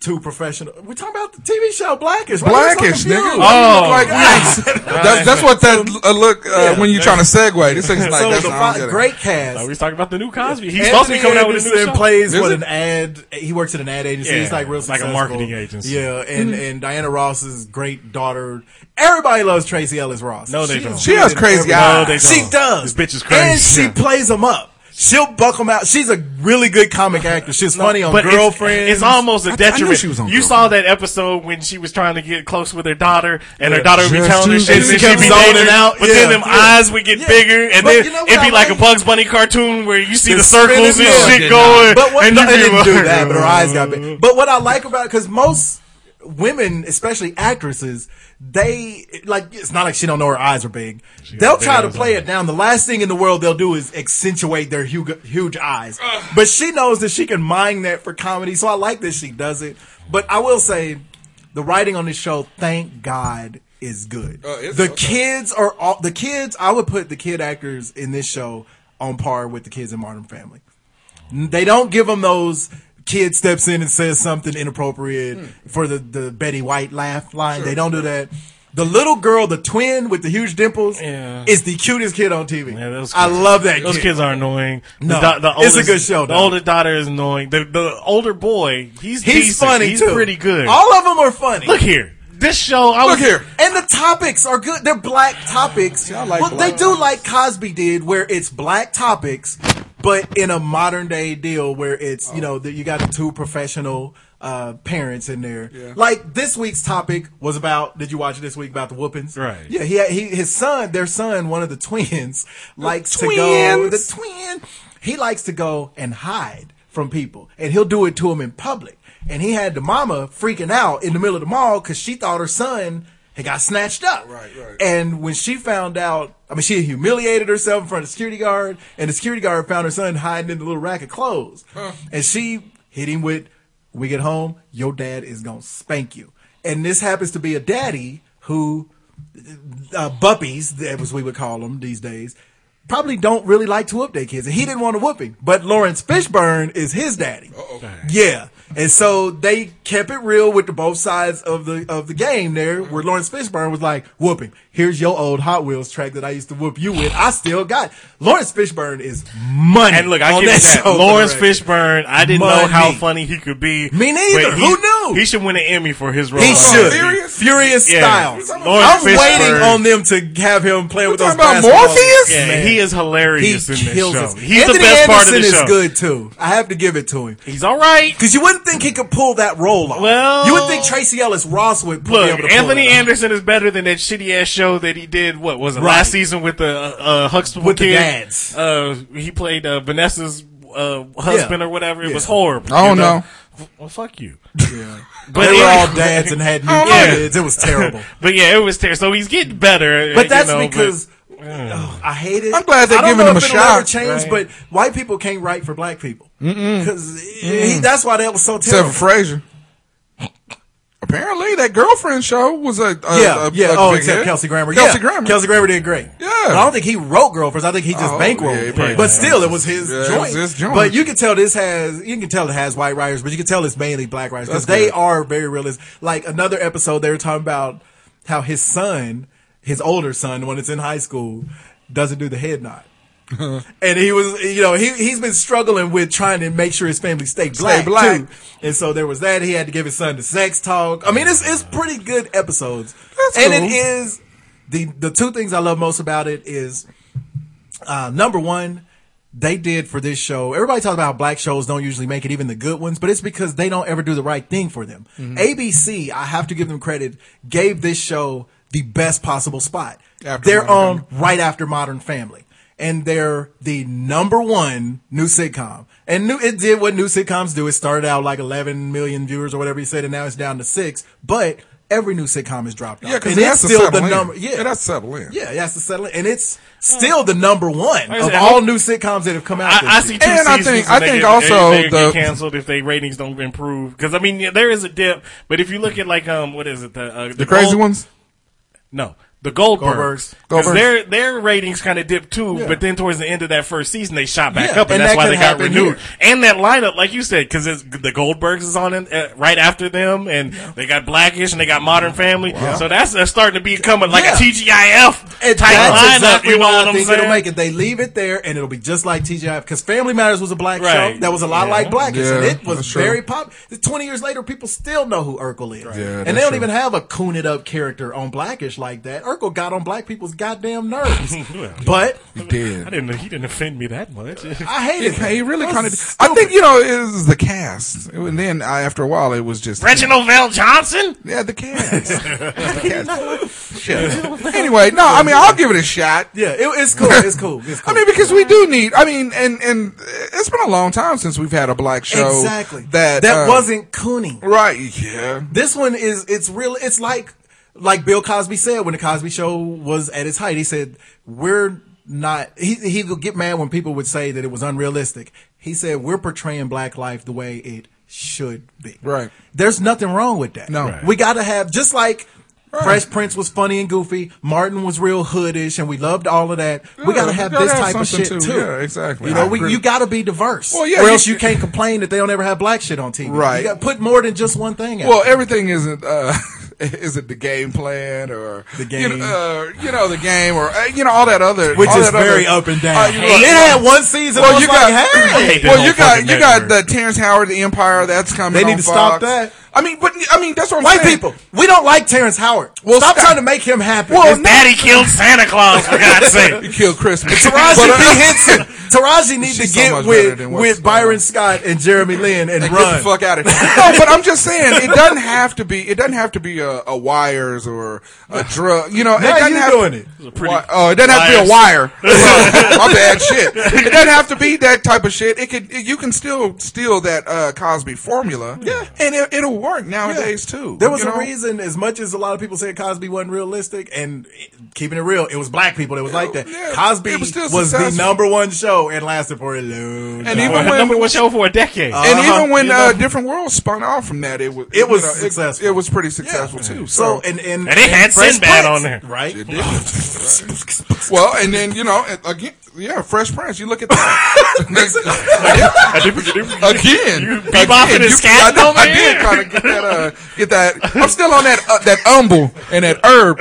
F: Too professional. We're talking about the TV show Blackish. Why are you
G: Blackish,
F: so
G: nigga. Oh,
F: confused?
G: Why you look like we- that's, that's what that uh, look uh, when you're trying to segue. This thing's like
H: So
G: that's
H: the
G: not
F: Fi- Great cast.
H: Now we're just talking about the new Cosby. He's supposed to be coming out with a new
F: Anderson
H: show.
F: plays
G: Is
F: with
G: it?
F: an ad. He works at an ad agency.
H: Yeah,
F: He's like real
H: like a
F: successful.
H: marketing agency.
F: Yeah, and and Diana Ross's great daughter. Everybody loves Tracy Ellis Ross.
H: No, they don't.
G: She has crazy
H: No,
G: eyes.
H: they
F: She
H: don't.
F: does.
H: This bitch is crazy.
F: And she
H: Yeah.
F: plays them up. She'll buck them out. She's a really good comic actor. She's funny on
H: But it's-
F: Girlfriend.
H: It's, almost
G: I- I
H: a
G: knew
H: detriment.
G: she was on
H: you saw that episode when she was trying to get close with her daughter, and her daughter would be
G: Just
H: telling her
G: to-
H: shit,
G: And
H: and
G: she
H: then
F: kept
H: she'd be
F: zoning
H: zoning
F: out.
H: out. But then
F: Yeah.
H: them
F: Yeah.
H: eyes would get
F: Yeah.
H: bigger, and
F: But
H: then
F: you know what
H: it'd
F: I
H: be like a
F: like?
H: Bugs Bunny cartoon where you see the,
F: The
H: circles and
F: spinning wheel.
H: shit going.
F: But what
H: and
F: no,
H: you
F: they
H: be
F: didn't do
H: like-
F: that, but her eyes got big. But what I like about it, because most women, especially actresses, they like it's not like she don't know her eyes are big. they'll
H: big
F: try to
H: eyes,
F: play
H: huh?
F: it down. The last thing in the world they'll do is accentuate their huge, huge eyes. But she knows that she can mine that for comedy, so I like that she does it. But I will say, the writing on this show, thank God. Is good.
G: Oh, it's-
F: the
G: okay.
F: kids are all the kids. I would put the kid actors in this show on par with the kids in Modern Family. They don't give them those kid steps in and says something inappropriate
H: Hmm.
F: for the, the Betty White laugh line. They don't do that. The little girl, the twin with the huge dimples,
H: Yeah.
F: is the cutest kid on TV.
H: Yeah, those
F: I
H: kids-
F: love that.
H: Those
F: kid.
H: kids are annoying.
F: No.
H: the, do- the
F: It's
H: oldest,
F: a good show,
H: The
F: though.
H: older daughter is annoying. The, the older boy, he's
F: He's
H: decent.
F: funny
H: He's
F: too.
H: pretty good.
F: All of them are funny.
H: Look here, this show. I
G: Look
H: was,
G: here.
F: And the topics are good. They're black topics.
G: I like
F: well,
G: black
F: they do like Cosby did, where it's black topics, but in a modern day deal where it's
G: Oh.
F: you know that you got two professional uh, parents in there.
G: Yeah.
F: Like this week's topic was about. Did you watch this week about the whoopings?
H: Right.
F: Yeah. He, he his son, their son, one of the twins, likes to go. The
G: twins.
F: twin. He likes to go and hide from people, and he'll do it to him in public. And he had the mama freaking out in the middle of the mall because she thought her son had got snatched up.
G: Right, right.
F: And when she found out, I mean, she humiliated herself in front of the security guard, and the security guard found her son hiding in the little rack of clothes. And she hit him with, "When "We get home, your dad is gonna spank you." And this happens to be a daddy who uh, buppies, as we would call them these days, probably don't really like to whoop their kids. And he didn't want to whoop him. But Lawrence Fishburne is his daddy. Yeah. And so they kept it real with the both sides of the of the game there,
G: Uh-huh.
F: where Lawrence Fishburne was like, whooping. Here's your old Hot Wheels track that I used to whoop you with. I still got it." Lawrence Fishburne is money.
H: And look, I
F: on
H: give you that.
F: show.
H: Lawrence Fishburne, I didn't know
F: Money.
H: how funny he could be.
F: Me neither.
H: but
F: Who knew?
H: He should win an Emmy for his role.
F: He
H: on
F: should.
H: Cosby.
G: Furious?
F: Furious
H: Yeah.
F: Styles.
H: Lawrence
F: I'm waiting
H: Fishburne.
F: on them to have him playing with those
G: talking about
F: basketballs.
G: Morpheus?
H: Yeah,
F: Man.
H: he is hilarious in this show.
F: us.
H: He's
F: Anthony
H: the best
F: Anderson
H: part of the
F: is
H: show.
F: good too. I have to give it to him
H: He's all right.
F: because you wouldn't think he could pull that role off.
H: Well-
F: you would think Tracy Ellis Ross would be able to
H: Look,
F: pull
H: Anthony
F: it off.
H: Anderson is better than that shitty ass show that he did. What was it
F: Right.
H: last season with the uh, uh, Huxtable
F: With the
H: kid?
F: dads.
H: Uh, he played uh, Vanessa's uh, husband
F: Yeah.
H: or whatever. It
F: Yeah.
H: was horrible.
G: I don't
H: you
G: know.
H: Well, fuck you.
F: They
H: But Oh,
F: were all
H: it,
F: dads and had new
G: I don't like it.
F: kids. It was terrible.
H: but yeah, it was terrible. So he's getting better.
F: But that's
H: you know, mm.
F: because oh, I hate it.
G: I'm glad they're
F: I don't
G: giving
F: know
G: him
F: if
G: a
F: it'll
G: shot.
F: ever Change, but white people can't write for black people because that's why that was so
G: Except
F: terrible.
G: for Frazier. Apparently, that girlfriend show was a, a
F: yeah,
G: a,
F: yeah.
G: a
F: oh,
G: uh, big
F: except
G: hit.
F: Kelsey Grammer.
G: Kelsey
F: yeah.
G: Grammer.
F: Kelsey Grammer did great.
G: Yeah.
F: But I don't think he wrote Girlfriends. I think he just
G: Oh, yeah, he
F: bankrolled.
G: probably
F: it. but still, it was his
G: Yeah, it was
F: joint.
G: his joint.
F: But you can tell this has you can tell it has white writers, but you can tell it's mainly black writers because
G: That's
F: they
G: good.
F: are very realist. Like another episode, they were talking about how his son, his older son, the one that's in high school, doesn't do the head nod. And he was, you know, he he's been struggling with trying to make sure his family stay black,
G: black.
F: too. And so there was that. He had to give his son the sex talk. I mean, it's it's pretty good episodes.
G: That's
F: and
G: cool.
F: it is the the two things I love most about it is uh, number one, they did for this show. Everybody talks about how black shows don't usually make it, even the good ones, but it's because they don't ever do the right thing for them.
G: Mm-hmm.
F: ABC, I have to give them credit, gave this show the best possible spot.
G: After
F: they're
G: Modern
F: on right after Modern Family. And they're the number one new sitcom. And new, it did what new sitcoms do. It started out like 11 million viewers or whatever you said, and now it's down to six. But every new sitcom has dropped off.
G: Yeah, because
F: and it's
G: that's
F: still the
G: in.
F: number. Yeah,
G: that's settled in.
F: yeah, it has to settle in. And it's still the number one
H: I
F: of
H: said,
F: all new sitcoms that have come out.
H: I, I
F: this
H: see
F: year.
H: two
G: And I
H: seasons.
G: think-
H: and
G: I
H: they
G: think
H: get-
G: also
H: they, they
G: the-
H: get canceled if they ratings don't improve. Because I
G: Oh.
H: mean, yeah, there is a dip. But if you look at like um, what is it? The uh,
G: The crazy
H: old-
G: ones.
H: No. the Goldbergs. Because
G: Goldbergs.
H: their their ratings kind of dipped too, but then towards the end of that first season, they shot back
F: Yeah,
H: up, and,
F: and
H: that's
F: that
H: why
F: could
H: they got
F: happen
H: renewed.
F: here.
H: And that lineup, like you said, because the Goldbergs is on in, uh, right after them, and they got Blackish and they got Modern Family, so that's uh, starting to become a- like
F: Yeah.
H: a TGIF
F: And
H: type
F: that's
H: lineup.
F: exactly
H: you know
F: why
H: what
F: I
H: I'm
F: think
H: saying?
F: it'll make it. They leave it there, and it'll be just like TGI because Family Matters was a black
H: Right.
F: show that was a lot like Blackish, and
G: Yeah,
F: it was
G: that's true.
F: very popular. Twenty years later, people still know who Urkel is,
G: Yeah,
F: and
G: that's
F: they don't
G: true.
F: even have a coon it up character on Blackish like that. Urkel got on black people's goddamn nerves, but
G: He
H: I
G: did.
H: didn't. He didn't offend me that much.
F: I hated it.
G: He really
F: That
G: kind of.
F: was
G: I think
F: stupid.
G: you know it was the cast, and then I, after a while it was just
H: Reginald Vell Johnson.
G: Yeah, the cast. the cast. Shit. Anyway, no, I mean I'll give it a shot.
F: Yeah, it, it's cool. It's cool. It's cool.
G: I mean, because we do need. I mean, and and it's been a long time since we've had a black show
F: exactly
G: that
F: that
G: uh,
F: wasn't cooning.
G: right. Yeah,
F: This one is it's real. It's like like Bill Cosby said when the Cosby Show was at its height. He said we're not. He he would get mad when people would say that it was unrealistic. He said we're portraying black life the way it should be.
G: Right.
F: There's nothing wrong with that.
G: No. Right.
F: We got to have just like. Fresh Prince was funny and goofy. Martin was real hoodish, and we loved all of that. we
G: Yeah,
F: gotta
G: we
F: have
G: gotta
F: this
G: have
F: type of
G: something
F: shit
G: too.
F: too.
G: Yeah, exactly.
F: You
G: I
F: know, we,
G: agree.
F: you gotta be diverse,
G: Well, yeah,
F: or
G: you-
F: else you can't complain that they don't ever have black shit on TV.
G: Right.
F: You gotta put more than just one thing. out
G: Well, everything isn't uh, isn't the game plan or
F: The
G: you
F: game.
G: know, uh, you know the game or uh, you know all that other
F: which
G: all
F: is
G: that other-
F: very up and down.
G: Uh, you know,
F: it had one season. I
G: well,
F: was
G: you
F: like,
G: got
F: hey,
H: hate that
G: well,
H: whole
G: you got
H: fucking
G: you got the
H: network.
G: Terrence Howard the Empire that's coming.
F: They need
G: on
F: to stop
G: Fox.
F: that.
G: I mean, but I mean that's what I'm
F: white
G: saying.
F: people, we don't like Terrence Howard.
G: Well,
F: Stop
G: Scott-
F: trying to make him happy.
G: Well,
F: It's
G: no,
H: Daddy killed Santa Claus for God's sake.
G: you killed Christmas.
F: Taraji
G: But, uh,
F: P. Henson. Taraji needs to
G: She's so
F: get
G: much better
F: with
G: than what's
F: with
G: going on.
F: Byron Scott and Jeremy Lin and
G: Get
F: run.
G: the fuck out of here. No, but I'm just saying it doesn't have to be. It doesn't have to be a, a wires or a drug. You know, it
F: now
G: doesn't
F: you
G: have
F: doing it.
H: pretty
G: Wi- oh, it doesn't have to be a wire. My bad shit. It doesn't have to be that type of shit. It could. you can still steal that uh, Cosby formula. Yeah, and it, it'll work nowadays too.
F: There was
G: you
F: a
G: know?
F: reason, as much as a lot of people said Cosby wasn't realistic, and it- keeping it real, it was black people that was like that.
G: Yeah,
F: Cosby
G: it was
F: was,
G: still
F: the
G: successful.
F: number one show and lasted for a long time.
G: And even
H: Well,
G: when
H: number one show for a decade.
G: and even when
H: you know?
G: uh, different worlds spun off from that, it was
F: Uh-huh. It was
G: you know,
F: successful.
G: It, was pretty successful too.
F: So
G: So,
F: and and,
H: And it had
F: Fresh
H: Sinbad
F: Prince,
H: on there.
F: right?
G: well, and then you know and again, yeah, Fresh Prince. You look at that. again.
H: You bebopping
G: Again,
H: and
G: you-
H: scatting
G: I, did-
H: over
G: I
H: here.
G: did kind of get that. Uh, get that. I'm still on that uh, that umble and that herb.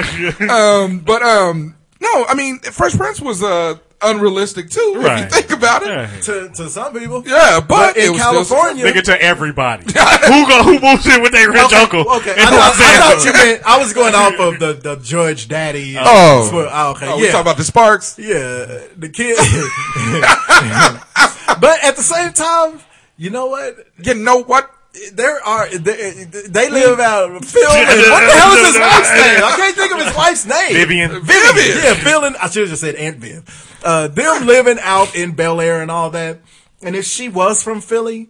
G: Um, but um, no, I mean, Fresh Prince was uh, unrealistic too. If you
H: Right.
G: think about it, yeah,
F: to, to some people.
G: but,
F: in
G: it was
F: California,
H: Nigga to everybody. who go, who moves in with their rich
F: Okay,
H: uncle?
F: Okay,
H: You
F: I
H: know what I'm
F: thought,
H: saying?
F: I thought you meant I was going off of the the Judge Daddy. and
G: Oh.
F: Swi- oh, okay,
G: Still, oh, we
F: yeah,
G: talk about the Sparks.
F: yeah, the kid. but at the same time, you know what?
G: You know what?
F: There are they, they live out Phil. And, what the hell is his wife's name? I can't think of his wife's name.
G: uh,
H: Vivian.
F: Vivian. Yeah, Phil and I should have just said Aunt Viv. Uh, them living out in Bel Air and all that. And if she was from Philly,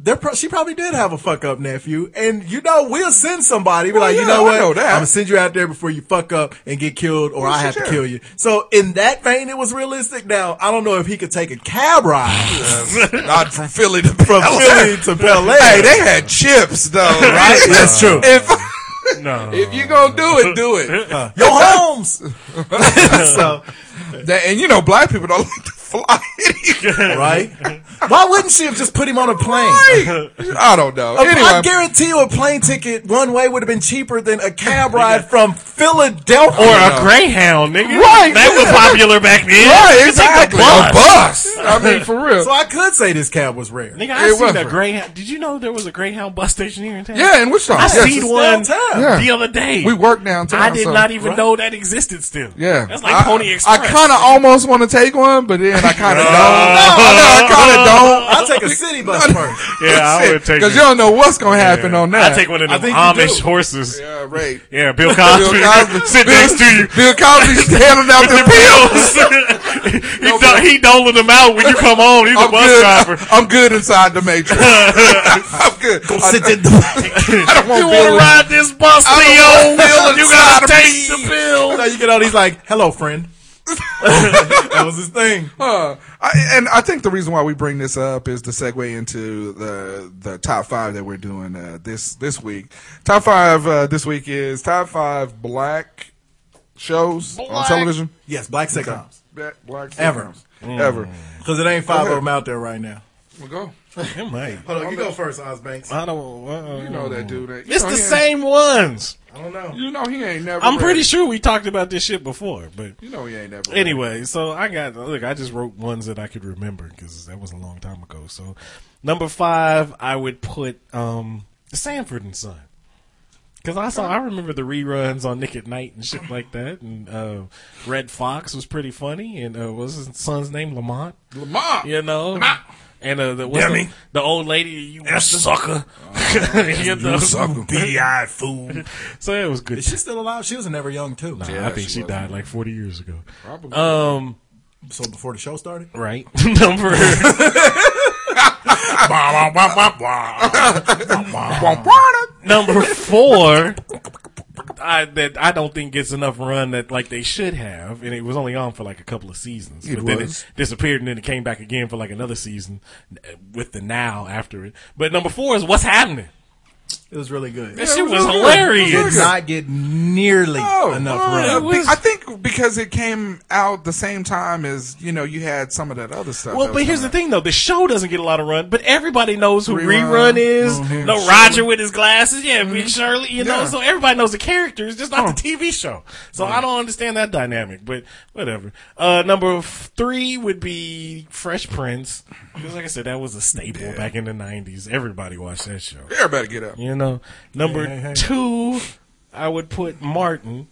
F: they're pro- she probably did have a fuck up nephew. And you know, we'll send somebody. Be like,
G: Well,
F: you
G: yeah,
F: know
G: I
F: what?
G: know that.
F: I'm gonna send you out there before you fuck up and get killed, or I have
G: sure.
F: to kill you. So in that vein, it was realistic. Now I don't know if he could take a cab ride
G: Not from Philly to
F: from
G: Bel Air.
F: Philly to Bel Air.
G: Hey, they had chips though, right?
F: That's true.
G: if
H: No.
G: if you gonna do it, do it.
F: Yo, Holmes. so
G: That- and you know, black people don't like to fly. anyway.
F: right? Why wouldn't she have just put him on a plane?
G: I don't know.
F: A-
G: Anyway,
F: I guarantee you a plane ticket one way would have been cheaper than a cab ride from Philadelphia.
H: Or a Greyhound, nigga.
G: Right,
H: That was
G: yeah.
H: popular back then.
G: Right,
H: You take the
G: exactly.
H: bus.
G: A bus. I mean, for real.
F: so I could say this cab was rare.
H: Nigga, I
G: It
H: seen
G: was
H: a
G: right.
H: Greyhound. Did you know there was a Greyhound bus station here in town?
G: yeah, in Wichita.
H: I
G: Yes,
H: seen
G: it's-
H: one
F: downtown.
G: Yeah.
H: the other day.
G: We work downtown.
H: I did
G: so-
H: not even know that existed still.
G: Yeah,
H: That's like
G: I,
H: Pony Express.
G: I kind of almost want to take one, but then I kind of don't. No, I,
F: I'll
G: kind of
F: take a city bus first.
G: don't.
H: Yeah, I would take
G: because you
H: it.
G: don't know what's gonna happen on that.
H: I take one of
F: I
H: them
F: think you
H: Amish
F: do.
H: horses.
G: Yeah, right.
H: Yeah, Bill Cosby. Sit
G: Bill-
H: next to you.
G: Bill Cosby standing out the
H: The
G: pills.
H: pills. he,
G: No,
H: do-
G: but-
H: he doling them out when you come home. He's a
G: I'm
H: bus
G: good.
H: driver.
G: I'm good inside the matrix. I'm good. I,
F: Sit in the
G: I don't want
H: You
G: Bill
H: want to
G: in-
H: ride this bus,
G: I
H: Leo?
G: don't want Bill
H: You gotta
G: inside of
H: take
G: me.
H: the pill.
F: now you get out. He's like, "Hello, friend." that was his thing.
G: Uh, I, and I think the reason why we bring this up is to segue into the the top five that we're doing uh, this this week. Top five uh, this week is top five black shows on television?
F: Yes, black sitcoms.
G: Black, black
F: Ever.
G: sitcoms. Ever.
H: Mm.
F: Because it ain't five of
G: ahead.
F: them out there right now.
G: Well, go.
F: Hold on, you go first, Ozbanks.
H: I don't. uh,
G: You know that dude. That, you
H: It's
G: know
H: the
G: he ain't-
H: same ones.
F: I don't know.
G: You know he ain't never.
H: I'm pretty
G: read-
H: sure we talked about this shit before, but
G: You know he ain't never. read.
H: anyway. So I got look. I just wrote ones that I could remember because that was a long time ago. So number five, I would put um Sanford and Son because I saw I remember the reruns on Nick at Night and shit like that. And uh, Red Fox was pretty funny. And uh, what was his son's name Lamont?
G: Lamar.
H: You know. And uh, the, what's the-
A: Dummy.
H: the old lady you
A: sucker.
H: you know?
A: beady-eyed fool.
H: So it was good.
F: Is she still alive? She was in Never Young too.
H: Nah, I think she, died like 40 years ago.
G: Probably.
H: Um,
F: So before the show started,
H: right. Number
A: Wah, wah, wah, wah, wah. Wah, wah.
H: number 4 I that I don't think gets enough run that like they should have and it was only on for like a couple of seasons.
G: It
H: but then
G: was.
H: it disappeared and then it came back again for like another season uh, with the now after it. But number 4 is what's happening.
F: it was really good.
H: That shit
G: it
H: was,
G: was good. It was
H: hilarious.
F: did not get nearly
G: Oh,
F: enough
G: well,
F: run.
G: I
H: It was-
G: think- I think because it came out the same time as you know you had some of that other stuff.
H: Well,
G: that
H: but
G: was
H: here's the
G: coming
H: thing though: the show doesn't get a lot of run, but everybody knows who
G: Rerun.
H: Rerun, is.
G: Mhm.
H: No Roger with his glasses, yeah, Big Shirley, you know.
G: Yeah.
H: So everybody knows the characters, just not the TV show. So I don't understand that dynamic, but whatever. Uh, number f- three would be Fresh Prince, because like I said, that was a staple back in the '90s. Everybody watched that show,
G: out. Everybody get up.
H: you know. Number
F: Hey, hey, hey.
H: two, I would put Martin,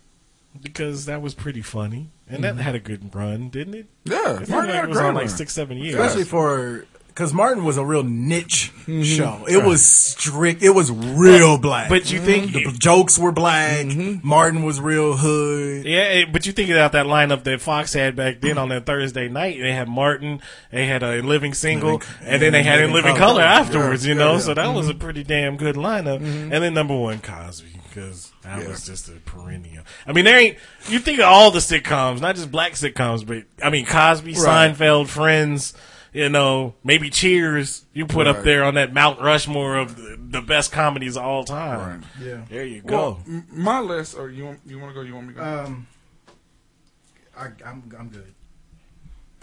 H: because that was pretty funny, and that had a good run, didn't it?
G: Mm-hmm. Yeah,
H: It,
G: Martin had a
H: was on
G: great
H: like
G: run.
H: six, seven years.
F: Especially for because Martin was a real niche show. It was strict. It was real black.
H: Mm-hmm. But you think, Mm-hmm.
F: the jokes were black. Martin was real hood.
H: yeah, eh, but you think about that lineup that Fox had back then on that Thursday night. They had Martin, they had a Living Single, and then they had In Living Color, afterwards, you know? So that was a pretty damn good lineup. And then number one, Cosby, because that was just a perennial. I mean, there ain't, you think of all the sitcoms, not just black sitcoms, but I mean, Cosby, Seinfeld, Friends. You know, maybe Cheers you put up
G: Right.
H: there on that Mount Rushmore of the, the best comedies of all time.
F: Right. Yeah.
H: There you go.
G: Well, m- my list, or you want, you want to go? You want me to go?
F: Um, I, I'm I'm good.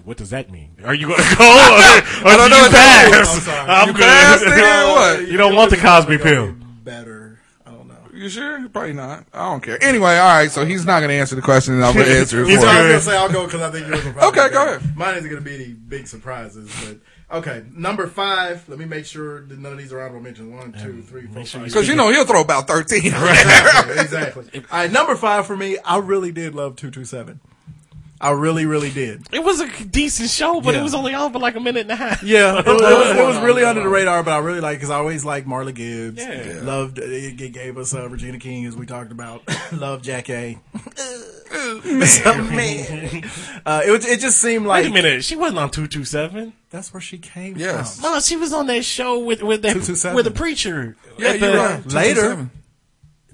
H: What does that mean? Are you going to go? Or, or do
G: don't know
H: you
G: what that
H: pass?
F: I'm sorry.
H: I'm
G: You
H: good.
G: passed it or what?
H: You don't want the Cosby pill.
F: Better. I don't know.
G: you sure? Probably not. I don't care. Anyway, all right. So he's not going to answer the question, and I'm going to answer it
H: He's
G: for
F: So I
G: him.
F: was gonna say I'll go because I think yours will probably
G: Okay,
F: be
G: go
F: better.
G: ahead.
F: Mine isn't gonna be any big surprises, but okay. Number five. Let me make sure that none of these are honorable mentions. One, two, three, four,
H: sure
F: five.
G: Because you know he'll throw about thirteen.
F: exactly. exactly. All right, number five for me. I really did love two two seven. I really, really did.
H: It was a decent show, but
F: Yeah.
H: it was only on for like a minute and a half.
F: Yeah, it was, it was- it was really under the radar, but I really like because I always liked Marla Gibbs.
H: Yeah.
F: loved it. it Gave us uh, Regina King as we talked about. Love Jack A. man, uh, it was- it just seemed
H: Wait a
F: like
H: minute. She wasn't on 227.
F: that's where she came
G: Yes.
H: No, she was on that show with with that
F: 227.
H: with the preacher.
G: yeah,
H: At the-
G: you're right.
F: later.
G: 227.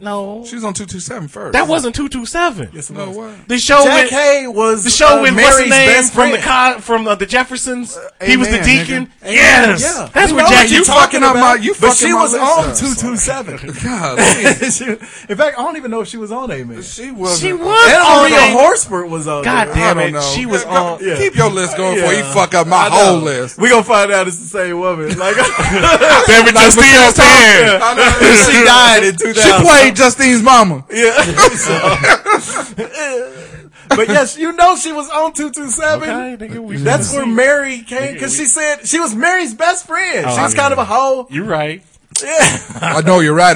H: No.
G: she was on two two seven first.
H: That wasn't 227.
F: from.
G: no what?
H: The show
F: Jack
H: with
F: Hay was
H: Oh, the show
F: uh,
H: with what's
F: Mary's
H: his name
F: best
H: from the
F: friend.
H: con, from uh, the Jeffersons. he was the
G: amen,
H: deacon.
G: nigga.
H: Yes,
F: Yeah.
H: that's
F: We
H: what
F: know
H: Jack.
F: what you're
H: You
G: talking
F: fucking
G: about. You
F: but
G: fucking
F: she
G: my
F: was
G: list
F: on
G: up.
F: two two seven.
G: God,
F: In fact, I don't even know if she was on Amen.
G: she was.
H: She was
F: And
H: on
F: Maria
H: it.
F: Horsford was on.
H: God
F: there.
H: damn
G: I
H: it,
G: don't know.
H: she was
G: Yeah,
H: on.
G: go- Keep your list going before you fuck up
F: I
G: my
F: know.
G: whole list.
F: We gonna find out it's the same woman. Like
H: Devin Justine's
G: Thompson. I know.
F: she died in two
G: She
F: thousand.
G: played Justine's mama.
F: but yes, you know she was on two two seven. That's where Mary came because she said she was Mary's best friend.
G: Oh,
F: she was kind of a hoe.
H: You're right.
F: Yeah,
G: I know you're right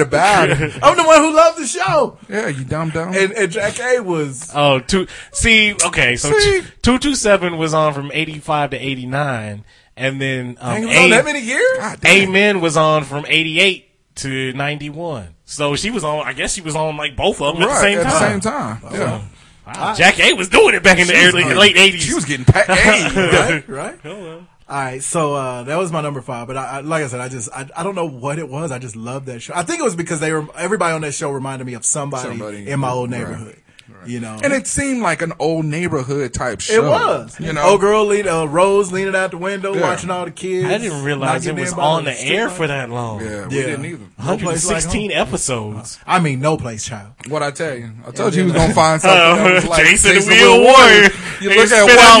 G: about it.
F: I'm the one who loved the show.
G: Yeah, you dumb dumb.
F: And, and Jack A was
H: Oh, two. See, okay, so
G: See?
H: two two seven was on from eighty five to eighty nine, and then um,
F: Dang, it was
H: A-
F: on that many years.
H: Amen was on from eighty eight to ninety one. So she was on. I guess she was on like both of them at the same
G: at
H: time.
G: the same time. Yeah.
H: Wow, Jack A was doing it back in the early, late eighties.
G: She was getting paid.
F: right, right. All right, so uh, that was my number five. But I, I, like I said, I just I, I don't know what it was. I just loved that show. I think it was because they were everybody on that show reminded me of somebody,
G: Somebody.
F: in my old neighborhood. You know,
G: And it seemed like an old neighborhood type
F: It
G: show.
F: was.
G: You know,
F: old girl lean, uh, Rose leaning out the window,
G: Yeah.
F: watching all the kids.
H: I didn't realize it
F: knocking
H: was
F: in by
H: on the
F: street
H: air
F: light.
H: for that long.
G: Yeah, we
F: Yeah.
G: didn't either.
F: No place like
H: 116
F: home.
H: episodes.
F: I mean, no place, child.
G: What I tell you, I told you he was gonna find something. that was like
H: Oh, Uh, Jason, the
G: Wheel
H: Wheel Warrior.
G: You
H: They
G: look at
H: spit
G: one
H: out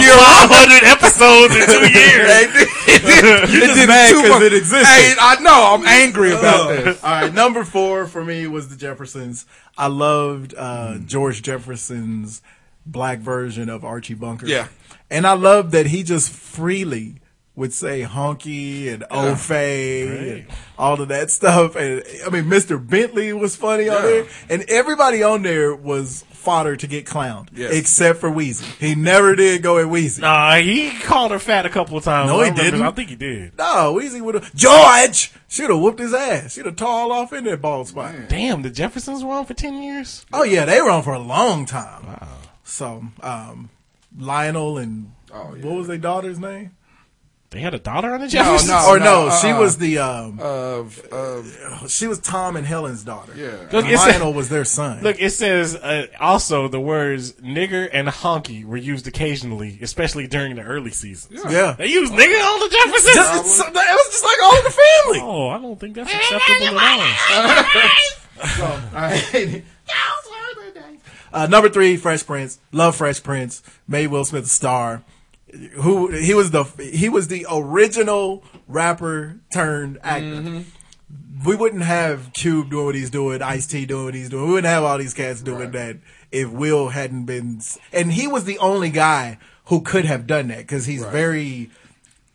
H: 500
G: year.
H: episodes in two years.
G: you
F: just mad 'cause it existed.
G: Hey, I know. I'm angry about
F: Uh,
G: this.
F: All right, number four for me was the Jeffersons. I loved uh,
G: Mm.
F: George Jefferson's black version of Archie Bunker.
G: Yeah.
F: and I loved that he just freely would say honky and old fay and all of that stuff. And I mean, Mister Bentley was funny on
G: Yeah.
F: there, and everybody on there was fodder to get clowned,
G: Yes.
F: except for Wheezy. He never did go at Wheezy.
H: Nah, Uh, he called her fat a couple of times.
F: No,
H: I
F: he
H: remember-
F: didn't.
H: I think he did.
F: No, Wheezy would have George. She'd have whooped his ass. She'd have tore all off in that bald spot.
H: Damn, the Jeffersons were on for 10 years?
F: Oh yeah, they were on for a long time. So um, Lionel and what was their daughter's name?
H: They had a daughter on the Jeffersons?
G: no.
F: or no, she
G: uh-uh.
F: was the um,
G: Of of
F: she was Tom and Helen's daughter.
G: yeah.
H: Look, it says,
F: Lionel was their son.
H: look, it says uh, also the words nigger and honky were used occasionally, especially during the early seasons.
F: yeah,
H: They used nigger on the Jeffersons?
F: Just- it's- that was just like all the family.
H: oh, I don't think that's acceptable at all.
F: Uh, number three, Fresh Prince. Love Fresh Prince. Made Will Smith a star. Who he was the he was the original rapper turned actor.
H: Mm-hmm.
F: We wouldn't have Cube doing what he's doing, Ice T doing what he's doing. We wouldn't have all these cats doing that if Will hadn't been. s- And he was the only guy who could have done that because he's very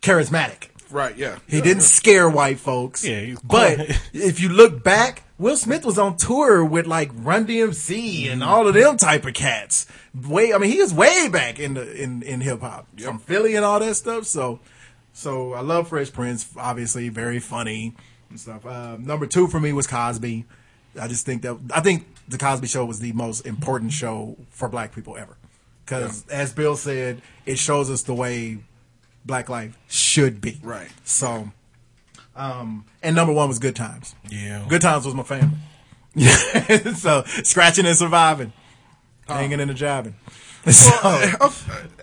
F: charismatic.
G: right. Yeah.
F: He didn't scare white folks.
H: Yeah, he was
F: but
H: cool.
F: if you look back, Will Smith was on tour with like Run DMC and all of them type of cats. Way, I mean, he is way back in the in in hip hop from Philly and all that stuff. So, so I love Fresh Prince. Obviously, very funny and stuff. Uh, number two for me was Cosby. I just think that I think the Cosby Show was the most important show for Black people ever. Because as Bill said, it shows us the way Black life should be.
G: Right.
F: So, um, and number one was Good Times.
H: Yeah.
F: Good Times was my family. so scratching and surviving, hanging and a jobbing. So,
G: Uh,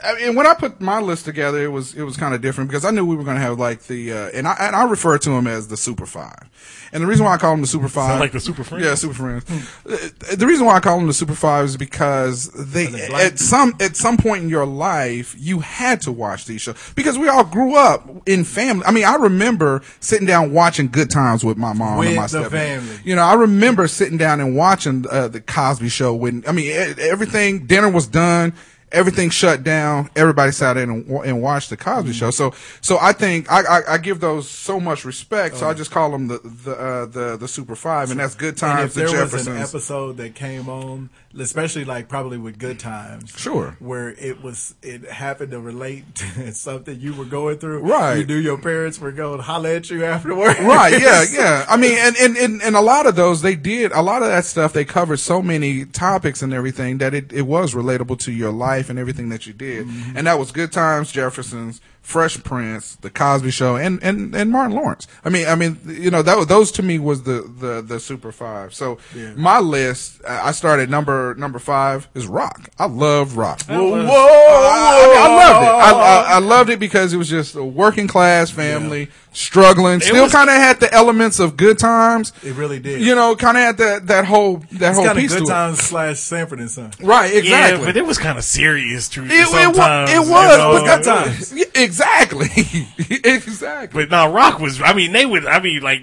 G: I mean, when I put my list together, it was it was kind of different because I knew we were going to have like the uh, and I and I refer to them as the Super Five, and the reason why I call them the Super Five,
H: like the Super Friends.
G: yeah, Super Friends. Uh, the reason why I call them the Super Five is because they at some at some point in your life you had to watch these shows because we all grew up in family. I mean, I remember sitting down watching Good Times with my mom
F: With
G: and my
F: the
G: stepdad.
F: family.
G: You know, I remember sitting down and watching uh, the Cosby Show when I mean e- everything. Dinner was done, everything shut down. Everybody sat in and, wa- and watched the
F: Mm.
G: Cosby Show. So, so I think I, I, I give those so much respect. so I just call them the the uh, the the Super Five, and that's Good
F: Oh. and
G: Times,
F: if uh, there
G: the
F: was an
G: Jeffersons.
F: episode that came on, especially like probably with Good Times,
G: Sure.
F: where it was it happened to relate to something you were going through,
G: Right.
F: You knew your parents were going to holler at you afterwards,
G: right yeah yeah i mean and, and and and a lot of those they did a lot of that stuff they covered so many topics and everything that it, it was relatable to your life and everything that you did and that was good times jefferson's fresh prince the cosby show and and and martin lawrence i mean i mean you know that was, those to me was the the the super five so my list uh, i started number number five is rock i love rock
F: Whoa,
G: I, I mean, I loved it. I, I, I loved it because it was just a working class family struggling. Still
H: was-
G: kind of had the elements of good times.
F: It really did.
G: You know, kind of had that that whole that
F: it's
G: whole
F: kind of
G: piece
F: Good
G: to
F: Times slash Sanford and Son.
G: it. Right, exactly.
H: Yeah, but it was kind of serious, too.
G: it, it, wa-
H: sometimes,
G: it was,
H: you
G: but
H: know.
G: that
F: Sometimes.
G: Yeah, exactly, exactly.
H: But now Rock was. I mean, they would. I mean, like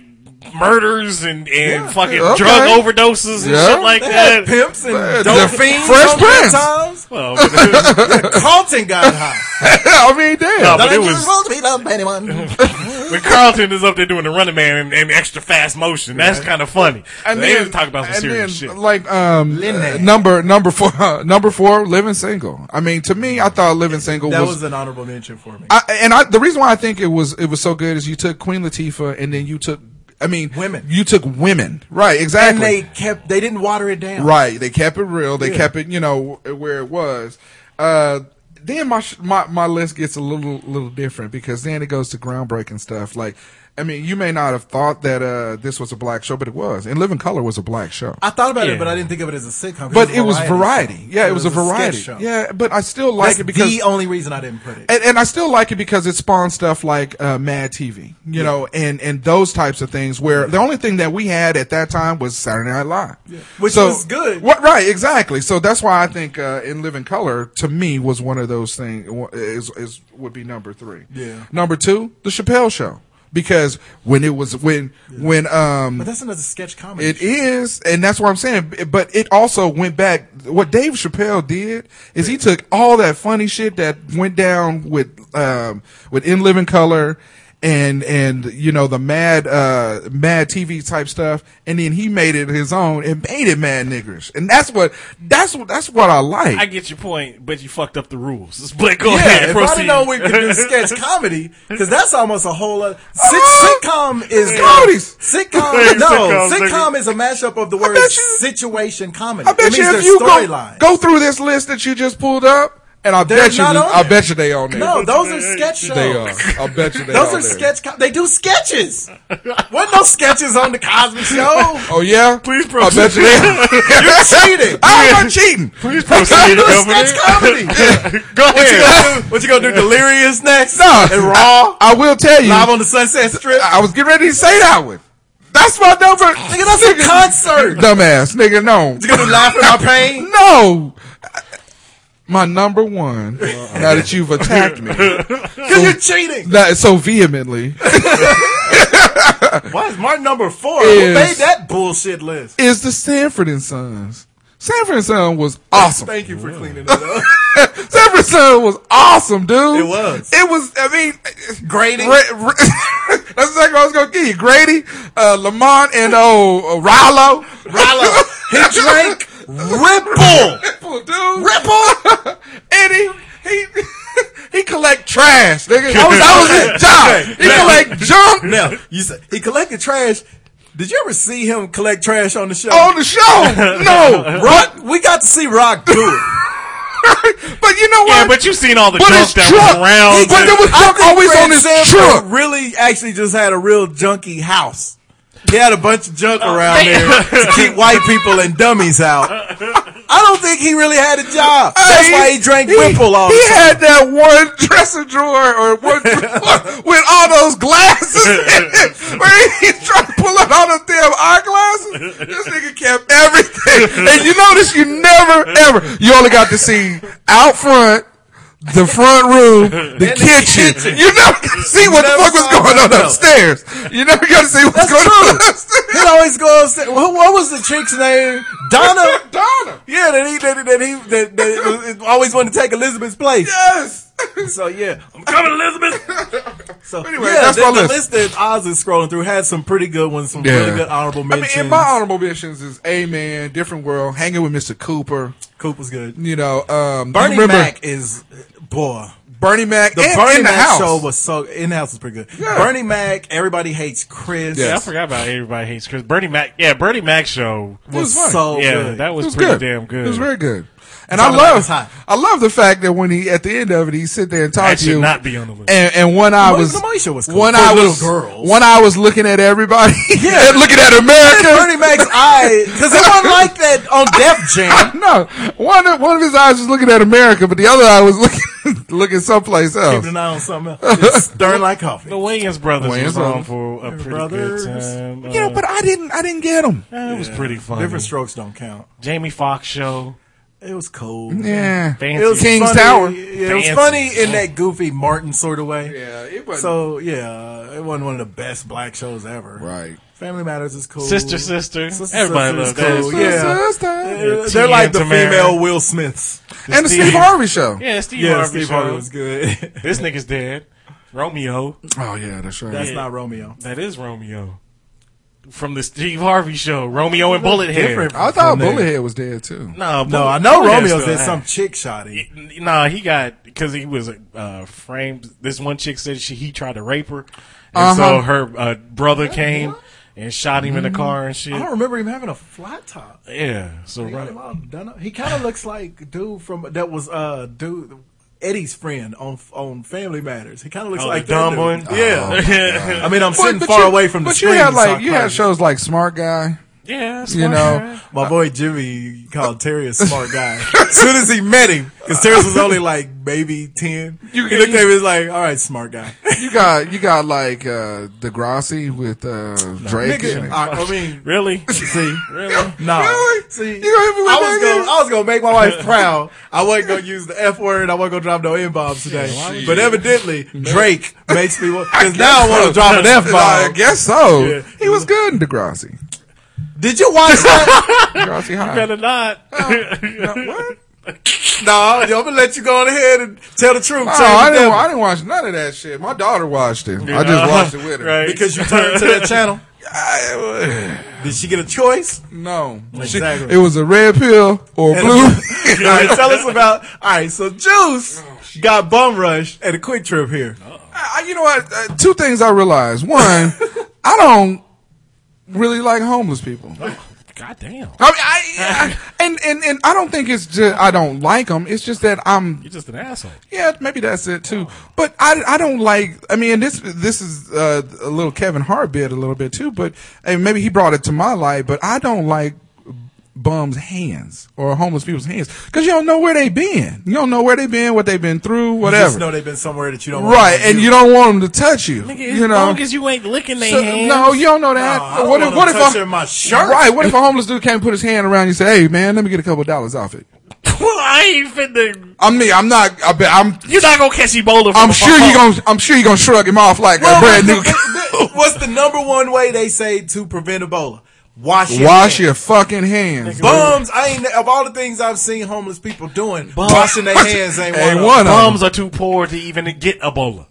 H: murders and and
G: Yeah.
H: fucking
G: Okay.
H: drug overdoses and
G: Yeah.
H: shit like
F: They had
H: that.
F: pimps and
G: Uh,
F: dope
G: the
F: fiends.
G: Fresh
F: on good
G: Prince.
F: times.
H: Well, but-
F: Carlton got high.
G: I mean, damn.
H: no, but
F: But
H: it was
F: supposed to be loved by anyone.
H: when Carlton is up there doing the running man and, and extra fast motion. That's kind of funny. And they didn't talk about some
G: and
H: serious
G: then,
H: shit.
G: Like um,
F: Lynette.
G: uh, number number four, number four, living single. I mean, to me, I thought living single
F: That
G: was
F: was an honorable mention for me.
G: I, and I, the reason why I think it was it was so good is you took Queen Latifah and then you took I mean
F: Women.
G: You took women, right?
F: and
G: Exactly.
F: they kept, they didn't water it down.
G: right. They kept it real. They kept it, you know, where it was. Uh, then my, sh- my my list gets a little little different because then it goes to groundbreaking stuff like I mean, you may not have thought that uh, this was a black show, but it was. And Living Color was a black show.
F: I thought about
H: Yeah.
F: it, but I didn't think of it as a sitcom. 'cause
G: But it was
F: show.
G: variety. Yeah, it was a
F: sketch
G: variety.
F: show.
G: Yeah, but I still like
F: That's
G: it because
F: the only reason I didn't put it.
G: and, and I still like it because it spawned stuff like uh, Mad TV, you know, and and those types of things. Where the only thing that we had at that time was Saturday Night Live,
F: Which was good.
G: What, right, exactly. So that's why I think uh, In Living Color to me was one of those things. Is is would be number three.
F: Yeah.
G: Number two, The Chappelle Show, because when it was when when um
F: but that's another sketch comedy.
G: it is, and that's what I'm saying. But it also went back. What Dave Chappelle did is he took all that funny shit that went down with um, with In Living Color and and you know the mad uh mad TV type stuff, and then he made it his own and made it mad niggerish, and that's what that's what that's what I like.
H: I get your point, but you fucked up the rules. But go
F: Yeah,
H: ahead,
F: if I
H: proceed.
F: didn't know we could do sketch comedy, because that's almost a whole other
G: Uh,
F: sit, sitcom is
G: comedies.
F: Sitcom, no,
H: Sitcoms, nigga.
F: sitcom is a mashup of the word
G: bet you-
F: situation comedy.
G: I bet
F: it
G: you
F: means
G: if
F: there's
G: you go,
F: storylines.
G: go through this list that you just pulled up, and I bet you,
F: not on
G: I
F: there.
G: bet you they on there.
F: no, those are sketch shows.
G: they are. I bet you they
F: Those
G: on
F: are
G: there.
F: sketch. Com- they do sketches. Wasn't no sketches on the Cosby Show.
G: Oh yeah,
H: Please
G: I
H: proceed.
G: bet you they.
F: You're cheating.
G: I'm not cheating.
H: Please proceed, governor.
F: sketch comedy.
H: Go ahead.
F: what you gonna do? Delirious next?
G: No,
F: and raw.
G: I will tell you.
F: Live on the Sunset Strip.
G: I was getting ready to say that one. That's my number.
F: Nigga, that's a concert.
G: Dumbass, nigga, no,
F: You gonna laugh at my pain?
G: no. My number one. Now that you've attacked me
F: Cause you're cheating.
G: that so vehemently,
F: Why is my number four? Who
G: Is-
F: made that bullshit list?
G: is the Sanford and Sons. Sanford and Son was awesome.
F: Thank you for cleaning it up.
G: Sanford and Son was awesome, dude.
F: It was.
G: It was. I mean,
F: Grading.
G: Ra- Ra- that's exactly what I was gonna give you. Grady, uh, Lamont, and oh, uh, Rilo.
F: Rallo. He drank Ripple.
G: Ripple, dude. Ripple. and he he he collect trash, nigga. That was, that was his job. He collect junk
F: Now, you said he collected trash. Did you ever see him collect trash on the show?
G: on the show. No,
F: Rock, we got to see Rock do it.
G: but you know what?
H: Yeah, but you've seen all the
G: But
H: junk
G: it's
H: that
G: drunk.
H: was
G: But
H: around.
G: there was
F: I
G: junk
F: think
G: always
F: Fred
G: on his
F: Sanford
G: truck.
F: Really, actually, just had a real junky house. He had a bunch of junk
H: Oh,
F: around there to keep white people and dummies out. I don't think he really had a job. That's
G: Hey,
F: why he drank Whipple all
G: He
F: the time.
G: had that one dresser drawer or one drawer with all those glasses in it, where he's trying to pull out all the damn eyeglasses. This nigga kept everything. And you notice you never, ever, you only got to see out front, the front room, the kitchen. You never got to see what the
F: never
G: fuck was
F: saw
G: going on
F: nothing else.
G: upstairs. You never got to see what's
F: That's
G: going on
F: true.
G: upstairs.
F: He'd always go upstairs. Who, what was the chick's name? Donna?
G: Donna.
F: Yeah, that he that, that he that, that always wanted to take Elizabeth's place.
G: Yes.
F: So yeah,
H: I'm coming, Elizabeth.
F: so
G: Anyway,
F: yeah,
G: that's
F: the,
G: my
F: the
G: list.
F: list. that Oz is scrolling through had some pretty good ones, some
G: Yeah.
F: really good honorable
G: I mean,
F: mentions.
G: and my honorable mentions is A Man, Different World, Hanging with Mr. Cooper.
F: Coop was good.
G: You know, um, you
F: Bernie
G: remember
F: Mac is boy.
G: Bernie Mac,
F: The
G: and
F: Bernie
G: in the
F: Mac
G: house.
F: show was so in the house was pretty good. Bernie Mac, everybody hates Chris.
G: Yeah.
H: I forgot about everybody hates Chris. Bernie Mac. Yeah, Bernie Mac show.
G: It
F: was
G: was funny.
F: so
H: yeah,
F: good.
H: that was,
G: it was
H: pretty
G: good.
H: damn good.
G: It was very good. And I
F: Talking about
G: love,
F: his hot.
G: I love the fact that when he at the end of it, he sit there and talk
H: That
G: to
H: should
G: you.
H: not be on the list.
G: And, and one eye
F: Well,
G: was,
F: the Moesha was cool.
G: one
F: For
G: eye
F: little
G: was
F: girls.
G: one eye was looking at everybody, yeah, and looking at America.
F: Bernie Mac's eye because it wasn't like that on Def Jam.
G: no, one of, one of his eyes was looking at America, but the other eye was looking looking someplace else.
F: Keeping an eye on something else. It's stirring like coffee.
H: The Wayans brothers
G: Wayans
H: was on
G: Brothers.
H: for a pretty
F: Brothers.
H: good time.
G: You know, but I didn't, I didn't get him.
H: uh, it was pretty funny.
F: Different strokes don't count.
H: Jamie Foxx show.
F: It was cool.
G: Yeah,
H: Fancy.
F: It was
G: King's
F: funny.
G: Tower.
F: Yeah, it was
H: Fancy.
F: funny in that goofy Martin sort of way.
G: yeah, it wasn't
F: So yeah, it wasn't one of the best black shows ever.
G: right.
F: Family Matters is cool.
H: Sister, sister.
F: Sister,
H: Everybody
F: Sister
H: loved
F: is
H: that.
G: Oh,
F: cool. Yeah.
G: Sister.
F: They're,
H: Tia
F: they're like
H: and
F: the
H: Tamara.
F: female Will Smiths.
G: and the
H: Steve-
G: Steve Harvey show.
H: Yeah, Steve
F: Yeah,
H: Harvey
F: Steve
H: show.
F: Harvey was good.
H: This nigga's dead. Romeo.
G: Oh yeah, that's right.
F: That's not Romeo.
H: That is Romeo. From the Steve Harvey show. Romeo and Bullethead.
F: Different
G: I thought
F: from there.
G: Bullethead was dead too.
H: No,
F: No, I know Romeo's that some chick shot him.
H: Nah, he got because he was uh, framed. This one chick said she he tried to rape her, and so
G: Uh-huh.
H: her uh, brother came and shot him in the
F: Mm-hmm.
H: car and shit.
F: I don't remember him having a flat top.
H: Yeah, so
F: He got
H: right.
F: him all done up. He kind of looks like dude from that was uh dude Eddie's friend on on Family Matters. He kind of looks
H: Oh,
F: like
H: the dumb
F: that
H: one.
F: dude.
H: yeah.
F: I mean, I'm
G: But-
F: sitting
G: but
F: far
G: you-
F: away from the
G: But
F: screen.
G: you had
F: so
G: like
F: I
G: you had
F: probably-
G: shows like Smart Guy.
H: yeah. Smart.
G: You know,
F: My boy Jimmy called Terry a smart guy. as soon as he met him, because Terrence was only like maybe ten,
G: You-
F: he looked at him and was like, "All right, smart guy."
G: you got you got like uh, Degrassi with uh, Drake. in
F: Nigga,
G: it.
F: I, I mean,
H: Really?
F: see,
H: Really?
F: no,
G: Really?
F: see,
G: You gonna hit me with
F: I was
G: that
F: gonna,
G: again?
F: I was gonna make my wife proud. I wasn't gonna use the f word. I wasn't gonna drop no n bombs today. but evidently, Drake makes me because now I want to drop an f
G: I
F: bomb.
G: guess so.
H: Yeah.
G: He was good in Degrassi.
F: Did you watch that?
G: Degrassi High.
H: Better not.
G: What?
F: no, I'm gonna let you go on ahead and tell the truth.
G: Oh,
F: Tell
G: I,
F: the
G: didn't,
F: devil.
G: wa- I didn't watch none of that shit. My daughter watched it. I just watched it with her.
H: Right.
F: because you turned to that channel.
G: I-
F: Did she get a choice?
G: no, She-
F: Exactly.
G: it was a red pill or blue.
F: all right, tell us about. All right, so Juice
G: Oh,
F: got bum rushed at a quick trip here.
G: I, I- you know what? Uh, two things I realized. One, I don't really like homeless people.
H: God damn.
G: I mean, I, I and, and and I don't think it's just I don't like them. It's just that I'm
H: You're just an asshole.
G: yeah maybe that's it too. But I, I don't like. I mean, this this is uh, a little Kevin Hart bit a little bit too. But and maybe he brought it to my life. But I don't like bums hands or homeless people's hands because you don't know where they been. You don't know where they been, what they been through,
F: You
G: whatever.
F: just know they've been somewhere that you don't. want
G: right,
F: them to
G: and
F: do.
G: you don't want them to touch you. you know.
H: you ain't licking
G: So- no, you don't know that.
F: No, I don't
G: what if
F: want
G: what
F: them
G: if
F: touching
G: a,
F: my shirt.
G: Right. What if a homeless dude came and put his hand around you and say, "Hey, man, let me get a couple dollars off it."
H: well, I ain't finna.
G: I mean, I'm not. I bet, I'm.
H: You're not gonna catch Ebola. From
G: I'm
H: a
G: sure you gonna. I'm sure you gonna shrug him off like a brand new.
F: What's Oh, the number one way they say to prevent Ebola? Wash your
G: Wash
F: hands.
G: your fucking hands.
F: bums. I ain't of all the things I've seen homeless people doing. Washing their hands ain't
G: Ain't
F: one. of them.
G: one of
H: Bums are too poor to even get Ebola.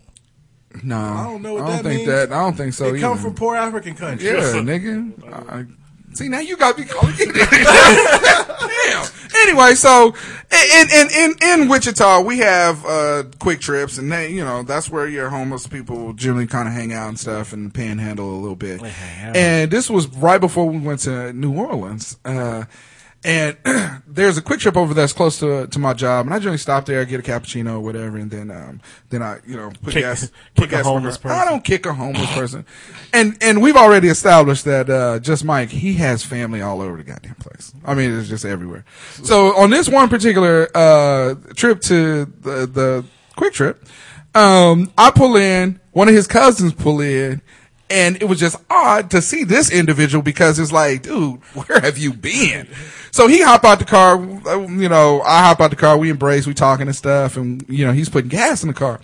G: them. No, I
F: don't know what
G: I don't
F: that
G: think
F: means.
G: that. I don't think so.
F: They come
G: either.
F: from poor African countries.
G: yeah, nigga. I, see, now you got me calling. Damn. Anyway, so in in in in Wichita, we have uh, quick trips, and they, you know, that's where your homeless people generally kind of hang out and stuff, and panhandle a little bit. And this was right before we went to New Orleans. Uh, and there's a quick trip over that's close to to my job, and I generally stop there, get a cappuccino, or whatever, and then um then I you know put
H: Kick-
G: gas
H: kick
G: put
H: a
G: gas in my
H: homeless
G: car.
H: person.
G: I don't kick a homeless person, and and we've already established that uh, just Mike he has family all over the goddamn place. I mean it's just everywhere. So on this one particular uh, trip to the the quick trip, um, I pull in, one of his cousins pull in. And it was just odd to see this individual because it's like, dude, where have you been? So he hop out the car, you know, I hop out the car, we embrace, we talking and stuff, and you know, he's putting gas in the car.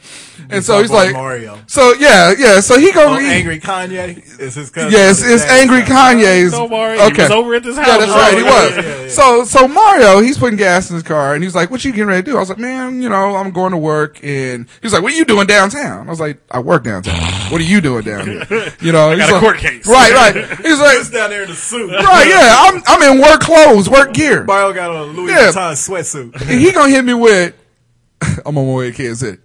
G: And so
F: my
G: he's
F: boy
G: like,
F: Mario.
G: so yeah, yeah, so he go,
F: Oh,
G: he-
F: angry Kanye is his cousin.
G: Yes,
F: His
G: it's
F: dad.
G: angry Kanye's.
H: No, Mario, he was over at this house.
G: Yeah, that's right. He
H: Oh,
G: was.
H: yeah,
F: yeah.
G: So, so Mario, he's putting gas in his car, and he's like, "What you getting ready to do?" I was like, "Man, you know, I'm going to work." And he was like, "What are you doing downtown?" I was like, "I work downtown. What are you doing down here?" You know, I
H: got a court case.
G: Right, right. He's
F: He's
G: like,
F: down there in the suit.
G: "Right, yeah, I'm I'm in work clothes, work gear."
F: Mario got on a Louis
G: Yeah.
F: Vuitton sweatsuit.
G: And he gonna hit me with, "I'm on my way to Kansas City."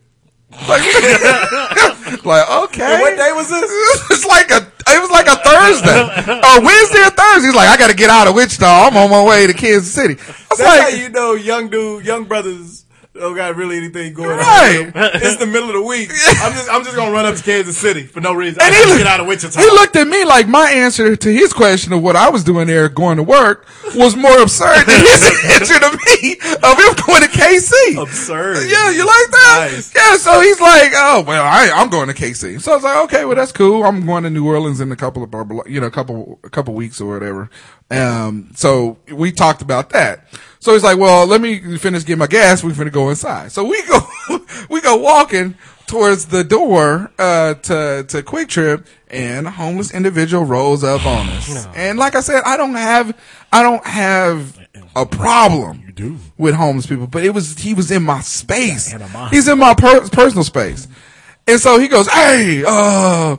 G: Like, like okay.
F: And what day was this?
G: it's like a it was like a Thursday or Wednesday or Thursday. He's like, I got to get out of Wichita. I'm on my way to Kansas City. I was
F: That's
G: like,
F: how you know young dude, young brothers don't got really anything going
G: Right.
F: on. It's the middle of the week. I'm just I'm just gonna run up to Kansas City for no reason. I
G: And he
F: just
G: look-
F: get out of Wichita.
G: he looked at me like my answer to his question of what I was doing there, going to work, was more absurd than his answer to me of him going to KC.
F: absurd.
G: Yeah, you like that?
F: Nice.
G: Yeah, so he's like, oh, well, I, I'm going to KC. So I was like, okay, well, that's cool. I'm going to New Orleans in a couple of, blah, blah, you know, a couple, a couple weeks or whatever. Um, so we talked about that. So he's like, well, let me finish getting my gas. We're going to go inside. So we go, we go walking towards the door, uh, to, to Quick Trip and a homeless individual rolls up on us. And like I said, I don't have, I don't have a problem with homeless people, but it was he was in my space. He's in my per- personal space, and so he goes, "Hey, uh,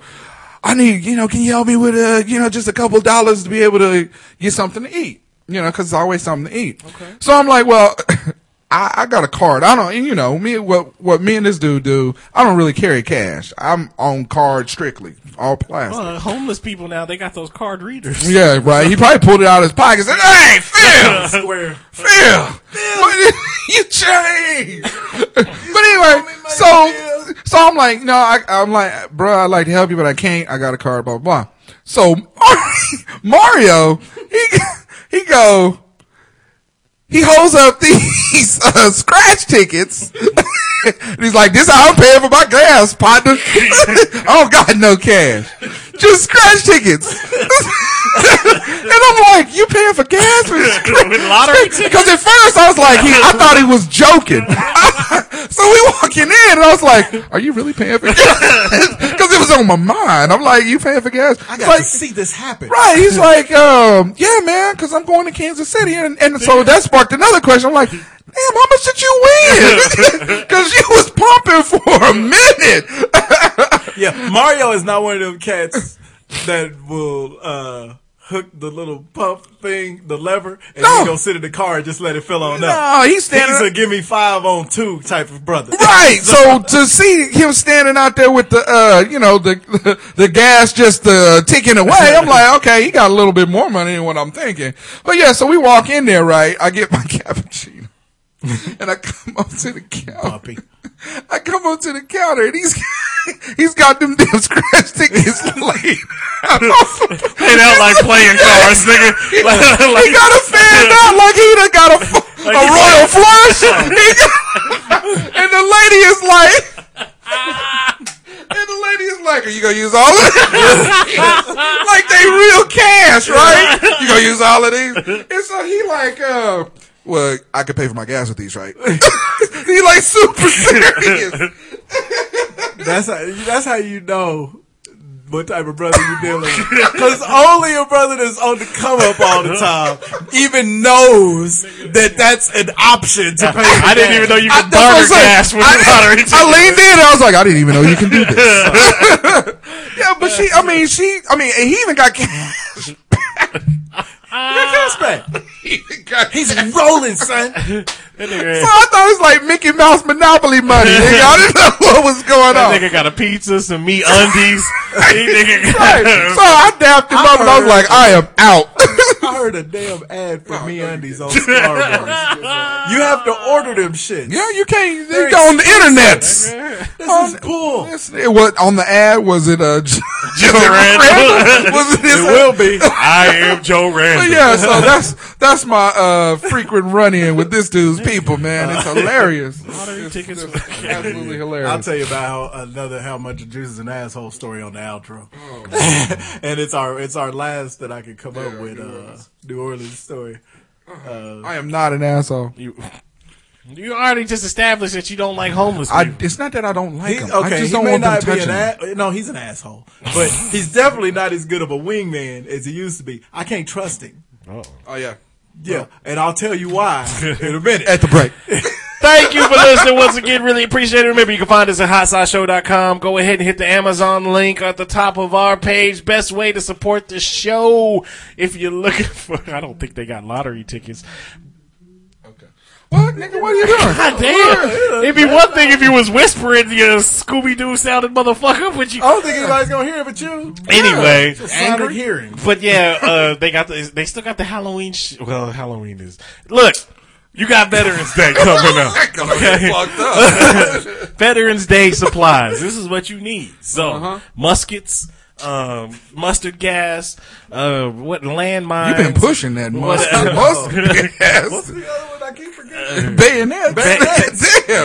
G: I need you know, can you help me with uh, you know, just a couple dollars to be able to get something to eat, you know, because it's always something to eat." Okay. So I'm like, "Well, I, I got a card. I don't, and you know, me what what me and this dude do. I don't really carry cash. I'm on card strictly, all plastic."
H: Uh, homeless people now they got those card readers.
G: Yeah, right. He probably pulled it out of his pocket and said, Hey, Phil!
F: Square.
G: Phil! What- you changed. but anyway, so so I'm like, no, I, I'm like, bro, I'd like to help you, but I can't. I got a car, blah blah. blah. So Mario, he he go, he holds up these uh, scratch tickets. and he's like, this how I'm paying for my gas, partner. oh God, no cash. Just scratch tickets. and I'm like, you paying for gas? For scratch
H: With lottery tickets?
G: because at first I was like, he, I thought he was joking. so we walking in, and I was like, "Are you really paying for gas?" Because it was on my mind. I'm like, "You paying for gas?"
F: I
G: He's
F: got
G: like,
F: to see this happen.
G: Right. He's like, um, "Yeah, man," because I'm going to Kansas City, and, and so that sparked another question. I'm like. Damn, how much did you win? Because you was pumping for a minute.
F: Yeah, Mario is not one of them cats that will uh, hook the little pump thing, the lever, and
G: No.
F: he gonna sit in the car and just let it fill on up.
G: No, he's standing.
F: He's a give me five on two type of brother.
G: Right. So to see him standing out there with the, uh, you know, the the, gas just uh, ticking away, I'm like, okay, he got a little bit more money than what I'm thinking. But yeah, so we walk in there, right? I get my cappuccino, and I come up to the counter.
F: Puppy.
G: I come up to the counter, and he's he's got them damn scratch tickets laid. out.
H: Played out like playing cards, nigga. Like,
G: he got a fan out like he done got a, f- a
H: he's
G: royal flush. He got- and the lady is like, and the lady is like, are you gonna use all of it? like they real cash, right? You gonna use all of these? And so he like, uh, well, I could pay for my gas with these, right? he like super serious.
F: That's how, that's how you know what type of brother you're dealing with. Because only a brother that's on the come up all the time even knows that that's an option to pay.
H: I didn't even know you
G: I-
H: could
G: that's what I'm
H: barter
G: saying.
H: gas with
G: I-
H: the lottery ticket.
G: I leaned in. I was like, I didn't even know you can do this. yeah, but she. I mean, she. I mean, and he even got. cash.
F: He's rolling, son.
H: That nigga,
G: So I thought it was like Mickey Mouse Monopoly money. Nigga. I didn't know what was going
H: that
G: on.
H: nigga got a pizza, some meat undies. He nigga got-
G: Right. So I dapped him up and I was like, I am out.
F: I heard a damn ad for me undies on Starbucks. you have to order them shit.
G: yeah, you can't. They go on the internet.
F: This is cool. It
G: It was on the ad. Was it uh, J- Jim
H: Random.
G: Random? Was it his?
F: will be.
H: I am Joe
G: But
H: Randall.
G: yeah, so that's that's my uh, frequent run in with this dude's people, man. It's hilarious.
H: Lottery tickets.
G: Absolutely
F: I'll
G: hilarious.
F: tell you about how, another how much of Juice is an asshole story on the outro, and it's our it's our last that I could come up with uh, New Orleans story.
G: I am not an asshole.
H: You, you already just established that you don't like homeless people.
G: I, it's not that I don't like
F: He,
G: him.
F: okay,
G: I just
F: he
G: don't
F: may
G: want them
F: not be
G: touching
F: an
G: him.
F: a- no, he's an asshole, but he's definitely not as good of a wingman as he used to be. I can't trust him.
G: Oh yeah.
F: Yeah, and I'll tell you why in a minute.
G: At the break.
H: Thank you for listening once again. Really appreciate it. Remember, you can find us at hotsauceshow.com. Go ahead and hit the Amazon link at the top of our page. Best way to support the show if you're looking for. I don't think they got lottery tickets.
G: What nigga? What are you doing?
H: God damn! It'd be one thing if you was whispering your Scooby Doo sounded motherfucker, but you.
F: I don't think anybody's gonna hear it but you.
H: Anyway,
F: Sonic hearing.
H: but yeah, uh, they got the, they still got the Halloween. Sh- well, Halloween is look. You got Veterans Day coming up. Okay? Veterans Day supplies. This is what you need. So
G: Uh-huh.
H: muskets, um, mustard gas, uh, what landmines?
G: You've been pushing that mustard. mustard. Yes.
F: The other one I keep forgetting.
G: Bayonet.
H: There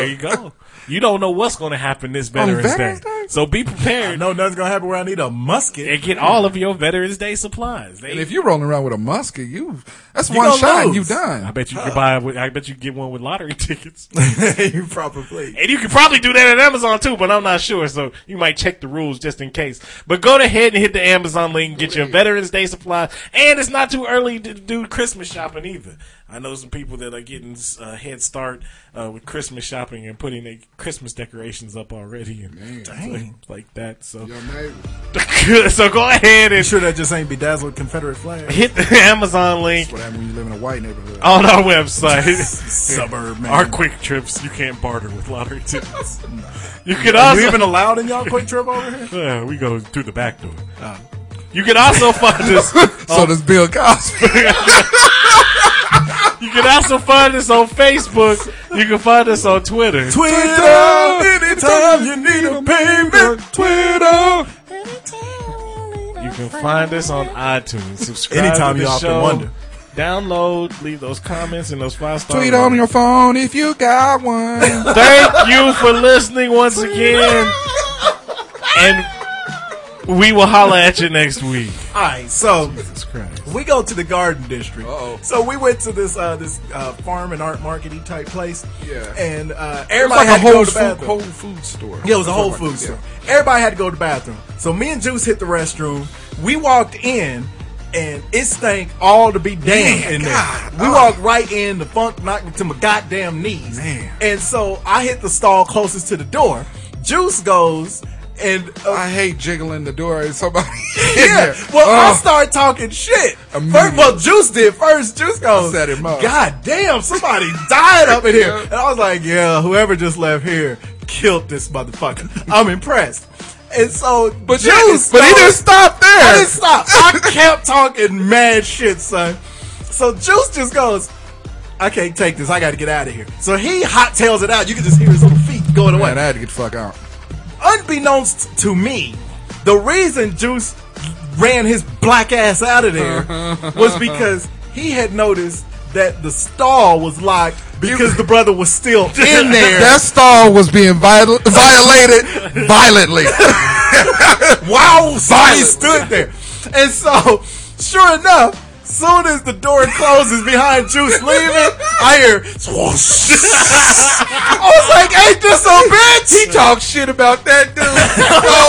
G: Damn.
H: you go. You don't know what's going to happen this Veterans,
G: Veterans
H: Day.
G: Day?
H: so be prepared
F: No, nothing's gonna happen where I need a musket.
H: and get all of your Veterans Day supplies. They-
G: And if you're rolling around with a musket, you that's
F: You
G: one
F: gonna
G: shot and you
F: lose.
H: I
G: done.
H: bet you could buy. I bet you could get one with lottery tickets.
F: you probably.
H: And you can probably do that at Amazon too, but I'm not sure. So you might check the rules just in case. But go ahead and hit the Amazon link, get your Veterans Day supply. And it's not too early to do Christmas shopping either. I know some people that are getting uh, head start uh, with Christmas shopping and putting their Christmas decorations up already and stuff like, like that. So, so go ahead
F: You
H: and
F: sure that just ain't bedazzled Confederate flag?
H: hit the Amazon link
G: What happened when you live in a white neighborhood?
H: on our website.
F: Suburb man.
H: Our quick trips, you can't barter with lottery tickets. You could also
F: you even allowed in y'all quick trip over here?
H: Uh, we go through the back door.
G: Uh.
H: You can also find us.
G: So does Bill Cosby.
H: You can also find us on Facebook. You can find us on Twitter.
F: Twitter, anytime you need a payment. Twitter.
H: You can find us on iTunes. Subscribe
F: Anytime
H: to the
F: you often
H: show.
F: wonder.
H: Download, leave those comments and those five stars.
G: Tweet on your phone if you got one.
H: Thank you for listening once again. And we will holler at you next week.
F: All right, so
H: Jesus Christ.
F: we go to the Garden District.
G: Uh-oh.
F: So we went to this uh, this uh, farm and art markety type place.
G: Yeah.
F: and uh,
G: It's
F: everybody
G: like
F: had
G: a
F: to go
G: whole
F: to the
G: food,
F: bathroom.
G: whole food store.
F: Yeah, it was a Whole
G: Something like
F: Foods
G: that, yeah.
F: store. Everybody had to go to the bathroom. So me and Juice hit the restroom. We walked in, and it stank all to be damned
G: Man,
F: in
G: God,
F: there. We
G: oh.
F: walked right in. The funk knocked me to my goddamn knees.
G: Man.
F: And so I hit the stall closest to the door. Juice goes and. Uh,
G: I hate jiggling the door at somebody. in
F: yeah,
G: there. Uh,
F: well, I
G: Ugh.
F: start talking shit.
G: Immediately.
F: First, well, Juice did first. Juice goes,
G: Set him up.
F: God damn, somebody died up in here.
G: Yeah.
F: And I was like, yeah, whoever just left here killed this motherfucker. I'm impressed. And so,
G: But yeah,
F: Juice,
G: but he
F: goes-
G: didn't stop there.
F: I didn't stop. I kept talking mad shit, son. So Juice just goes, I can't take this. I got to get out of here. So he hot tails it out. You can just hear his little feet going away
G: Man, I had to get the fuck out.
F: unbeknownst to me, the reason Juice ran his black ass out of there was because he had noticed that the stall was locked because the brother was still in there.
G: That stall was being viol- violated violently.
F: wow, somebody stood there. And so, sure enough, soon as the door closes behind Juice leaving, I hear swoosh. I was like, ain't this a bitch?
G: he talked shit about that dude so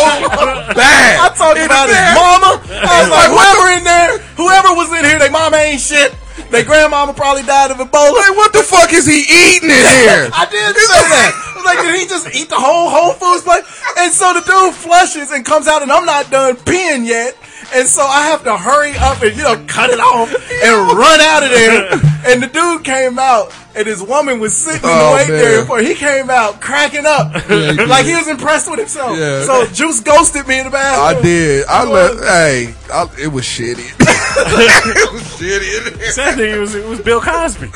G: bad.
F: I talked
G: In
F: about his
G: there.
F: mama. I was like, whoever in there, whoever was in here, they mama ain't shit. They grandmama probably died of Ebola.
G: Like, what the fuck is he eating in here?
F: I did say that. I was like, did he just eat the whole Whole Foods plate? And so the dude flushes and comes out, and I'm not done peeing yet. And so I have to hurry up and you know cut it off and run out of there. And the dude came out, and his woman was sitting in the
G: Oh,
F: wait
G: man.
F: there for. He came out cracking up,
G: he did.
F: like he was impressed with himself.
G: Yeah.
F: So Juice ghosted me in the bathroom.
G: I did. I left. Hey, I, it was shitty. it was shitty in there.
H: Sad thing, it was, it was Bill Cosby.